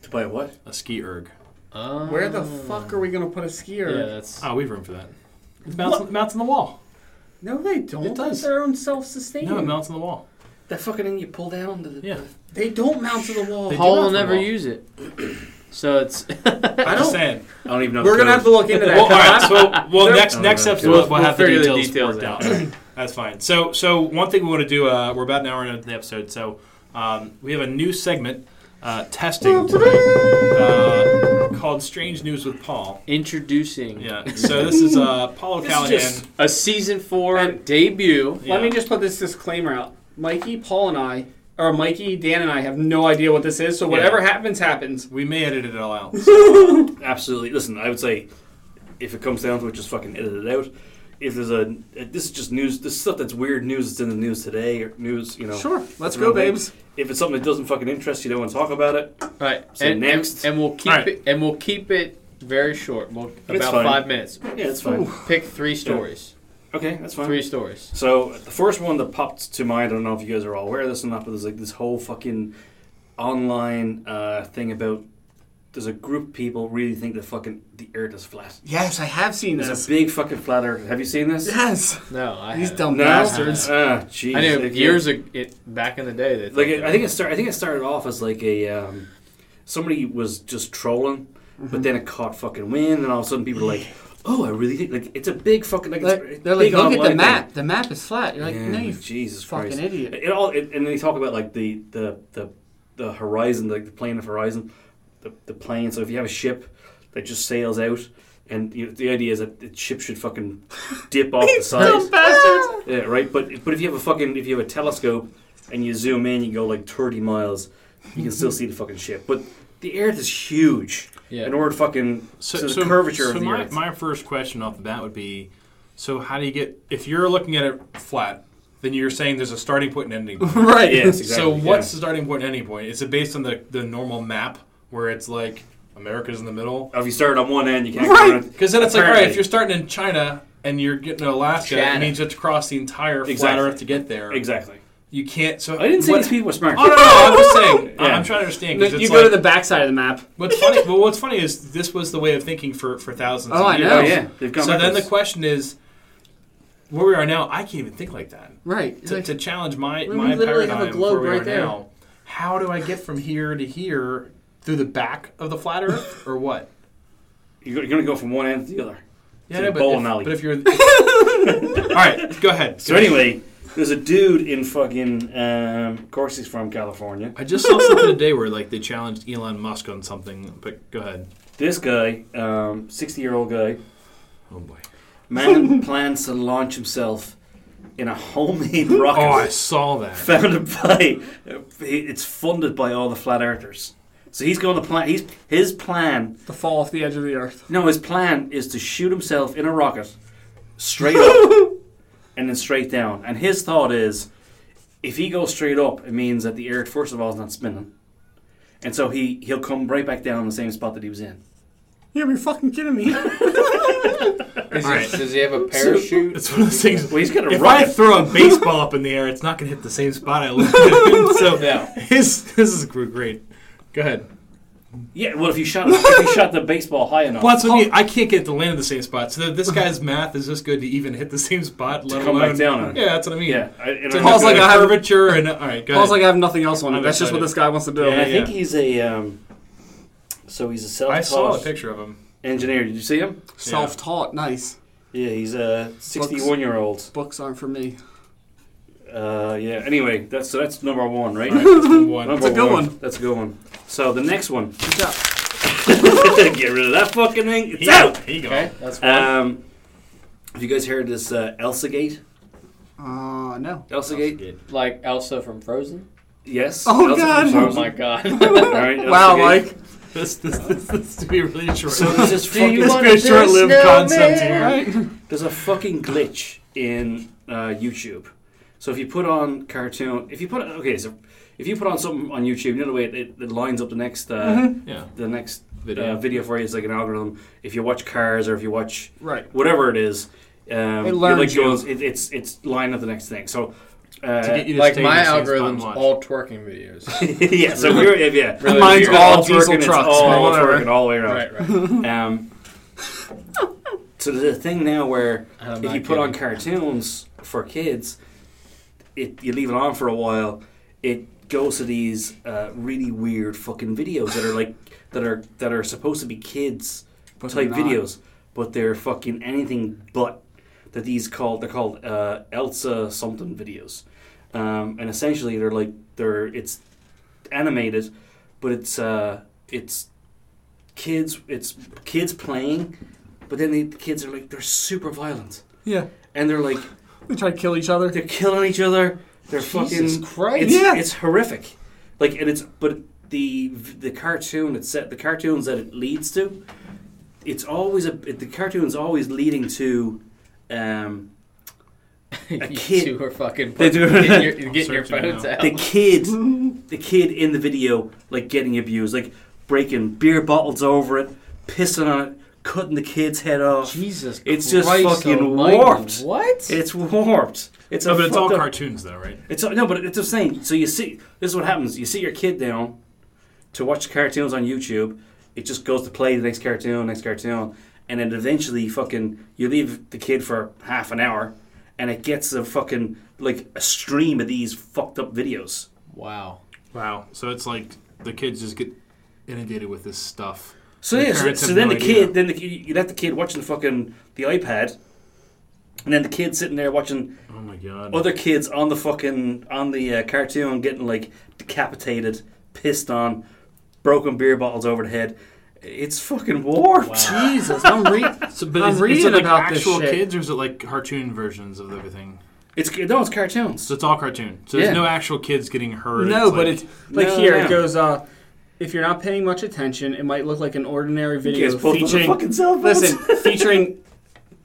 Speaker 6: to play what?
Speaker 5: A ski erg.
Speaker 3: Um,
Speaker 1: Where the fuck are we gonna put a skier?
Speaker 3: Yeah, that's
Speaker 5: Oh, we've room for that. It mounts, it mounts on the wall.
Speaker 1: No, they don't.
Speaker 5: It does.
Speaker 1: It's their own self-sustaining.
Speaker 5: No, it mounts on the wall.
Speaker 6: That fucking thing you pull down to the.
Speaker 5: Yeah.
Speaker 1: they don't mount to the wall.
Speaker 5: They do
Speaker 3: Paul will
Speaker 5: have a
Speaker 3: never
Speaker 5: wall.
Speaker 3: use it. So it's
Speaker 5: I'm just saying.
Speaker 6: I don't even know.
Speaker 1: We're
Speaker 6: the
Speaker 1: gonna have to
Speaker 6: codes.
Speaker 1: look into that.
Speaker 5: Well, all right. So, well, next
Speaker 6: Oh,
Speaker 5: next
Speaker 6: no.
Speaker 5: episode
Speaker 6: We'll-
Speaker 5: we'll, have
Speaker 3: we'll figure
Speaker 5: the
Speaker 3: the
Speaker 5: details,
Speaker 3: details
Speaker 5: worked
Speaker 3: out.
Speaker 5: out. That's fine. So, so one thing we want to do. Uh, we're about an hour into the episode, so um, we have a new segment, uh, testing, uh, called "Strange News with Paul."
Speaker 3: introducing
Speaker 5: Yeah. So this is uh, Paul Callahan.
Speaker 1: just-
Speaker 3: a season four
Speaker 1: And-
Speaker 3: debut.
Speaker 5: yeah.
Speaker 1: Let me just put this disclaimer out. Mikey, Paul, and I, or Mikey, Dan, and I have no idea what this is. So whatever happens, happens.
Speaker 5: We may edit it all out.
Speaker 6: Absolutely. Listen, I would say if it comes down to it, just fucking edit it out. If there's a, uh, this is just news. This is stuff that's weird news that's in the news today or news, you know.
Speaker 1: let's
Speaker 6: go, babes. If it's something that doesn't fucking interest you, don't want to talk about it.
Speaker 3: Right.
Speaker 6: So
Speaker 3: and, and-
Speaker 6: next.
Speaker 3: and, we'll keep
Speaker 5: Alright.
Speaker 3: it and we'll keep it very short. We'll,
Speaker 6: It's
Speaker 3: about
Speaker 6: fine.
Speaker 3: five minutes.
Speaker 6: Yeah, it's fine.
Speaker 3: Pick three stories.
Speaker 6: Okay, that's fine.
Speaker 3: Three stories.
Speaker 6: So the first one that popped to mind, I don't know if you guys are all aware of this or not, but there's like this whole fucking online uh, thing about there's a group of people really think that fucking the earth is flat.
Speaker 1: Yes, I have seen
Speaker 6: There's a big fucking flat earth. Have you seen this?
Speaker 1: Yes,
Speaker 3: No, I haven't.
Speaker 1: dumb
Speaker 6: No. Ah, jeez.
Speaker 3: I knew
Speaker 6: Like,
Speaker 3: years ago, it, back in the day. That
Speaker 6: Like I think it started. I think it started off as like a um, somebody was just trolling,
Speaker 1: Mm-hmm.
Speaker 6: but then it caught fucking wind, and all of a sudden people are like, "Oh, I really think like it's a big fucking like it's-
Speaker 1: They're,
Speaker 6: it's
Speaker 1: they're like,
Speaker 6: big
Speaker 1: look at
Speaker 6: online
Speaker 1: the
Speaker 6: thing."
Speaker 1: map. The map is flat. You're like,
Speaker 6: Yeah,
Speaker 1: no, you
Speaker 6: Jesus
Speaker 1: fucking
Speaker 6: Christ.
Speaker 1: idiot.
Speaker 6: It all it, and they talk about like the the the, the horizon, like the plane of horizon, the, the plane. So if you have a ship that just sails out, and you know, the idea is that the ship should fucking dip off the sides,
Speaker 1: bastards.
Speaker 6: yeah, right? But but if you have a fucking if you have a telescope and you zoom in, you go like thirty miles, you can still see the fucking ship. But the Earth is huge.
Speaker 3: Yeah.
Speaker 6: In order to fucking so, the curvature
Speaker 5: so
Speaker 6: of the
Speaker 5: my,
Speaker 6: Earth.
Speaker 5: my first question off the bat would be so how do you get if you're looking at it flat then you're saying there's a starting point and ending point
Speaker 1: right.
Speaker 6: yes, exactly.
Speaker 5: so
Speaker 6: yeah.
Speaker 5: what's the starting point and ending point is it based on the, the normal map where it's like america's in the middle
Speaker 6: if you start on one end, you can't.
Speaker 1: Right.
Speaker 6: Go around.
Speaker 5: because then it's like all right
Speaker 6: Apparently.
Speaker 5: if you're starting in china and you're getting to alaska
Speaker 3: China.
Speaker 5: it means you have to cross the entire flat
Speaker 6: Exactly.
Speaker 5: earth to get there
Speaker 6: exactly.
Speaker 5: you can't so
Speaker 6: I didn't say
Speaker 5: what-
Speaker 6: these people were smart.
Speaker 5: Oh no, no, no, I'm just saying. I-
Speaker 6: Yeah.
Speaker 5: I'm trying to understand. 'cause
Speaker 1: You
Speaker 5: it's
Speaker 1: go to
Speaker 5: like-
Speaker 1: the backside of the map.
Speaker 5: what's funny? Well, what's funny is this was the way of thinking for for thousands.
Speaker 1: Oh,
Speaker 5: of
Speaker 1: I
Speaker 5: years.
Speaker 1: know.
Speaker 6: Oh yeah, they've gone.
Speaker 5: So then the
Speaker 6: backwards.
Speaker 5: question is, where we are now, I can't even think like that.
Speaker 1: Right.
Speaker 5: To, to challenge my
Speaker 3: we
Speaker 5: my
Speaker 3: literally
Speaker 5: paradigm
Speaker 3: have a
Speaker 5: of
Speaker 3: globe
Speaker 5: where we
Speaker 3: right
Speaker 5: are
Speaker 3: there.
Speaker 5: now, how do I get from here to here through the back of the flat Earth or what?
Speaker 6: You're going to go from one end to the other.
Speaker 5: Yeah,
Speaker 6: a
Speaker 5: no,
Speaker 6: bowling
Speaker 5: but, if,
Speaker 6: alley.
Speaker 5: but if you're, all right, go ahead.
Speaker 6: So anyway, there's a dude in fucking. Um, of course, he's from California.
Speaker 5: I just saw something today where like they challenged Elon Musk on something, but go ahead.
Speaker 6: This guy, um, 60 year old guy,
Speaker 5: Oh boy.
Speaker 6: man plans to launch himself in a homemade rocket.
Speaker 5: Oh, I saw that.
Speaker 6: founded by it's funded by all the flat earthers. So he's going to plan. He's his plan.
Speaker 1: The fall off the edge of the earth.
Speaker 6: No, his plan is to shoot himself in a rocket, straight up, and then straight down. And his thought is, if he goes straight up, it means that the earth, first of all, is not spinning, and so he he'll come right back down in the same spot that he was in.
Speaker 1: You're fucking kidding me.
Speaker 3: Is it- Does he have a parachute?
Speaker 5: It's one of those things.
Speaker 6: Well, he's got a
Speaker 5: If I
Speaker 6: rocket.
Speaker 5: throw a baseball up in the air, it's not going to hit the same spot I looked at. so his this is gr- great. Go ahead.
Speaker 6: yeah. Well, if you shot if you shot the baseball high enough,
Speaker 5: Well, that's what I mean. I can't get to land in the same spot. So this guy's math is just good to even hit the same spot. Let
Speaker 6: come
Speaker 5: alone,
Speaker 6: back down on it.
Speaker 5: Yeah, that's what I mean.
Speaker 6: yeah. I, and
Speaker 5: So
Speaker 6: I'm
Speaker 5: Paul's
Speaker 6: not
Speaker 5: like
Speaker 6: gonna-
Speaker 5: a curvature and all right. Go
Speaker 1: Paul's like,
Speaker 5: ahead.
Speaker 1: I have nothing else on it.
Speaker 5: I'm
Speaker 1: That's just what
Speaker 5: excited.
Speaker 1: this guy wants to do.
Speaker 6: and I think
Speaker 5: yeah.
Speaker 6: he's a. Um, so he's a
Speaker 5: I saw a
Speaker 6: self-taught
Speaker 5: picture of him.
Speaker 6: engineer. Did you see him?
Speaker 1: Self-taught. Nice.
Speaker 6: Yeah, he's a 61 year old.
Speaker 1: Books aren't for me.
Speaker 6: Uh, yeah. Anyway, that's so that's number one, right?
Speaker 5: One.
Speaker 6: Number
Speaker 1: a good one.
Speaker 6: That's a good one. So the next one,
Speaker 1: Good job.
Speaker 6: get rid of that fucking thing. It's out.
Speaker 5: He go.
Speaker 3: Okay, that's one.
Speaker 6: Um, have you guys heard this uh, Elsa Gate?
Speaker 1: Uh, no.
Speaker 6: Elsa Gate?
Speaker 3: like Elsa from Frozen.
Speaker 6: Yes.
Speaker 1: Oh,
Speaker 6: Elsa
Speaker 1: God.
Speaker 6: from
Speaker 3: Oh
Speaker 6: Frozen.
Speaker 3: my god!
Speaker 6: All right, Elsa
Speaker 1: Wow,
Speaker 6: Gate.
Speaker 1: Mike.
Speaker 5: This this this this to be really short.
Speaker 6: So there's this
Speaker 3: Do you
Speaker 6: fucking,
Speaker 3: want-
Speaker 5: It's been a short-lived
Speaker 3: Snowman.
Speaker 5: concept here.
Speaker 6: there's a fucking glitch in uh, YouTube. So if you put on cartoon, if you put okay, so if you put on something on YouTube, you know the way it, it, it lines up the next uh,
Speaker 1: Mm-hmm.
Speaker 5: Yeah.
Speaker 6: the next
Speaker 5: Video.
Speaker 6: video. Uh, video for you. It's like an algorithm. If you watch Cars or if you watch
Speaker 1: Right.
Speaker 6: whatever it is, um,
Speaker 1: It
Speaker 6: it
Speaker 1: learns
Speaker 6: like
Speaker 1: you.
Speaker 6: goes, it, it's it's line up the next thing. So uh,
Speaker 5: To get you to
Speaker 3: like
Speaker 5: stay in the
Speaker 3: my
Speaker 5: same spot and
Speaker 3: algorithm's
Speaker 5: watch.
Speaker 3: all twerking videos.
Speaker 6: yeah, so we're yeah, yeah.
Speaker 3: Really
Speaker 1: Mine's
Speaker 3: weird.
Speaker 1: all
Speaker 6: It's
Speaker 1: diesel
Speaker 6: twerking, it's
Speaker 1: trucks, but
Speaker 6: all
Speaker 1: whatever.
Speaker 6: twerking all the way around.
Speaker 3: right, right.
Speaker 6: Um, so there's a thing now where
Speaker 3: And I'm
Speaker 6: if
Speaker 3: not
Speaker 6: you put on
Speaker 3: kidding.
Speaker 6: cartoons for kids, it you leave it on for a while, it goes to these uh, really weird fucking videos that are like that are that are supposed to be kids
Speaker 5: But
Speaker 6: type
Speaker 5: they're not.
Speaker 6: videos, but they're fucking anything but. That these called they're called uh, Elsa something videos, um, and essentially they're like they're it's animated, but it's uh, it's kids it's kids playing, but then they, the kids are like they're super violent
Speaker 5: Yeah.
Speaker 6: and they're like
Speaker 1: They try to kill each other.
Speaker 6: they're killing each other. They're
Speaker 1: Jesus
Speaker 6: fucking
Speaker 1: Christ.
Speaker 6: it's,
Speaker 5: Yeah.
Speaker 6: it's horrific. Like and it's but the the cartoon it's set the cartoons that it leads to, it's always a it, the cartoon's always leading to, um, a
Speaker 3: you
Speaker 6: kid-
Speaker 3: two are fucking
Speaker 6: They do-
Speaker 3: getting your, getting your
Speaker 8: searching
Speaker 3: phones
Speaker 8: now.
Speaker 3: out.
Speaker 6: the kid the kid in the video like getting abused like breaking beer bottles over it, pissing on it, cutting the kid's head off.
Speaker 3: Jesus,
Speaker 6: It's just
Speaker 3: Christ
Speaker 6: fucking
Speaker 3: almighty,
Speaker 6: warped.
Speaker 3: What?
Speaker 6: It's warped.
Speaker 5: Oh,
Speaker 6: It's
Speaker 8: No,
Speaker 6: a
Speaker 8: but it's all
Speaker 6: fucked up-
Speaker 8: cartoons, though, right?
Speaker 6: It's no, but it's the same. So you see, this is what happens. You sit your kid down to watch cartoons on YouTube. It just goes to play the next cartoon, next cartoon, and then eventually, fucking, you leave the kid for half an hour, and it gets a fucking like a stream of these fucked up videos.
Speaker 3: wow.
Speaker 8: Wow. So it's like the kids just get inundated with this stuff.
Speaker 6: So
Speaker 8: The
Speaker 6: yeah, so,
Speaker 8: parents
Speaker 6: so
Speaker 8: have
Speaker 6: then
Speaker 8: no
Speaker 6: the
Speaker 8: idea.
Speaker 6: kid, then the, you left the kid watching the fucking the iPad, and then the kid sitting there watching
Speaker 8: Oh my god.
Speaker 6: other kids on the fucking on the uh, cartoon getting like decapitated, pissed on, broken beer bottles over the head. It's fucking warped.
Speaker 1: Jesus, I'm reading.
Speaker 8: so, but
Speaker 1: I'm
Speaker 8: is, is
Speaker 1: reading
Speaker 8: it like
Speaker 1: about this
Speaker 8: actual
Speaker 1: shit.
Speaker 8: kids or is it like cartoon versions of everything?
Speaker 6: It's no, it's cartoons.
Speaker 8: So it's all cartoon. So there's
Speaker 6: Yeah.
Speaker 8: no actual kids getting hurt.
Speaker 1: No, but it's like
Speaker 6: No,
Speaker 1: here
Speaker 6: no.
Speaker 1: it goes. Uh, if you're not paying much attention, it might look like an ordinary video
Speaker 6: Kids both with their
Speaker 1: featuring
Speaker 6: fucking cell phones.
Speaker 1: Listen, featuring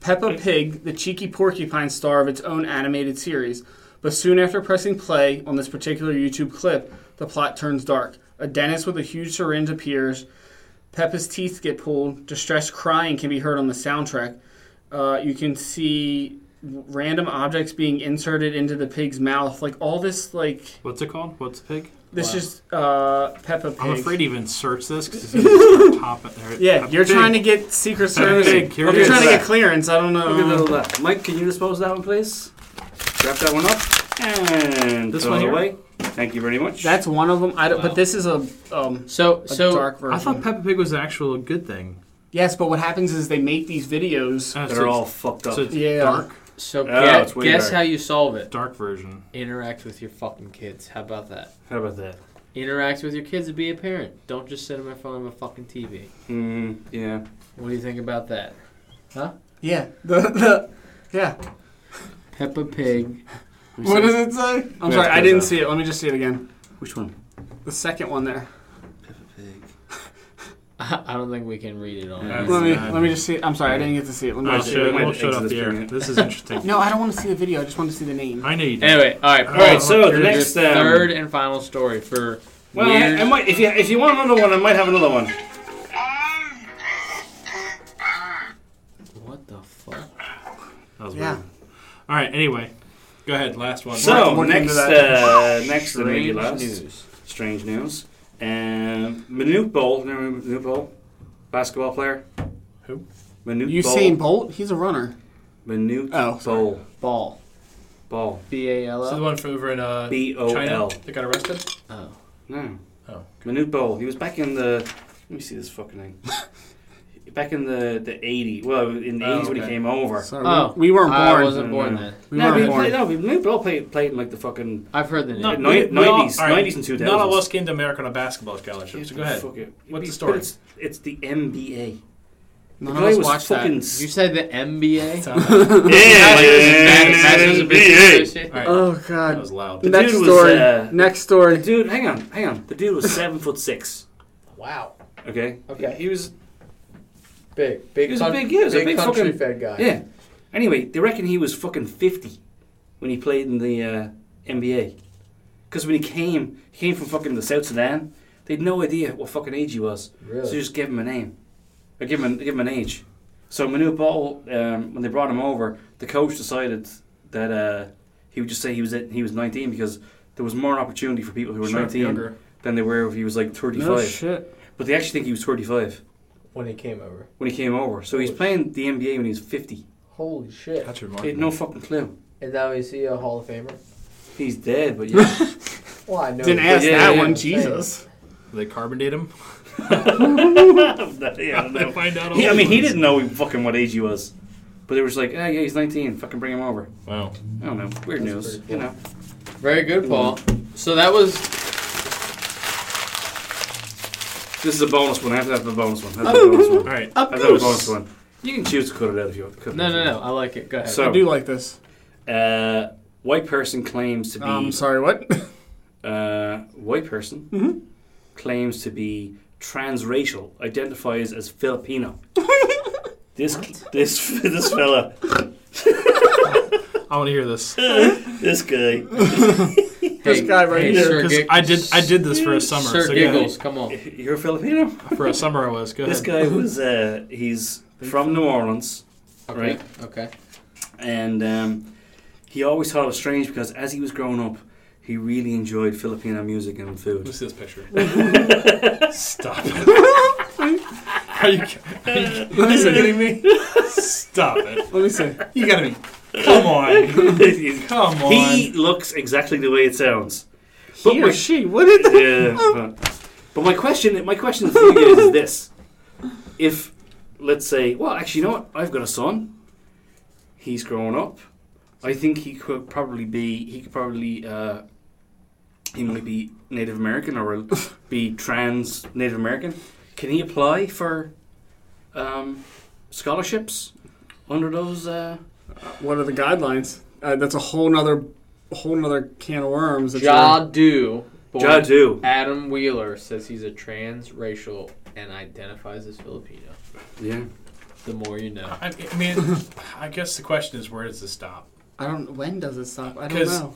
Speaker 1: Peppa Pig, the cheeky porcupine star of its own animated series. But soon after pressing play on this particular YouTube clip, the plot turns dark. A dentist with a huge syringe appears. Peppa's teeth get pulled. Distressed crying can be heard on the soundtrack. Uh, you can see random objects being inserted into the pig's mouth. Like all this, like
Speaker 8: What's it called? What's the pig?
Speaker 1: this is uh, Peppa Pig.
Speaker 8: I'm afraid to even search this because it's top of there.
Speaker 1: Yeah, you're
Speaker 8: Pig.
Speaker 1: trying to get Secret Service.
Speaker 8: Pig,
Speaker 1: If you're
Speaker 8: curious.
Speaker 1: trying to get clearance. I don't
Speaker 6: Look at
Speaker 1: know.
Speaker 6: little that. Mike, can you dispose of that one, please? Wrap that one up and
Speaker 8: This
Speaker 6: throw
Speaker 8: one
Speaker 6: it
Speaker 8: here?
Speaker 6: away. Thank you very much.
Speaker 1: That's one of them. I don't, But this is a um
Speaker 3: So,
Speaker 1: a
Speaker 3: so
Speaker 1: dark version.
Speaker 8: I thought
Speaker 6: Mm-hmm.
Speaker 8: Peppa Pig was an actual good thing.
Speaker 1: yes, but what happens is they make these videos.
Speaker 8: Uh, so
Speaker 6: they're
Speaker 8: it's-
Speaker 6: all fucked up.
Speaker 8: so it's
Speaker 1: Yeah.
Speaker 8: dark,
Speaker 3: So
Speaker 6: Oh,
Speaker 3: gue-
Speaker 6: it's way
Speaker 3: guess
Speaker 6: better.
Speaker 3: how you solve it.
Speaker 8: dark version.
Speaker 3: Interact with your fucking kids. How about that?
Speaker 6: How about that?
Speaker 3: Interact with your kids and be a parent. Don't just sit on my phone of a fucking TV.
Speaker 6: Mm, yeah.
Speaker 3: What do you think about that?
Speaker 1: yeah. The, the yeah.
Speaker 3: Peppa Pig.
Speaker 1: What does it say? I'm
Speaker 6: Yeah,
Speaker 1: sorry, I
Speaker 6: it
Speaker 1: didn't
Speaker 6: goes
Speaker 1: see it. Let me just see it again.
Speaker 6: Which one?
Speaker 1: The second one there.
Speaker 3: I don't think we can read it all.
Speaker 8: Yeah.
Speaker 1: Let me
Speaker 8: bad.
Speaker 1: let me just see. It. I'm sorry, I didn't get to see it. Let me
Speaker 8: I'll
Speaker 1: just see
Speaker 8: show,
Speaker 6: we
Speaker 1: it.
Speaker 6: might
Speaker 8: we'll shut up
Speaker 6: exit this
Speaker 8: the air.
Speaker 6: thing.
Speaker 8: This is interesting.
Speaker 1: No, I don't want to see the video. I just want to see the name.
Speaker 8: I know you do.
Speaker 3: Anyway, all right.
Speaker 8: All
Speaker 3: All
Speaker 6: All
Speaker 3: right.
Speaker 6: right. So the
Speaker 8: Here's
Speaker 6: next um,
Speaker 3: Third and final story for
Speaker 6: Well,
Speaker 3: weird.
Speaker 6: I, I might if you if you want another one, I might have another one.
Speaker 3: what the fuck?
Speaker 8: That was
Speaker 1: Yeah.
Speaker 8: weird. All right. Anyway, go ahead. Last one.
Speaker 6: So
Speaker 1: We're looking
Speaker 6: next,
Speaker 1: into
Speaker 6: uh, next and maybe
Speaker 3: Strange
Speaker 6: last
Speaker 3: news.
Speaker 6: strange news. Um, Manute Bol, remember Manute Bol, basketball player.
Speaker 8: Who?
Speaker 6: Manute
Speaker 1: You
Speaker 6: Bol.
Speaker 1: seen Bolt? He's a runner.
Speaker 6: Manute
Speaker 1: Oh,
Speaker 6: Bol.
Speaker 3: Ball.
Speaker 6: Bol.
Speaker 3: B A L
Speaker 5: So the
Speaker 3: L.
Speaker 5: one from over in uh,
Speaker 6: B O
Speaker 5: China
Speaker 6: L.
Speaker 5: that got arrested.
Speaker 3: Oh.
Speaker 6: No.
Speaker 5: Oh.
Speaker 6: Manute Bol. He was back in the. Let me see this fucking thing. back in the the eighty. Well, in the
Speaker 5: Oh,
Speaker 6: eighties when he
Speaker 5: okay.
Speaker 6: came over.
Speaker 1: Sorry,
Speaker 3: Oh,
Speaker 1: we, we weren't born.
Speaker 3: I wasn't born
Speaker 6: No, no.
Speaker 3: then.
Speaker 1: We
Speaker 6: no,
Speaker 1: weren't
Speaker 6: but he played,
Speaker 1: born.
Speaker 6: no, but Manute Bol played played in like the fucking
Speaker 3: I've heard the name.
Speaker 8: No,
Speaker 6: Noi-
Speaker 8: we all-
Speaker 6: 90s,
Speaker 8: all right,
Speaker 6: 90s and 2000s.
Speaker 8: None of us came to America on a basketball scholarship. So go ahead.
Speaker 6: Fuck it.
Speaker 8: What's the
Speaker 6: But
Speaker 8: story?
Speaker 6: It's, it's the NBA.
Speaker 1: None
Speaker 6: The
Speaker 1: of
Speaker 6: guy
Speaker 1: us
Speaker 6: was
Speaker 1: watched
Speaker 6: fucking
Speaker 1: that.
Speaker 3: You said the NBA.
Speaker 8: Sound loud.
Speaker 3: All right.
Speaker 1: Oh
Speaker 8: that
Speaker 1: God.
Speaker 8: was loud.
Speaker 6: The
Speaker 1: Next
Speaker 6: dude was,
Speaker 1: story.
Speaker 6: uh,
Speaker 1: Next story.
Speaker 6: The dude, hang on, hang on. The dude was seven foot six.
Speaker 3: Wow.
Speaker 6: Okay.
Speaker 3: Okay.
Speaker 6: He was
Speaker 3: Big, big,
Speaker 6: He was a
Speaker 3: coun-
Speaker 6: big- he was a big
Speaker 3: country
Speaker 6: fucking-
Speaker 3: fed guy.
Speaker 6: yeah. Anyway, they reckon he was fucking fifty when he played in the uh, NBA. Because when he came, he came from fucking the South Sudan. They had no idea what fucking age he was.
Speaker 3: Really?
Speaker 6: So you just gave him a name. Or give him, a, give him an age. So Manu Ball, um, when they brought him over, the coach decided that uh, he would just say he was he was 19 because there was more opportunity for people who were
Speaker 5: Sure,
Speaker 6: 19
Speaker 5: younger.
Speaker 6: than there were if he was like 35.
Speaker 1: No Oh, shit.
Speaker 6: but they actually think he was 35
Speaker 3: When he came over.
Speaker 6: when he came over. So he's playing the NBA when he's 50.
Speaker 3: Holy shit.
Speaker 5: That's
Speaker 6: They had
Speaker 5: remarkable.
Speaker 6: no fucking clue.
Speaker 3: And now is he a Hall of Famer?
Speaker 6: He's dead, but yeah.
Speaker 3: Well, I know.
Speaker 1: Didn't
Speaker 3: he-
Speaker 1: ask
Speaker 6: yeah,
Speaker 1: that
Speaker 6: yeah,
Speaker 1: one.
Speaker 6: yeah.
Speaker 1: Jesus.
Speaker 5: They carbon date him.
Speaker 6: yeah, I don't know.
Speaker 5: Find out.
Speaker 6: He- I mean, he didn't know fucking what age he was, but they were just like, ah, yeah, he's 19. Fucking bring him over.
Speaker 5: Wow.
Speaker 6: I don't know. Weird news, you know.
Speaker 3: Very good, Paul. So that was
Speaker 6: This is a bonus one. I have to have a bonus one. I have to have a bonus
Speaker 5: All
Speaker 6: one.
Speaker 5: right.
Speaker 6: I have to have a bonus one. You can choose to cut it out if you want. Cut it
Speaker 3: no,
Speaker 6: out if
Speaker 3: no,
Speaker 6: you
Speaker 3: no. I like it. Go ahead.
Speaker 6: So-
Speaker 1: I do like this.
Speaker 6: want. Uh, white person claims to be.
Speaker 1: Um, sorry, what?
Speaker 6: uh, white person claims to be transracial, identifies as Filipino. this this this fella,
Speaker 5: I want to hear this
Speaker 6: this guy.
Speaker 1: this guy right here.
Speaker 3: Sir
Speaker 5: because
Speaker 3: Gig-
Speaker 5: I did. I did this for a summer.
Speaker 3: Sir
Speaker 5: so go ahead.
Speaker 3: Giggles, come on.
Speaker 6: You're Filipino.
Speaker 5: For a summer, I was. Go
Speaker 6: This
Speaker 5: ahead.
Speaker 6: guy was uh, he's from New Orleans,
Speaker 3: Okay.
Speaker 6: Right.
Speaker 3: Okay.
Speaker 6: and um, he always thought it was strange because as he was growing up, he really enjoyed Filipino music and food.
Speaker 5: Let's see this picture. Stop it. Are you, are you, kidding me? Stop it.
Speaker 1: Let me see.
Speaker 5: You gotta be. Come on.
Speaker 6: he
Speaker 5: Come on.
Speaker 6: looks exactly the way it sounds. But
Speaker 1: He
Speaker 6: my-
Speaker 1: or she? What is it?
Speaker 6: yeah. But, but my question, my question for you is this: If, let's say, well, actually, you know what? I've got a son. He's grown up. I think he could probably be. He could probably. Uh, he might be Native American or be trans Native American. Can he apply for um, scholarships under those? Uh,
Speaker 1: What are the guidelines? Uh, that's a whole nother, whole nother can of worms. that
Speaker 3: Ja
Speaker 1: you're-
Speaker 3: Do. born
Speaker 6: Jadu.
Speaker 3: Adam Wheeler says he's a transracial and identifies as Filipino.
Speaker 6: Yeah.
Speaker 3: The more you know.
Speaker 5: I, I mean, I guess the question is where does this stop?
Speaker 1: I don't. When does it stop? I don't
Speaker 5: 'Cause-
Speaker 1: know.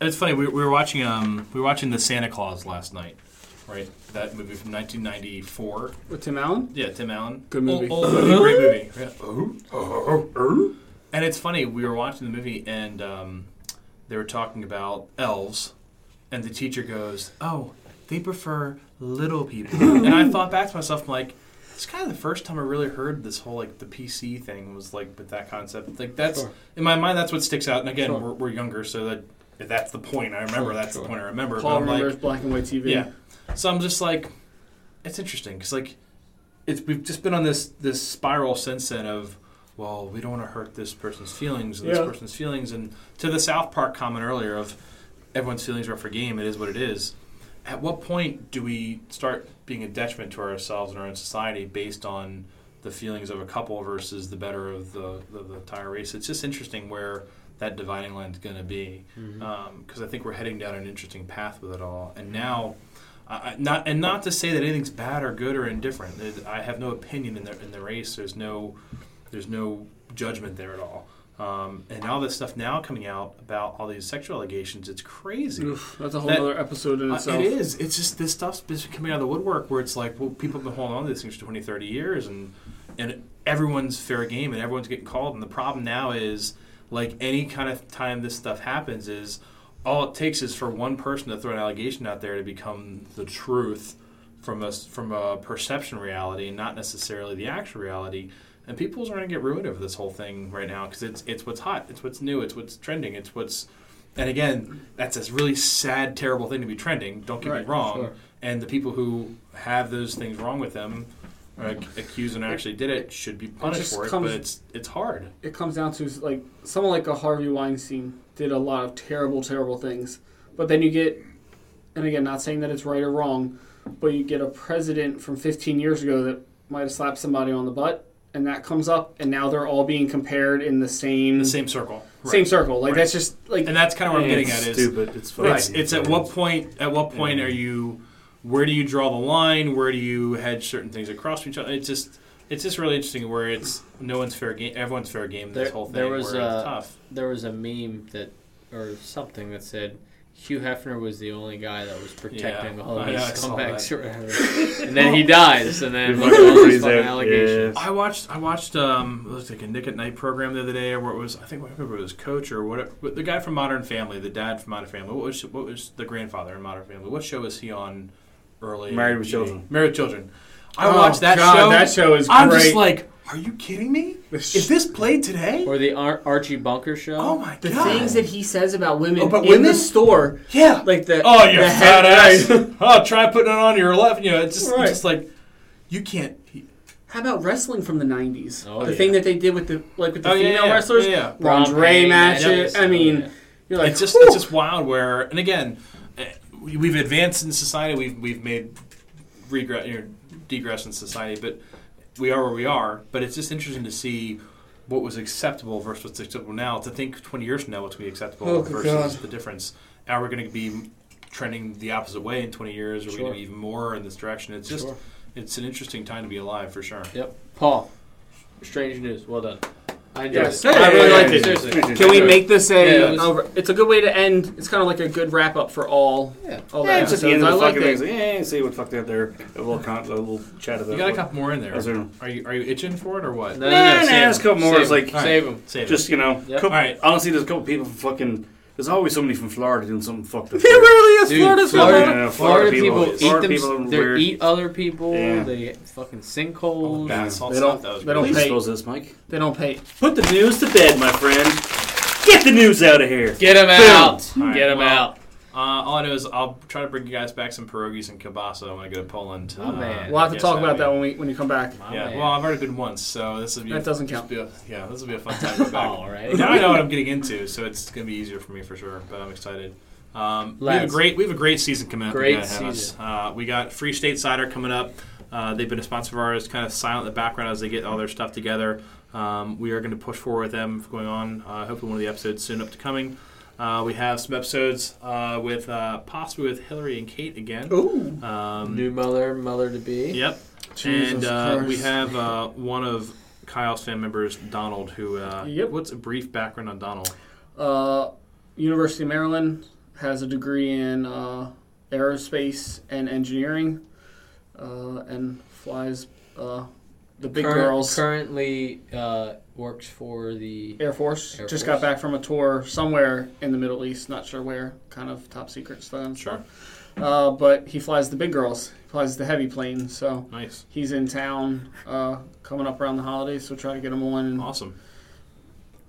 Speaker 5: And It's funny. We, we were watching um we were watching the Santa Claus last night, right? That movie from 1994.
Speaker 1: With Tim Allen?
Speaker 5: Yeah, Tim Allen.
Speaker 1: Good movie.
Speaker 5: Old, old movie, great movie. Yeah.
Speaker 3: Uh-huh.
Speaker 5: And it's funny. We were watching the movie, and um, they were talking about elves, and the teacher goes, "Oh, they prefer little people." and I thought back to myself, I'm like. It's kind of the first time I really heard this whole like the PC thing was like with that concept. Like that's
Speaker 3: Sure.
Speaker 5: in my mind, that's what sticks out. And again,
Speaker 3: Sure.
Speaker 5: we're, we're younger, so that if that's the point I remember.
Speaker 3: Sure,
Speaker 5: that's
Speaker 3: sure.
Speaker 5: the point I remember.
Speaker 1: Paul
Speaker 5: but I'm
Speaker 1: remembers
Speaker 5: like,
Speaker 1: black and white TV.
Speaker 5: yeah. So I'm just like, it's interesting because like, it's we've just been on this this spiral since then of, well, we don't want to hurt this person's feelings and
Speaker 1: Yeah.
Speaker 5: this person's feelings, and to the South Park comment earlier of, everyone's feelings are up for game. It is what it is. At what point do we start being a detriment to ourselves and our own society based on the feelings of a couple versus the better of the, the, the entire race? It's just interesting where that dividing line is going to be because I think we're heading down an interesting path with it all. And now, I, I- not and not to say that anything's bad or good or indifferent. It- I have no opinion in the in the race. There's no there's no judgment there at all. Um, and all this stuff now coming out about all these sexual allegations, it's crazy.
Speaker 1: Oof, that's a whole
Speaker 5: That-
Speaker 1: other episode in
Speaker 5: Uh,
Speaker 1: itself.
Speaker 5: it is. It's just this stuff's been coming out of the woodwork where it's like, well, people have been holding on to these things for 20, 30 years, and and everyone's fair game, and everyone's getting called. And the problem now is, like any kind of time this stuff happens, is all it takes is for one person to throw an allegation out there to become the truth from a s- from a perception reality, and not necessarily the actual reality. And people's are going to get ruined over this whole thing right now because it's it's what's hot, it's what's new, it's what's trending, it's what's and again, that's a really sad, terrible thing to be trending. Don't get
Speaker 1: Right,
Speaker 5: me wrong.
Speaker 3: sure.
Speaker 5: And the people who have those things wrong with them, or ac- accused and actually did it, should be punished
Speaker 1: just
Speaker 5: for it.
Speaker 1: comes-
Speaker 5: But it's it's hard.
Speaker 1: it comes down to like someone like a Harvey Weinstein did a lot of terrible, terrible things. But then you get, and again, not saying that it's right or wrong, but you get a president from 15 years ago that might have slapped somebody on the butt, and that comes up, and now they're all being compared in the same
Speaker 5: The same circle. Right.
Speaker 1: same circle. Like that's just like
Speaker 5: And that's kind of what I'm getting at is
Speaker 6: stupid. It's fucking
Speaker 5: It's, it's at what point? At what point are you? Where do you draw the line? Where do you hedge certain things across from each other? It's just it's just really interesting where it's no one's fair game. Everyone's fair game. in This
Speaker 3: There-
Speaker 5: whole thing
Speaker 3: there was,
Speaker 5: where
Speaker 3: uh,
Speaker 5: it's tough.
Speaker 3: There was a meme that, or something that said, Hugh Hefner was the only guy that was protecting
Speaker 5: Yeah,
Speaker 3: all of
Speaker 5: I
Speaker 3: his
Speaker 5: know, I saw
Speaker 3: scumbags or whatever. and then he dies, and then
Speaker 6: Fucking
Speaker 3: look at all
Speaker 6: freeze
Speaker 3: these fucking
Speaker 6: out,
Speaker 3: allegations.
Speaker 6: yeah.
Speaker 5: I watched I watched um it was like a Nick at Night program the other day where it was I think I remember it was Coach or what but the guy from Modern Family the dad from Modern Family what was what was the grandfather in Modern Family what show was he on early
Speaker 6: Married with Children.
Speaker 5: Married with Children I
Speaker 1: Oh,
Speaker 5: watched that
Speaker 1: God,
Speaker 5: show
Speaker 1: That show is
Speaker 5: I'm
Speaker 1: great.
Speaker 5: just like are you kidding me is this played today
Speaker 3: Or the Ar- Archie Bunker show.
Speaker 5: oh my
Speaker 1: the
Speaker 5: god
Speaker 1: things that he says about women
Speaker 5: Oh, but
Speaker 1: in the
Speaker 5: women?
Speaker 1: store,
Speaker 5: yeah
Speaker 1: like the
Speaker 5: oh you
Speaker 1: the
Speaker 5: fat
Speaker 1: head-
Speaker 5: ass oh try putting it on your left you know it's just
Speaker 1: Right.
Speaker 5: it's just like you can't. He,
Speaker 1: How about wrestling from the '90s?
Speaker 3: Oh,
Speaker 1: the
Speaker 3: yeah.
Speaker 1: thing that they did with the like with the
Speaker 5: Oh, yeah,
Speaker 1: female
Speaker 5: yeah,
Speaker 1: wrestlers,
Speaker 5: yeah, yeah.
Speaker 1: lingerie
Speaker 3: Brown
Speaker 1: matches.
Speaker 3: matches.
Speaker 1: I mean,
Speaker 3: Yeah.
Speaker 1: you're like,
Speaker 5: it's just
Speaker 1: "Whew."
Speaker 5: it's just wild. Where and again, eh, we- we've advanced in society. We've we've made regret you know, degress in society, but we are where we are. But it's just interesting to see what was acceptable versus what's acceptable now. To think twenty years from now what's going to be acceptable
Speaker 1: Oh, good
Speaker 5: versus
Speaker 1: God.
Speaker 5: the difference. Now we're going to be trending the opposite way in twenty years. We're going to be even more in this direction. It's just
Speaker 3: Sure.
Speaker 5: it's an interesting time to be alive for sure.
Speaker 3: Yep. Paul, strange news. Well done. I enjoyed
Speaker 1: Yes.
Speaker 3: it.
Speaker 1: Hey,
Speaker 3: I really
Speaker 1: hey,
Speaker 3: liked
Speaker 1: hey,
Speaker 3: it.
Speaker 7: hey.
Speaker 3: Seriously.
Speaker 1: Can we make this a?
Speaker 3: Yeah, it was-
Speaker 1: a- it's a good way to end. It's kind of like a good wrap up for all.
Speaker 3: Yeah.
Speaker 1: All
Speaker 6: Yeah,
Speaker 1: that.
Speaker 6: it's just the end of
Speaker 1: I
Speaker 6: the
Speaker 1: like
Speaker 6: fucking
Speaker 1: it.
Speaker 6: thing. Yeah, yeah, see what the fuck they had there. A little, con- a little chat about
Speaker 5: You got a
Speaker 6: what-
Speaker 5: couple more in there.
Speaker 6: Is there-
Speaker 5: Are you are you itching for it or what?
Speaker 3: No, no,
Speaker 6: Nah, nah,
Speaker 3: no. save
Speaker 6: there's a
Speaker 3: him.
Speaker 6: couple more.
Speaker 3: Save
Speaker 6: It's
Speaker 3: him.
Speaker 6: like-
Speaker 3: save him.
Speaker 5: Save it.
Speaker 6: Just you know,
Speaker 3: Yep.
Speaker 6: couple-
Speaker 5: All right.
Speaker 6: honestly, there's a couple people from fucking. There's always somebody from Florida doing something fucked up.
Speaker 1: It really is
Speaker 3: Dude,
Speaker 1: Florida's
Speaker 3: Florida,
Speaker 1: Florida.
Speaker 6: Yeah,
Speaker 3: Florida,
Speaker 6: Florida people-
Speaker 3: people,
Speaker 6: Florida
Speaker 3: eat
Speaker 6: people
Speaker 3: them.
Speaker 6: are
Speaker 3: They
Speaker 6: weird.
Speaker 3: eat other people.
Speaker 6: Yeah.
Speaker 3: They fucking sinkholes.
Speaker 5: All the bath salt
Speaker 1: They
Speaker 5: stuff,
Speaker 1: don't-
Speaker 5: that was
Speaker 1: they don't
Speaker 5: great.
Speaker 6: Please
Speaker 1: Hey.
Speaker 6: close this, Mike.
Speaker 1: They don't pay.
Speaker 6: Put the news to bed, my friend. Get the news out of here.
Speaker 3: Get him out.
Speaker 5: All right,
Speaker 3: Get him
Speaker 5: well,
Speaker 3: out.
Speaker 5: Uh, all I know is I'll try to bring you guys back some pierogies and kielbasa when I go to Poland.
Speaker 3: Oh,
Speaker 5: Uh,
Speaker 3: man.
Speaker 1: We'll have to
Speaker 5: yes,
Speaker 1: talk about that
Speaker 5: that'll
Speaker 1: when we when you come back.
Speaker 5: be- Yeah,
Speaker 3: man.
Speaker 5: well, I've already been once, so this will be
Speaker 1: That doesn't count.
Speaker 5: Be a, yeah, this will be a fun time to go back.
Speaker 3: All right.
Speaker 5: now I know what I'm getting into, so it's gonna be easier for me for sure. But I'm excited. Um, we have a
Speaker 3: Lads.
Speaker 5: great we have a great season coming up.
Speaker 3: Great
Speaker 5: ahead of us.
Speaker 3: season.
Speaker 5: Uh, we got Free State Cider coming up. Uh, they've been a sponsor of ours, kind of silent in the background as they get all their stuff together. Um, we are going to push forward with them going on. Uh, hopefully, one of the episodes soon up to coming. Uh, we have some episodes uh, with uh, possibly with Hillary and Kate again.
Speaker 1: Ooh.
Speaker 5: Um,
Speaker 3: Oh. New mother, mother to be.
Speaker 5: Yep. and
Speaker 1: Jesus
Speaker 5: uh, we
Speaker 1: Christ.
Speaker 5: have uh, one of Kyle's fan members, Donald, who. Uh,
Speaker 1: Yep.
Speaker 5: What's a brief background on Donald?
Speaker 1: Uh, University of Maryland has a degree in uh, aerospace and engineering, uh, and flies uh, the big
Speaker 3: Current-
Speaker 1: girls.
Speaker 3: Currently uh, works for the.
Speaker 1: Air Force
Speaker 3: Air
Speaker 1: just got
Speaker 3: Force.
Speaker 1: back from a tour somewhere in the Middle East, not sure where, kind of top secret stuff.
Speaker 5: Sure.
Speaker 1: Uh, but he flies the big girls, he flies the heavy plane, so
Speaker 5: Nice.
Speaker 1: he's in town uh, coming up around the holidays. So try to get him on and
Speaker 5: Awesome.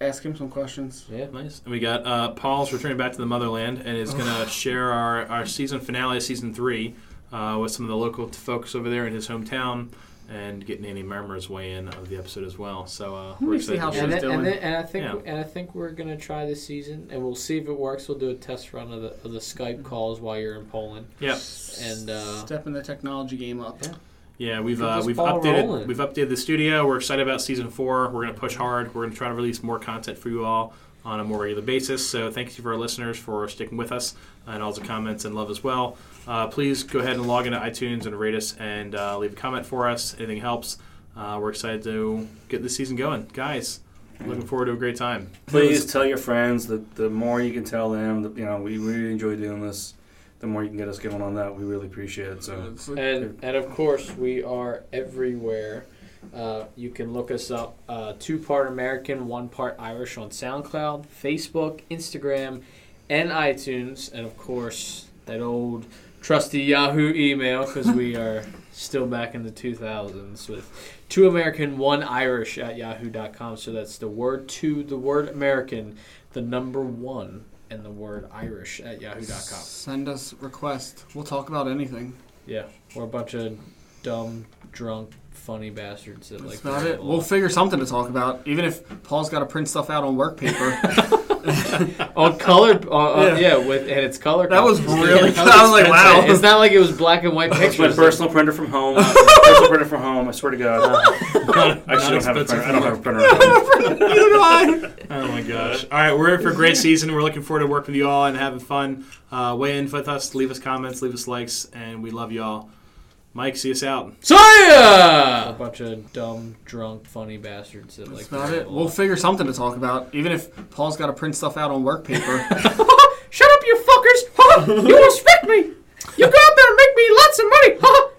Speaker 1: ask him some questions.
Speaker 3: Yeah.
Speaker 5: Nice. And we got uh, Paul's returning back to the motherland and is going to share our, our season finale, season three, uh, with some of the local folks over there in his hometown and getting any murmurs weigh in of the episode as well. So uh,
Speaker 1: Let
Speaker 5: we're
Speaker 1: me see
Speaker 5: excited.
Speaker 1: how
Speaker 5: to
Speaker 1: she-
Speaker 5: hear
Speaker 3: And,
Speaker 1: Just
Speaker 3: then, and,
Speaker 1: doing-
Speaker 3: then, and I think
Speaker 5: Yeah.
Speaker 3: and I think we're gonna try this season, and we'll see if it works. We'll do a test run of the, of the Skype calls while you're in Poland.
Speaker 5: Yep.
Speaker 3: And, uh,
Speaker 1: stepping the technology game up.
Speaker 3: Yeah.
Speaker 5: Yeah, we've
Speaker 3: Get
Speaker 5: uh,
Speaker 3: this
Speaker 5: we've
Speaker 3: ball
Speaker 5: updated
Speaker 3: rolling.
Speaker 5: we've updated the studio. We're excited about season four. We're going to push hard. We're going to try to release more content for you all on a more regular basis. So thank you for our listeners for sticking with us and all the comments and love as well. Uh, please go ahead and log into iTunes and rate us and uh, leave a comment for us. Anything helps. Uh, we're excited to get this season going, guys. Looking forward to a great time.
Speaker 6: Please tell your friends that the more you can tell them, that you know we really enjoy doing this. The more you can get us going on that, we really appreciate it. So
Speaker 3: And and of course we are everywhere. Uh, you can look us up uh, two part American, one part Irish on SoundCloud, Facebook, Instagram, and iTunes, and of course that old trusty Yahoo email because we are still back in the 2000s with two American, one Irish at yahoo.com. So that's the word two, the word American, the number one, and the word Irish at yahoo.com.
Speaker 1: Send us requests. We'll talk about anything.
Speaker 3: Yeah, we're a bunch of dumb, drunk, funny bastards that
Speaker 1: That's
Speaker 3: like.
Speaker 1: about
Speaker 3: to
Speaker 1: it.
Speaker 3: ramble.
Speaker 1: We'll figure something to talk about, even if Paul's got to print stuff out on work paper.
Speaker 3: on color, uh, uh,
Speaker 1: Yeah.
Speaker 3: yeah. with and it's color.
Speaker 1: That was
Speaker 3: copies.
Speaker 1: really.
Speaker 3: Yeah.
Speaker 1: I was like, wow.
Speaker 3: It's not like it was black and white
Speaker 6: it's my
Speaker 3: pictures.
Speaker 6: personal printer from home. personal printer from home. I swear to God. I actually don't have a
Speaker 5: expensive
Speaker 6: printer. I don't have a printer. at home.
Speaker 5: Oh my gosh. All right, we're in for a great season. We're looking forward to working with you all and having fun. Uh, weigh in with us, leave us comments, leave us likes, and we love y'all. Mike, see us out.
Speaker 3: See ya! uh!" A bunch of dumb, drunk, funny bastards that like.
Speaker 1: That's
Speaker 3: to
Speaker 1: about it.
Speaker 3: ramble.
Speaker 1: We'll figure something to talk about, even if Paul's got to print stuff out on work paper.
Speaker 3: Shut up, you fuckers! Ha! you respect me. You guys better make me lots of money. Ha!